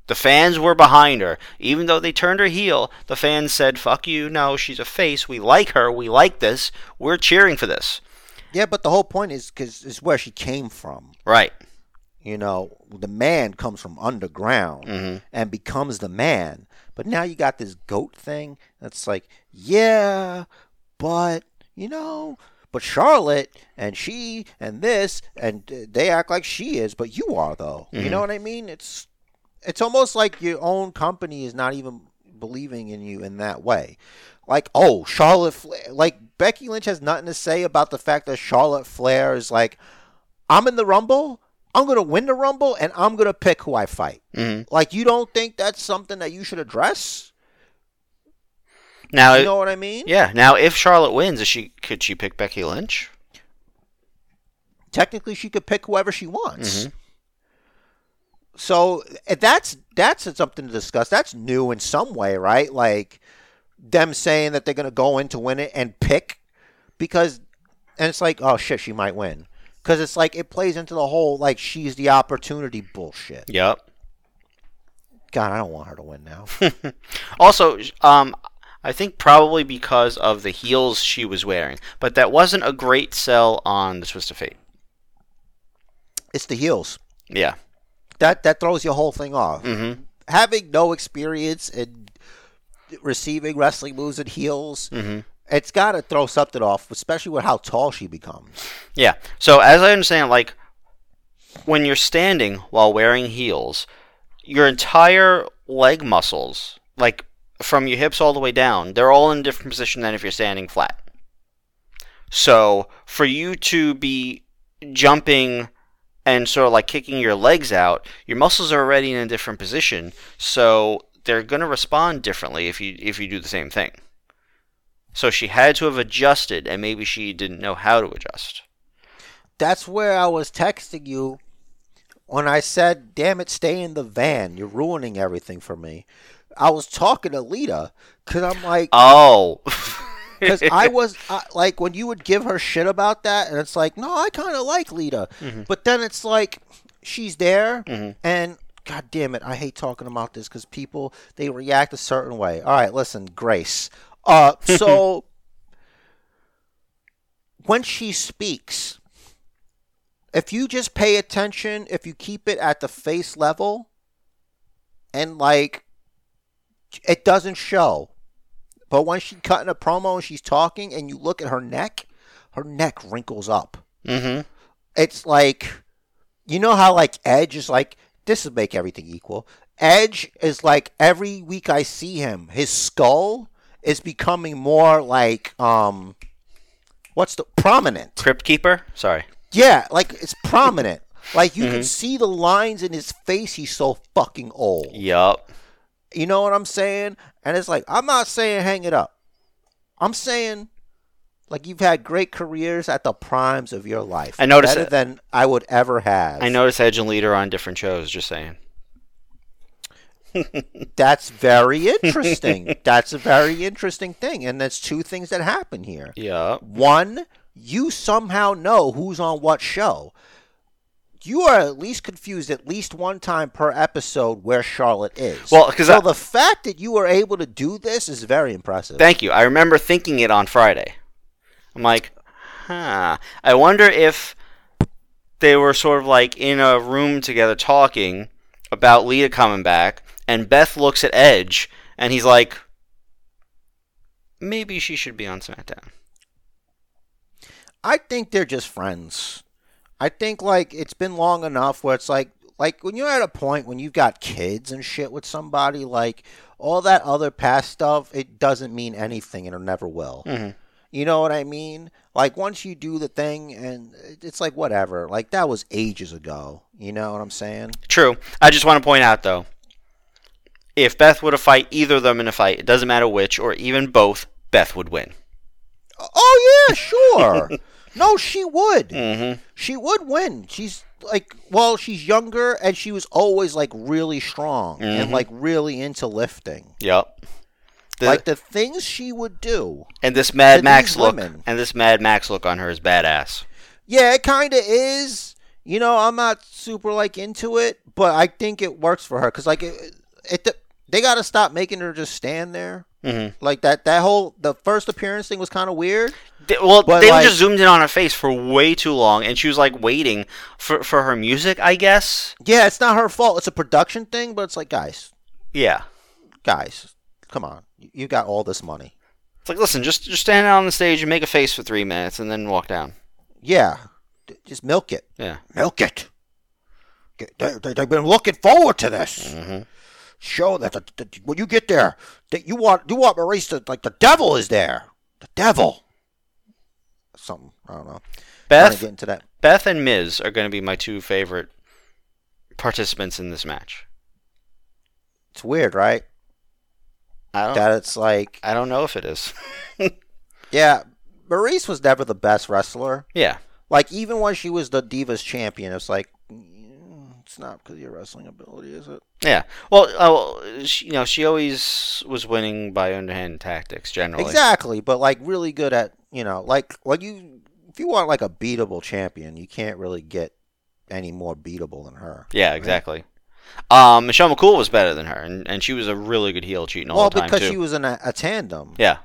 Speaker 3: The fans were behind her, even though they turned her heel. The fans said, "Fuck you! No, she's a face. We like her. We like this. We're cheering for this."
Speaker 1: yeah, but the whole point is because is where she came from.
Speaker 3: Right.
Speaker 1: You know, the man comes from underground
Speaker 3: Mm-hmm.
Speaker 1: and becomes the man. But now you got this goat thing that's like, yeah, but you know, but Charlotte and she and this and uh, they act like she is, but you are though. You
Speaker 3: Mhm.
Speaker 1: know what I mean? It's it's almost like your own company is not even believing in you in that way. Like, oh, Charlotte Flair, like Becky Lynch has nothing to say about the fact that Charlotte Flair is like, I'm in the Rumble, I'm going to win the Rumble, and I'm going to pick who I fight.
Speaker 3: Mm-hmm.
Speaker 1: Like you don't think that's something that you should address?
Speaker 3: Now,
Speaker 1: You know what I mean?
Speaker 3: Yeah. Now, if Charlotte wins, is she could she pick Becky Lynch?
Speaker 1: Technically, she could pick whoever she wants. So eh, that's that's something to discuss. That's new in some way, right? Like them saying that they're going to go in to win it and pick because, and it's like, oh shit, she might win because it's like it plays into the whole like she's the opportunity bullshit.
Speaker 3: Yep.
Speaker 1: God, I don't want her to win now.
Speaker 3: Also, um, I think probably because of the heels she was wearing, but that wasn't a great sell on the Twist of Fate.
Speaker 1: it's the heels
Speaker 3: Yeah.
Speaker 1: that that throws your whole thing off.
Speaker 3: Mm-hmm.
Speaker 1: having no experience in receiving wrestling moves and heels,
Speaker 3: Mm-hmm.
Speaker 1: it's got to throw something off, especially with how tall she becomes.
Speaker 3: Yeah. So as I understand, like when you're standing while wearing heels, your entire leg muscles, like from your hips all the way down, they're all in a different position than if you're standing flat. So for you to be jumping and sort of like kicking your legs out, your muscles are already in a different position, so they're gonna respond differently if you if you do the same thing. So she had to have adjusted and maybe she didn't know how to adjust.
Speaker 1: that's where I was texting you when I said, "Damn it, stay in the van. You're ruining everything for me." I was talking to Lita because I'm like,
Speaker 3: Oh.
Speaker 1: because I was I, like, when you would give her shit about that, and it's like, no, I kind of like Lita, but then it's like, she's there, and god damn it, I hate talking about this because people they react a certain way. All right, listen, Grace. Uh, so when she speaks, if you just pay attention, if you keep it at the face level, and like it doesn't show. But when she's cutting a promo and she's talking and you look at her neck, her neck wrinkles up.
Speaker 3: mm-hmm.
Speaker 1: It's like you know how like Edge is like this would make everything equal. Edge is like every week I see him, his skull is becoming more like um what's the prominent.
Speaker 3: Crypt Keeper? Sorry.
Speaker 1: Yeah, like it's prominent. Like you can see the lines in his face. He's so fucking old.
Speaker 3: Yup.
Speaker 1: You know what I'm saying? And it's like I'm not saying hang it up. I'm saying like you've had great careers at the primes of your life.
Speaker 3: I noticed
Speaker 1: better
Speaker 3: it.
Speaker 1: than I would ever have.
Speaker 3: I noticed Edge and Leader on different shows, just saying.
Speaker 1: That's very interesting. That's a very interesting thing. And there's two things that happen here.
Speaker 3: Yup.
Speaker 1: One, you somehow know who's on what show. You are at least confused at least one time per episode where Charlotte is.
Speaker 3: Well, 'cause
Speaker 1: so
Speaker 3: I-
Speaker 1: the fact that you were able to do this is very impressive.
Speaker 3: Thank you. I remember thinking it on Friday. I'm like, huh. I wonder if they were sort of like in a room together talking about Lita coming back, and Beth looks at Edge, and he's like, maybe she should be on SmackDown.
Speaker 1: I think they're just friends. I think like it's been long enough where it's like like when you're at a point when you've got kids and shit with somebody like all that other past stuff it doesn't mean anything and it never will.
Speaker 3: Mhm.
Speaker 1: You know what I mean? Like once you do the thing and it's like whatever. Like that was ages ago. You know what I'm saying?
Speaker 3: True. I just want to point out though, if Beth were to fight either of them in a fight, it doesn't matter which or even both, Beth would win.
Speaker 1: Oh yeah, sure. no, she would.
Speaker 3: Mm-hmm.
Speaker 1: She would win. She's like, well, she's younger and she was always like really strong and
Speaker 3: Mhm.
Speaker 1: like really into lifting.
Speaker 3: Yep. The-
Speaker 1: like the things she would do.
Speaker 3: and this Mad
Speaker 1: the-
Speaker 3: Max
Speaker 1: these
Speaker 3: look,
Speaker 1: women.
Speaker 3: and this Mad Max look on her is badass.
Speaker 1: Yeah, it kind of is. You know, I'm not super like into it, but I think it works for her because like it, it they got to stop making her just stand there.
Speaker 3: Mm-hmm.
Speaker 1: Like that, that whole the first appearance thing was kind of weird.
Speaker 3: well,
Speaker 1: But,
Speaker 3: they
Speaker 1: like-
Speaker 3: just zoomed in on her face for way too long, and she was like waiting for for her music, I guess.
Speaker 1: Yeah, it's not her fault. It's a production thing, but it's like, guys,
Speaker 3: Yeah.
Speaker 1: guys, come on, you you got all this money.
Speaker 3: It's like, listen, just just stand out on the stage and make a face for three minutes, and then walk down.
Speaker 1: Yeah, d- just milk it,
Speaker 3: Yeah.
Speaker 1: milk it. Get- They, they, they've been looking forward to this.
Speaker 3: Mm-hmm.
Speaker 1: show that the, the, when you get there, that you want you want Maurice to like the devil is there, the devil. Something I don't know. Trying to
Speaker 3: Beth,
Speaker 1: get into that.
Speaker 3: Beth, and Miz are going to be my two favorite participants in this match.
Speaker 1: It's weird, right?
Speaker 3: I don't.
Speaker 1: That it's like
Speaker 3: I don't know if it is.
Speaker 1: yeah, Maurice was never the best wrestler.
Speaker 3: yeah.
Speaker 1: Like even when she was the Divas champion, it's like mm, it's not because of your wrestling ability, is it?
Speaker 3: Yeah. Well, oh, she, you know, she always was winning by underhand tactics generally.
Speaker 1: Exactly, but like really good at you know like like you if you want like a beatable champion, you can't really get any more beatable than her.
Speaker 3: Yeah, exactly. Um, Michelle McCool was better than her, and, and she was a really good heel cheating all
Speaker 1: well,
Speaker 3: the time
Speaker 1: because
Speaker 3: too.
Speaker 1: she was in a, a tandem.
Speaker 3: yeah,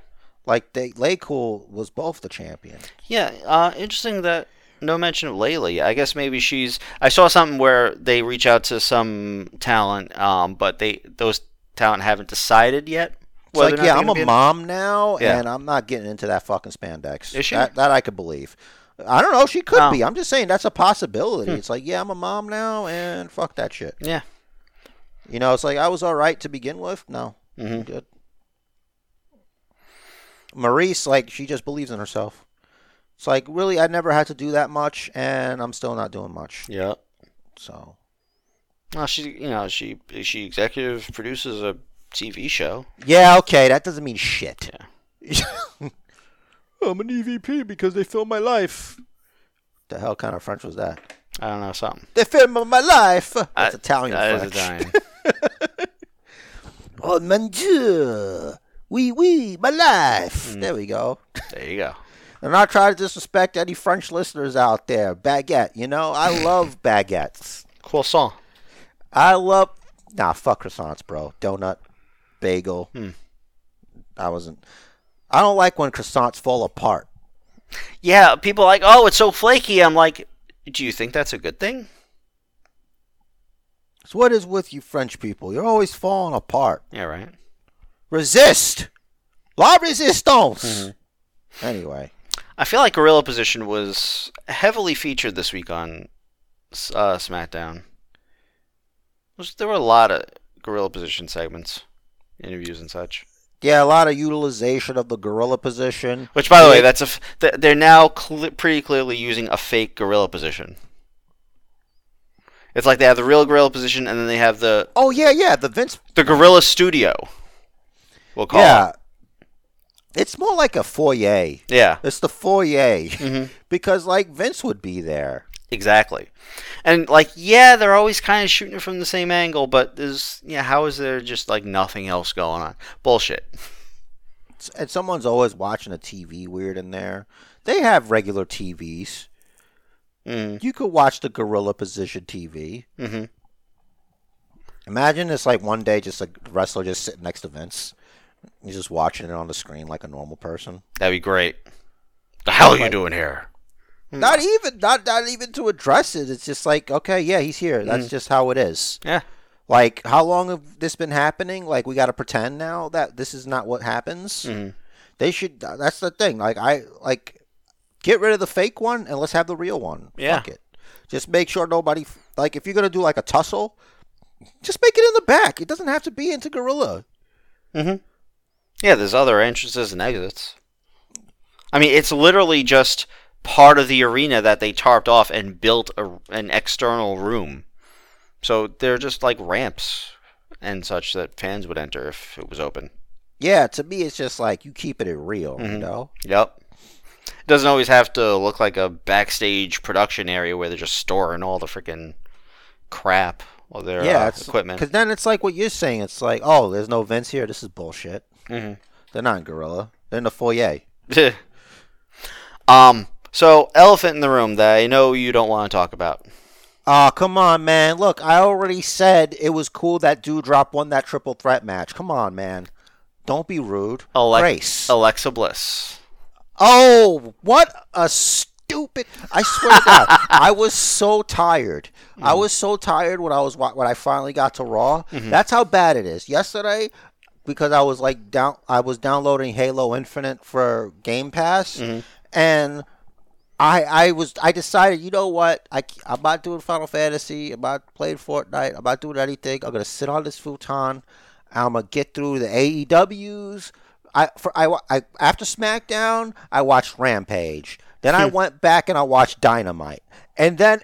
Speaker 1: Like they, Lay Cool was both the champion.
Speaker 3: yeah. Uh, interesting that no mention of Laylee. I guess maybe she's. I saw something where they reach out to some talent, um, but they those talent haven't decided yet.
Speaker 1: It's
Speaker 3: whether
Speaker 1: like,
Speaker 3: or not
Speaker 1: yeah,
Speaker 3: they're
Speaker 1: I'm
Speaker 3: gonna be
Speaker 1: a
Speaker 3: in-
Speaker 1: mom now,
Speaker 3: Yeah.
Speaker 1: and I'm not getting into that fucking spandex.
Speaker 3: Is she?
Speaker 1: That, that I could believe. I don't know. She could
Speaker 3: Oh.
Speaker 1: be. I'm just saying that's a possibility. It's like, yeah, I'm a mom now, and fuck that shit.
Speaker 3: Hmm. Yeah.
Speaker 1: You know, it's like I was all right to begin with. No, I'm
Speaker 3: Mhm.
Speaker 1: good. Maurice, like, she just believes in herself. It's like, really, I never had to do that much, and I'm still not doing much.
Speaker 3: Yeah.
Speaker 1: So,
Speaker 3: Well, she you know she she executive produces a TV show.
Speaker 1: yeah, okay, that doesn't mean shit.
Speaker 3: Yeah.
Speaker 1: I'm an EVP because they filmed my life. The hell kind of French was that?
Speaker 3: I don't know something.
Speaker 1: The film of my life. That's
Speaker 3: Uh,
Speaker 1: Italian
Speaker 3: that is
Speaker 1: French.
Speaker 3: Italian.
Speaker 1: Oh, mon Dieu. Oui, oui, my life.
Speaker 3: Hmm.
Speaker 1: There we go.
Speaker 3: there you go.
Speaker 1: And not trying to disrespect any French listeners out there. Baguette, you know, I love baguettes.
Speaker 3: Croissant.
Speaker 1: I love nah fuck croissants, bro. Donut, bagel.
Speaker 3: Hmm.
Speaker 1: I wasn't. I don't like when croissants fall apart.
Speaker 3: Yeah, people are like, oh, it's so flaky. I'm like, do you think that's a good thing?
Speaker 1: So what is with you French people? You're always falling apart.
Speaker 3: Yeah, right.
Speaker 1: Resist, la resistance. Anyway,
Speaker 3: I feel like Gorilla Position was heavily featured this week on S- uh, SmackDown. Was- There were a lot of Gorilla Position segments, interviews, and such.
Speaker 1: yeah, a lot of utilization of the gorilla position.
Speaker 3: Which, by the way, that's a f- th- they're now cle pretty clearly using a fake Gorilla Position. It's like they have the real Gorilla Position, and then they have the
Speaker 1: Oh yeah, yeah, the Vince.
Speaker 3: the Gorilla Studio. We'll call
Speaker 1: Yeah, it's more like a foyer.
Speaker 3: it. Yeah.
Speaker 1: It's the foyer
Speaker 3: hmm
Speaker 1: because like Vince would be there.
Speaker 3: Exactly. And like, yeah, they're always kind of shooting it from the same angle, but there's yeah, how is there just like nothing else going on? Bullshit.
Speaker 1: S- and someone's always watching a TV weird in there. They have regular TVs.
Speaker 3: Mm,
Speaker 1: You could watch the gorilla position TV.
Speaker 3: hmm
Speaker 1: Imagine it's like one day just a wrestler just sitting next to Vince. He's just watching it on the screen like a normal person.
Speaker 3: That'd be great. The hell are you
Speaker 1: Like-
Speaker 3: doing here? Mm.
Speaker 1: Not even not not even to address it. It's just like, okay, yeah, he's here. That's just how it is.
Speaker 3: Mm. Yeah.
Speaker 1: Like, how long have this been happening? Like, we got to pretend now that this is not what happens.
Speaker 3: Mhm.
Speaker 1: They should. That's the thing. Like, I like get rid of the fake one and let's have the real one.
Speaker 3: Yeah.
Speaker 1: Fuck it. Just make sure nobody like if you're gonna do like a tussle, just make it in the back. It doesn't have to be into gorilla.
Speaker 3: Yeah, there's other entrances and exits. I mean, it's literally just part of the arena that they tarped off and built a, an external room. So they're just like ramps and such that fans would enter if it was open.
Speaker 1: Yeah. To me, it's just like you keeping it real. You
Speaker 3: Mhm.
Speaker 1: know.
Speaker 3: Yep. It doesn't always have to look like a backstage production area where they're just storing all the freaking crap or their
Speaker 1: yeah.
Speaker 3: uh,
Speaker 1: it's,
Speaker 3: equipment.
Speaker 1: Because then it's like what you're saying. It's like, oh, there's no vents here. This is bullshit.
Speaker 3: Mhm.
Speaker 1: They're not in gorilla. They're in the foyer.
Speaker 3: um. So, elephant in the room that I know you don't want to talk about.
Speaker 1: Aw, come on, man. Look, I already said it was cool that Dewdrop won that triple threat match. Come on, man. Don't be rude.
Speaker 3: Alex-
Speaker 1: Grace.
Speaker 3: Alexa Bliss.
Speaker 1: Oh, what a stupid! I swear to God, I was so tired. I was so tired when I was wa- when I finally got to Raw. That's how bad it is. Yesterday, because I was like down, I was downloading Halo Infinite for Game Pass, and I I was I decided, you know what? I c- I'm not doing Final Fantasy. I'm not playing Fortnite. I'm not doing anything. I'm gonna sit on this futon. I'm gonna get through the AEWs. I for I, wa- I after SmackDown, I watched Rampage. Then I went back and I watched Dynamite, and then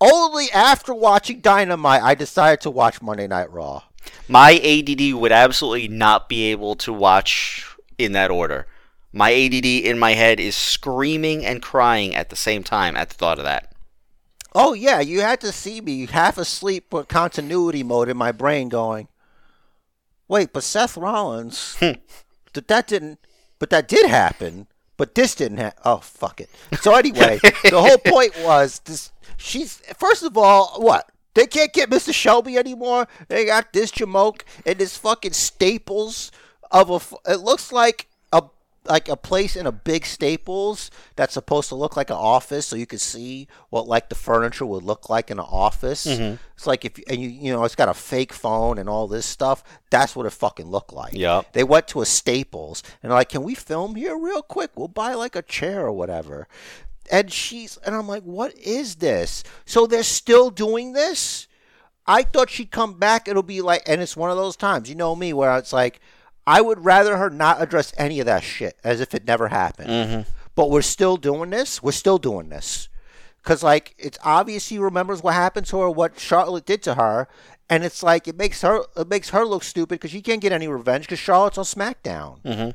Speaker 1: only after watching Dynamite, I decided to watch Monday Night Raw.
Speaker 3: My ADD would absolutely not be able to watch in that order. My ADD in my head is screaming and crying at the same time at the thought of that.
Speaker 1: Oh yeah, you had to see me half asleep with continuity mode in my brain going. Wait, but Seth Rollins that that didn't but that did happen, but this didn't happen. Oh fuck it. So anyway, the whole point was this she's first of all, what? They can't get Mr. Shelby anymore. They got this Jamoke and this fucking Staples of a f- it looks like a like a place in a big Staples that's supposed to look like an office, so you can see what like the furniture would look like in an office. It's like if and you you know it's got a fake phone and all this stuff. That's what it fucking looked like.
Speaker 3: Yep.
Speaker 1: They went to a Staples and like, can we film here real quick? We'll buy like a chair or whatever. And she's and I'm like, what is this? So they're still doing this. I thought she'd come back. It'll be like, and it's one of those times, you know me, where it's like, I would rather her not address any of that shit as if it never happened. But we're still doing this. We're still doing this. Because, like, it's obvious she remembers what happened to her, what Charlotte did to her. And it's like, it makes her it makes her look stupid because she can't get any revenge because Charlotte's on SmackDown.
Speaker 3: Mm-hmm.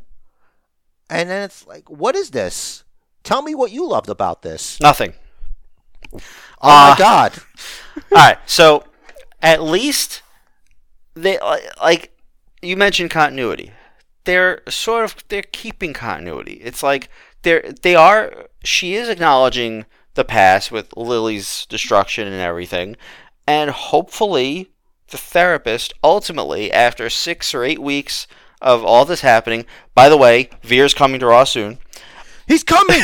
Speaker 1: And then it's like, what is this? Tell me what you loved about this.
Speaker 3: Nothing.
Speaker 1: Oh my
Speaker 3: Uh,
Speaker 1: God!
Speaker 3: All right. So at least they li- like you mentioned continuity. They're sort of they're keeping continuity. It's like they're they are she is acknowledging the past with Lily's destruction and everything, and hopefully the therapist ultimately after six or eight weeks of all this happening. By the way, Veer's coming to Raw soon
Speaker 1: He's coming.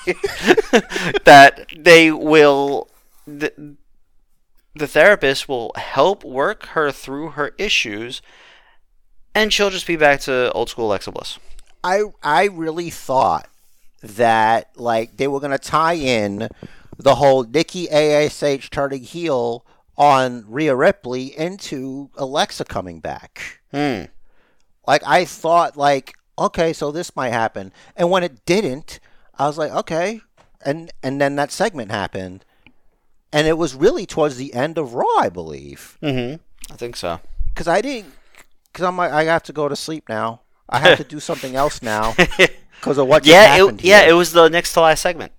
Speaker 3: that they will the, the therapist will help work her through her issues and she'll just be back to old school Alexa Bliss.
Speaker 1: I I really thought that like they were gonna tie in the whole Nikki Ash turning heel on Rhea Ripley into Alexa coming back.
Speaker 3: Hmm.
Speaker 1: Like I thought like okay, so this might happen, and when it didn't, I was like okay, and and then that segment happened, and it was really towards the end of Raw, I believe,
Speaker 3: Mm-hmm. I think so.
Speaker 1: because I didn't because I'm like I have to go to sleep now. I have to do something else now because of what just
Speaker 3: yeah,
Speaker 1: happened
Speaker 3: it, yeah,
Speaker 1: here.
Speaker 3: it was the next to last segment.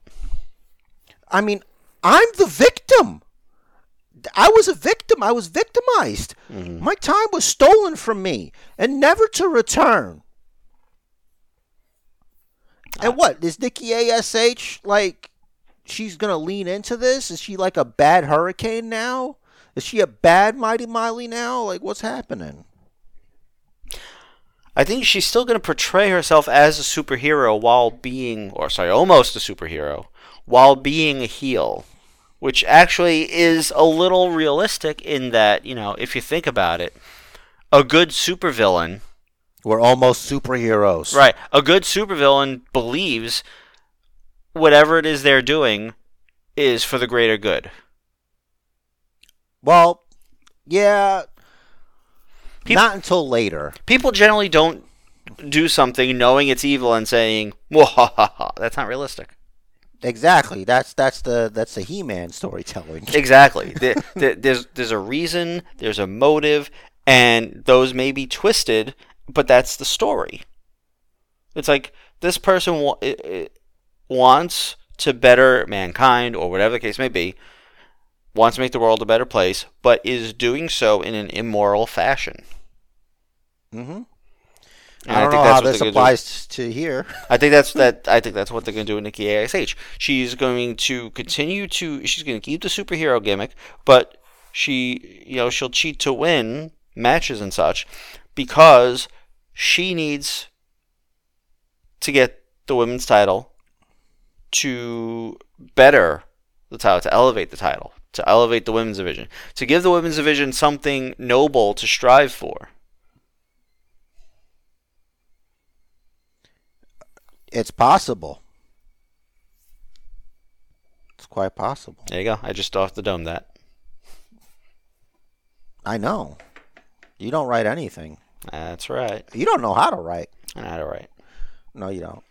Speaker 1: I mean, I'm the victim. I was a victim. I was victimized.
Speaker 3: Mm-hmm.
Speaker 1: My time was stolen from me and never to return.
Speaker 3: Ah.
Speaker 1: And what is Nikki Ash like? She's gonna lean into this. Is she like a bad hurricane now? Is she a bad Mighty Miley now? Like what's happening?
Speaker 3: I think she's still going to portray herself as a superhero while being, or sorry, almost a superhero, while being a heel, which actually is a little realistic in that, you know, if you think about it, a good supervillain
Speaker 1: We're almost superheroes.
Speaker 3: Right. A good supervillain believes whatever it is they're doing is for the greater good.
Speaker 1: Well, yeah.
Speaker 3: Peop-
Speaker 1: not until later.
Speaker 3: People generally don't do something knowing it's evil and saying, "Whoa, ha, ha, ha." that's not realistic.
Speaker 1: Exactly. That's that's the that's the He-Man storytelling.
Speaker 3: Exactly. There- there- there's there's a reason, there's a motive, and those may be twisted, but that's the story. It's like this person wa- i- i- wants to better mankind or whatever the case may be, wants to make the world a better place, but is doing so in an immoral fashion.
Speaker 1: hmm
Speaker 3: And
Speaker 1: I don't know
Speaker 3: that's
Speaker 1: how
Speaker 3: what
Speaker 1: this
Speaker 3: they're gonna do.
Speaker 1: applies to here.
Speaker 3: I think that's that. I think that's what they're going to do with Nikki Ash. She's going to continue to. She's going to keep the superhero gimmick, but she, you know, she'll cheat to win matches and such because she needs to get the women's title to better the title, to elevate the title, to elevate the women's division, to give the women's division something noble to strive for.
Speaker 1: It's possible. It's quite possible.
Speaker 3: There you go. I just off the dome that.
Speaker 1: I know. You don't write anything.
Speaker 3: That's right.
Speaker 1: You don't know how to write.
Speaker 3: All right.
Speaker 1: No, you don't.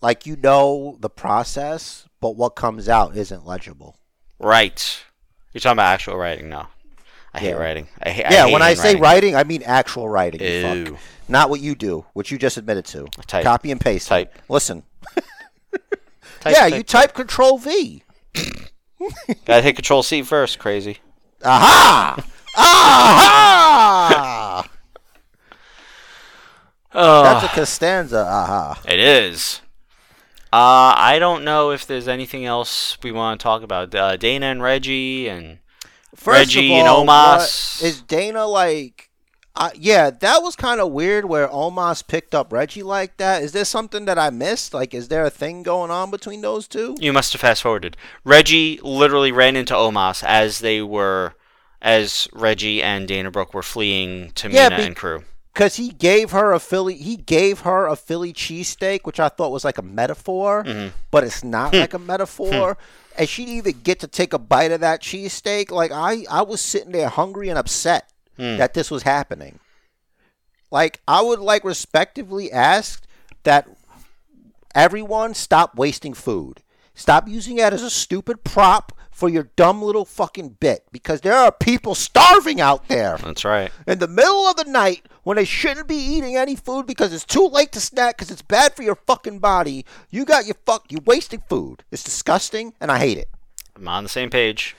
Speaker 1: Like you know the process, but what comes out isn't legible.
Speaker 3: Right. You're talking about actual writing now. I hate
Speaker 1: Yeah.
Speaker 3: writing. I hate.
Speaker 1: yeah,
Speaker 3: hate
Speaker 1: when I say
Speaker 3: handwriting.
Speaker 1: writing, I mean actual writing. you
Speaker 3: Ew.
Speaker 1: Fuck. Not what you do, which you just admitted to.
Speaker 3: Type.
Speaker 1: Copy and paste.
Speaker 3: Type.
Speaker 1: Listen.
Speaker 3: Type-
Speaker 1: yeah,
Speaker 3: type-
Speaker 1: you type Control V.
Speaker 3: gotta hit Control C first. Crazy.
Speaker 1: Aha! Aha! That's
Speaker 3: Oh,
Speaker 1: a Costanza. Aha.
Speaker 3: it is. Uh, I don't know if there's anything else we want to talk about. Uh, Dana and Reggie and
Speaker 1: First
Speaker 3: Reggie
Speaker 1: of
Speaker 3: and
Speaker 1: all,
Speaker 3: Omos.
Speaker 1: what- Is Dana like. Uh, yeah, that was kind of weird where Omos picked up Reggie like that. Is there something that I missed? Like, is there a thing going on between those two?
Speaker 3: you must have fast forwarded. Reggie literally ran into Omos as they were, as Reggie and Dana Brooke were fleeing Tamina
Speaker 1: Yeah, be-
Speaker 3: and crew.
Speaker 1: Because he gave her a Philly, he gave her a Philly cheesesteak, which I thought was like a metaphor, but it's not like a metaphor. And she didn't even get to take a bite of that cheesesteak. Like I, I was sitting there hungry and upset that this was happening. Like I would like respectively ask that everyone stop wasting food. Stop using that as a stupid prop for your dumb little fucking bit because there are people starving out there
Speaker 3: That's right.
Speaker 1: in the middle of the night when they shouldn't be eating any food because it's too late to snack because it's bad for your fucking body. You got your fuck. You wasting food. It's disgusting, and I hate it.
Speaker 3: I'm on the same page.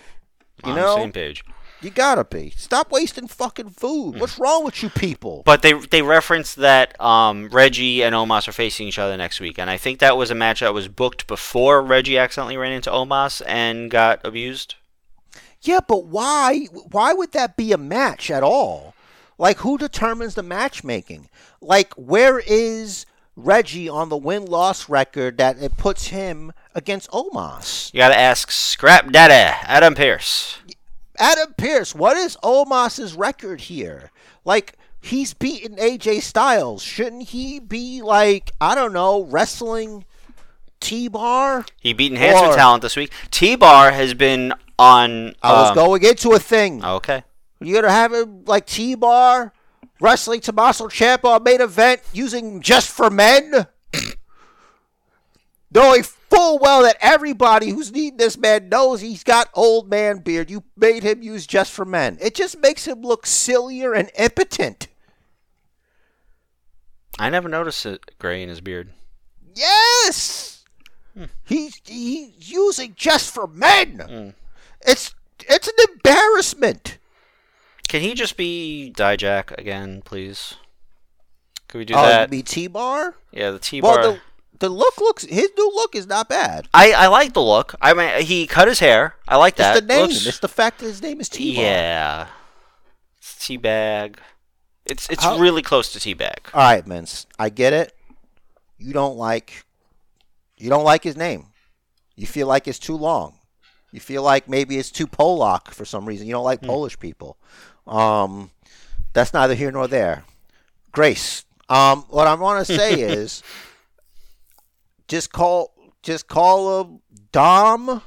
Speaker 3: I'm
Speaker 1: You
Speaker 3: on
Speaker 1: know-
Speaker 3: the same page.
Speaker 1: You gotta be. Stop wasting fucking food. What's wrong with you people?
Speaker 3: But they they referenced that um, Reggie and Omos are facing each other next week, and I think that was a match that was booked before Reggie accidentally ran into Omos and got abused.
Speaker 1: Yeah, but why? Why would that be a match at all? Like, who determines the matchmaking? Like, where is Reggie on the win loss record that it puts him against Omos?
Speaker 3: You gotta ask Scrap Data Adam Pierce.
Speaker 1: Adam Pierce, what is Omos's record here? Like, he's beaten AJ Styles. Shouldn't he be like, I don't know, wrestling T Bar?
Speaker 3: He beat Enhancement
Speaker 1: Or-
Speaker 3: Talent this week. T Bar has been on.
Speaker 1: I was
Speaker 3: um,
Speaker 1: going into a thing.
Speaker 3: Okay.
Speaker 1: You're gonna have him like T Bar wrestling Tommaso Ciampa on main event using just for men, knowing full well that everybody who's needing this man knows he's got old man beard. You made him use just for men. It just makes him look sillier and impotent.
Speaker 3: I never noticed it gray in his beard.
Speaker 1: Yes, he's he's using just for men.
Speaker 3: Mm.
Speaker 1: It's it's an embarrassment.
Speaker 3: Can he just be Dijak again, please? Could we do
Speaker 1: oh, you
Speaker 3: that?
Speaker 1: mean T Bar?
Speaker 3: Yeah, the T bar.
Speaker 1: Well, the the look looks his new look is not bad.
Speaker 3: I, I like the look. I mean, he cut his hair. I like that.
Speaker 1: It's the name.
Speaker 3: Looks-
Speaker 1: It's the fact that his name is T-Bar.
Speaker 3: yeah. It's teabag. It's it's
Speaker 1: How- Uh,
Speaker 3: really close to teabag.
Speaker 1: All right, Vince. I get it. You don't like. You don't like his name. You feel like it's too long. You feel like maybe it's too Polak for some reason. You don't like Polish people. Um, that's neither here nor there. Grace. Um, what I want to say is, just call just call him Dom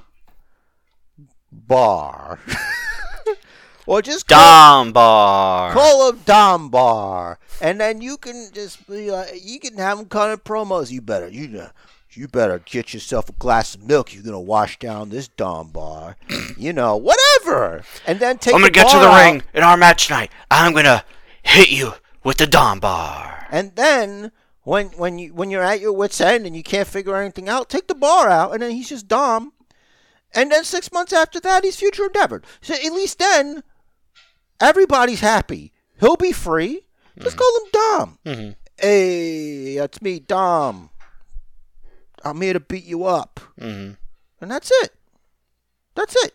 Speaker 1: Bar, or just call
Speaker 3: Dombar.
Speaker 1: Call up Dom Bar, and then you can just be like, you can have him cut in promos. You better, you know, you better get yourself a glass of milk. You're gonna wash down this Dom Bar, you know, whatever. And then take.
Speaker 3: I'm gonna
Speaker 1: the
Speaker 3: get to
Speaker 1: bar
Speaker 3: the
Speaker 1: out,
Speaker 3: ring in our match tonight. I'm gonna hit you with the Dombar.
Speaker 1: and then when when you when you're at your wits end and you can't figure anything out, take the bar out, and then he's just Dom. And then six months after that, he's future endeavored. So at least then, everybody's happy. He'll be free. Just call him Dom. Hey, that's me, Dom. I'm here to beat you up.
Speaker 3: Mm-hmm.
Speaker 1: And that's it. That's it.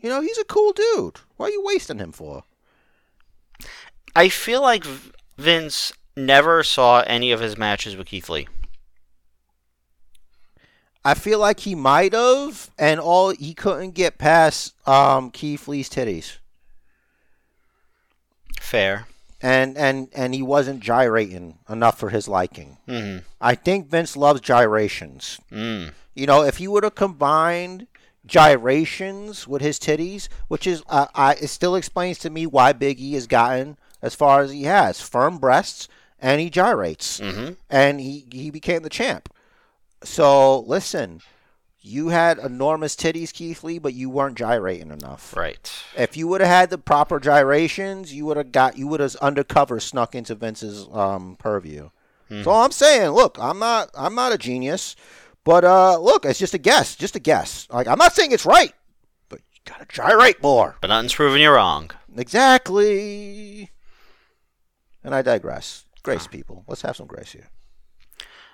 Speaker 1: You know, he's a cool dude. What are you wasting him for?
Speaker 3: I feel like V- Vince never saw any of his matches with Keith Lee.
Speaker 1: I feel like he might have, and all he couldn't get past um, Keith Lee's titties,
Speaker 3: Fair.
Speaker 1: and and and he wasn't gyrating enough for his liking.
Speaker 3: Mm-hmm.
Speaker 1: I think Vince loves gyrations.
Speaker 3: Mm.
Speaker 1: You know, if he would have combined gyrations with his titties, which is uh, I it still explains to me why Big E has gotten as far as he has, firm breasts, and he gyrates.
Speaker 3: Mm-hmm.
Speaker 1: and he, he became the champ. So listen, you had enormous titties, Keith Lee, but you weren't gyrating enough.
Speaker 3: Right.
Speaker 1: If you would have had the proper gyrations, you would have got you would have undercover snuck into Vince's um, purview. So I'm saying, look, I'm not I'm not a genius, but uh, look, it's just a guess, just a guess. Like I'm not saying it's right, but you gotta gyrate more.
Speaker 3: But nothing's proven you wrong.
Speaker 1: Exactly. And I digress. Grace, people, let's have some grace here.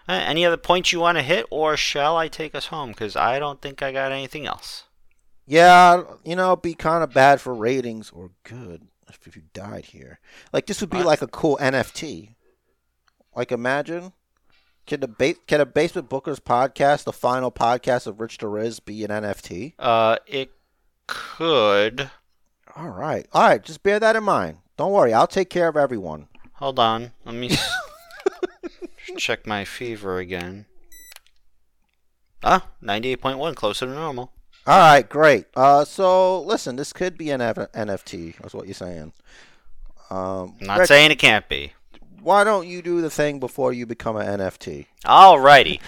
Speaker 3: Uh, any other points you want to hit, or shall I take us home? Because I don't think I got anything else.
Speaker 1: Yeah, you know, it'd be kind of bad for ratings or good if if you died here. Like this would be
Speaker 3: What?
Speaker 1: like a cool NFT. Like imagine can the ba- can a basement bookers podcast, the final podcast of Rich Riz, be an NFT?
Speaker 3: Uh, it could.
Speaker 1: All right, all right, just bear that in mind. Don't worry, I'll take care of everyone.
Speaker 3: Hold on. Let me s- check my fever again. Ah, 98.1, closer to normal.
Speaker 1: All right, great. Uh, so listen, this could be an F- NFT. That's what you're saying. Um,
Speaker 3: I'm not
Speaker 1: Rich,
Speaker 3: saying it can't be.
Speaker 1: why don't you do the thing before you become an NFT?
Speaker 3: Alrighty.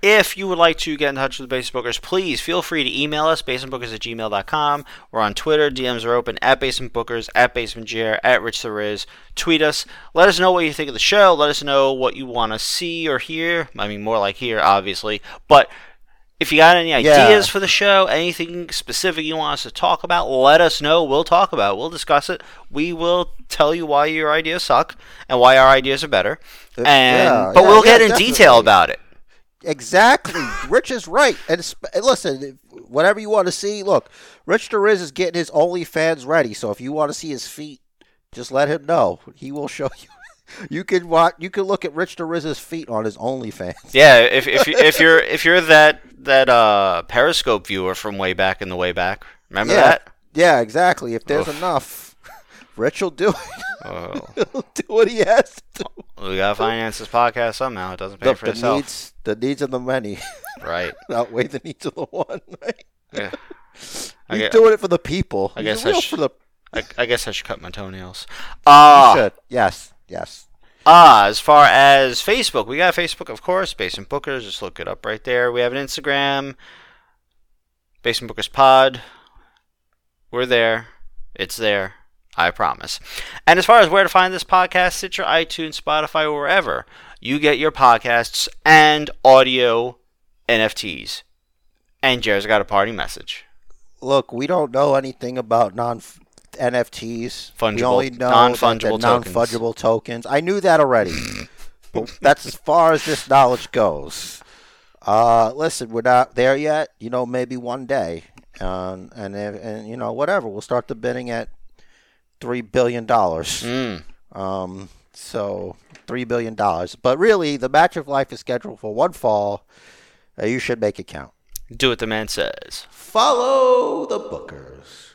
Speaker 3: If you would like to get in touch with the Basement Bookers, please feel free to email us, basementbookers at gmail.com. We're on Twitter. DMs are open at Basement Bookers, at basementjr, at Rich the Riz. Tweet us. Let us know what you think of the show. Let us know what you want to see or hear. I mean, more like hear, obviously. But If you got any ideas
Speaker 1: Yeah.
Speaker 3: for the show, anything specific you want us to talk about, let us know. We'll talk about it. We'll discuss it. We will tell you why your ideas suck and why our ideas are better. And
Speaker 1: yeah,
Speaker 3: but
Speaker 1: yeah,
Speaker 3: we'll
Speaker 1: yeah,
Speaker 3: get in
Speaker 1: definitely.
Speaker 3: detail about it.
Speaker 1: Exactly. Rich is right. And sp- and listen, if- whatever you want to see, look, Rich DeRiz is getting his OnlyFans ready. So if you want to see his feet, just let him know. He will show you. You can watch. You can look at Rich DeRiz's feet on his OnlyFans.
Speaker 3: Yeah, if if you- if you're if you're that that uh Periscope viewer from way back in the way back, remember
Speaker 1: Yeah.
Speaker 3: that?
Speaker 1: Yeah, exactly. If there's
Speaker 3: Oof.
Speaker 1: enough, Rich will do it.
Speaker 3: Oh,
Speaker 1: He'll do what he has to. do.
Speaker 3: we gotta finance this podcast somehow. It doesn't pay
Speaker 1: Look,
Speaker 3: for
Speaker 1: the
Speaker 3: itself,
Speaker 1: needs, the needs of the many
Speaker 3: right?
Speaker 1: outweigh the needs of the one. Right?
Speaker 3: Yeah. I
Speaker 1: He's
Speaker 3: guess-
Speaker 1: doing it for the people.
Speaker 3: I
Speaker 1: He's
Speaker 3: guess I
Speaker 1: real
Speaker 3: sh-
Speaker 1: for the.
Speaker 3: I, I guess I should cut my toenails.
Speaker 1: he
Speaker 3: Ah,
Speaker 1: should. Yes. Yes.
Speaker 3: Ah, as far as Facebook, we got Facebook, of course, Basement Bookers. Just look it up right there. We have an Instagram, Basement Bookers Pod. We're there. It's there. I promise. And as far as where to find this podcast, Stitcher, iTunes, Spotify, wherever you get your podcasts and audio NFTs. And Jared's got a party message.
Speaker 1: look, we don't know anything about non NFTs. We
Speaker 3: Fungible-
Speaker 1: only know
Speaker 3: non-fungible
Speaker 1: non
Speaker 3: tokens.
Speaker 1: fungible tokens. I knew that already. but that's as far as this knowledge goes. Uh, listen, we're not there yet. You know, maybe one day, um, and if- and you know, whatever. We'll start the bidding at three billion dollars.
Speaker 3: Mm.
Speaker 1: Um, so three billion dollars. But really, the match of life is scheduled for one fall. Uh, you should make it count.
Speaker 3: Do what the man says.
Speaker 1: Follow the bookers.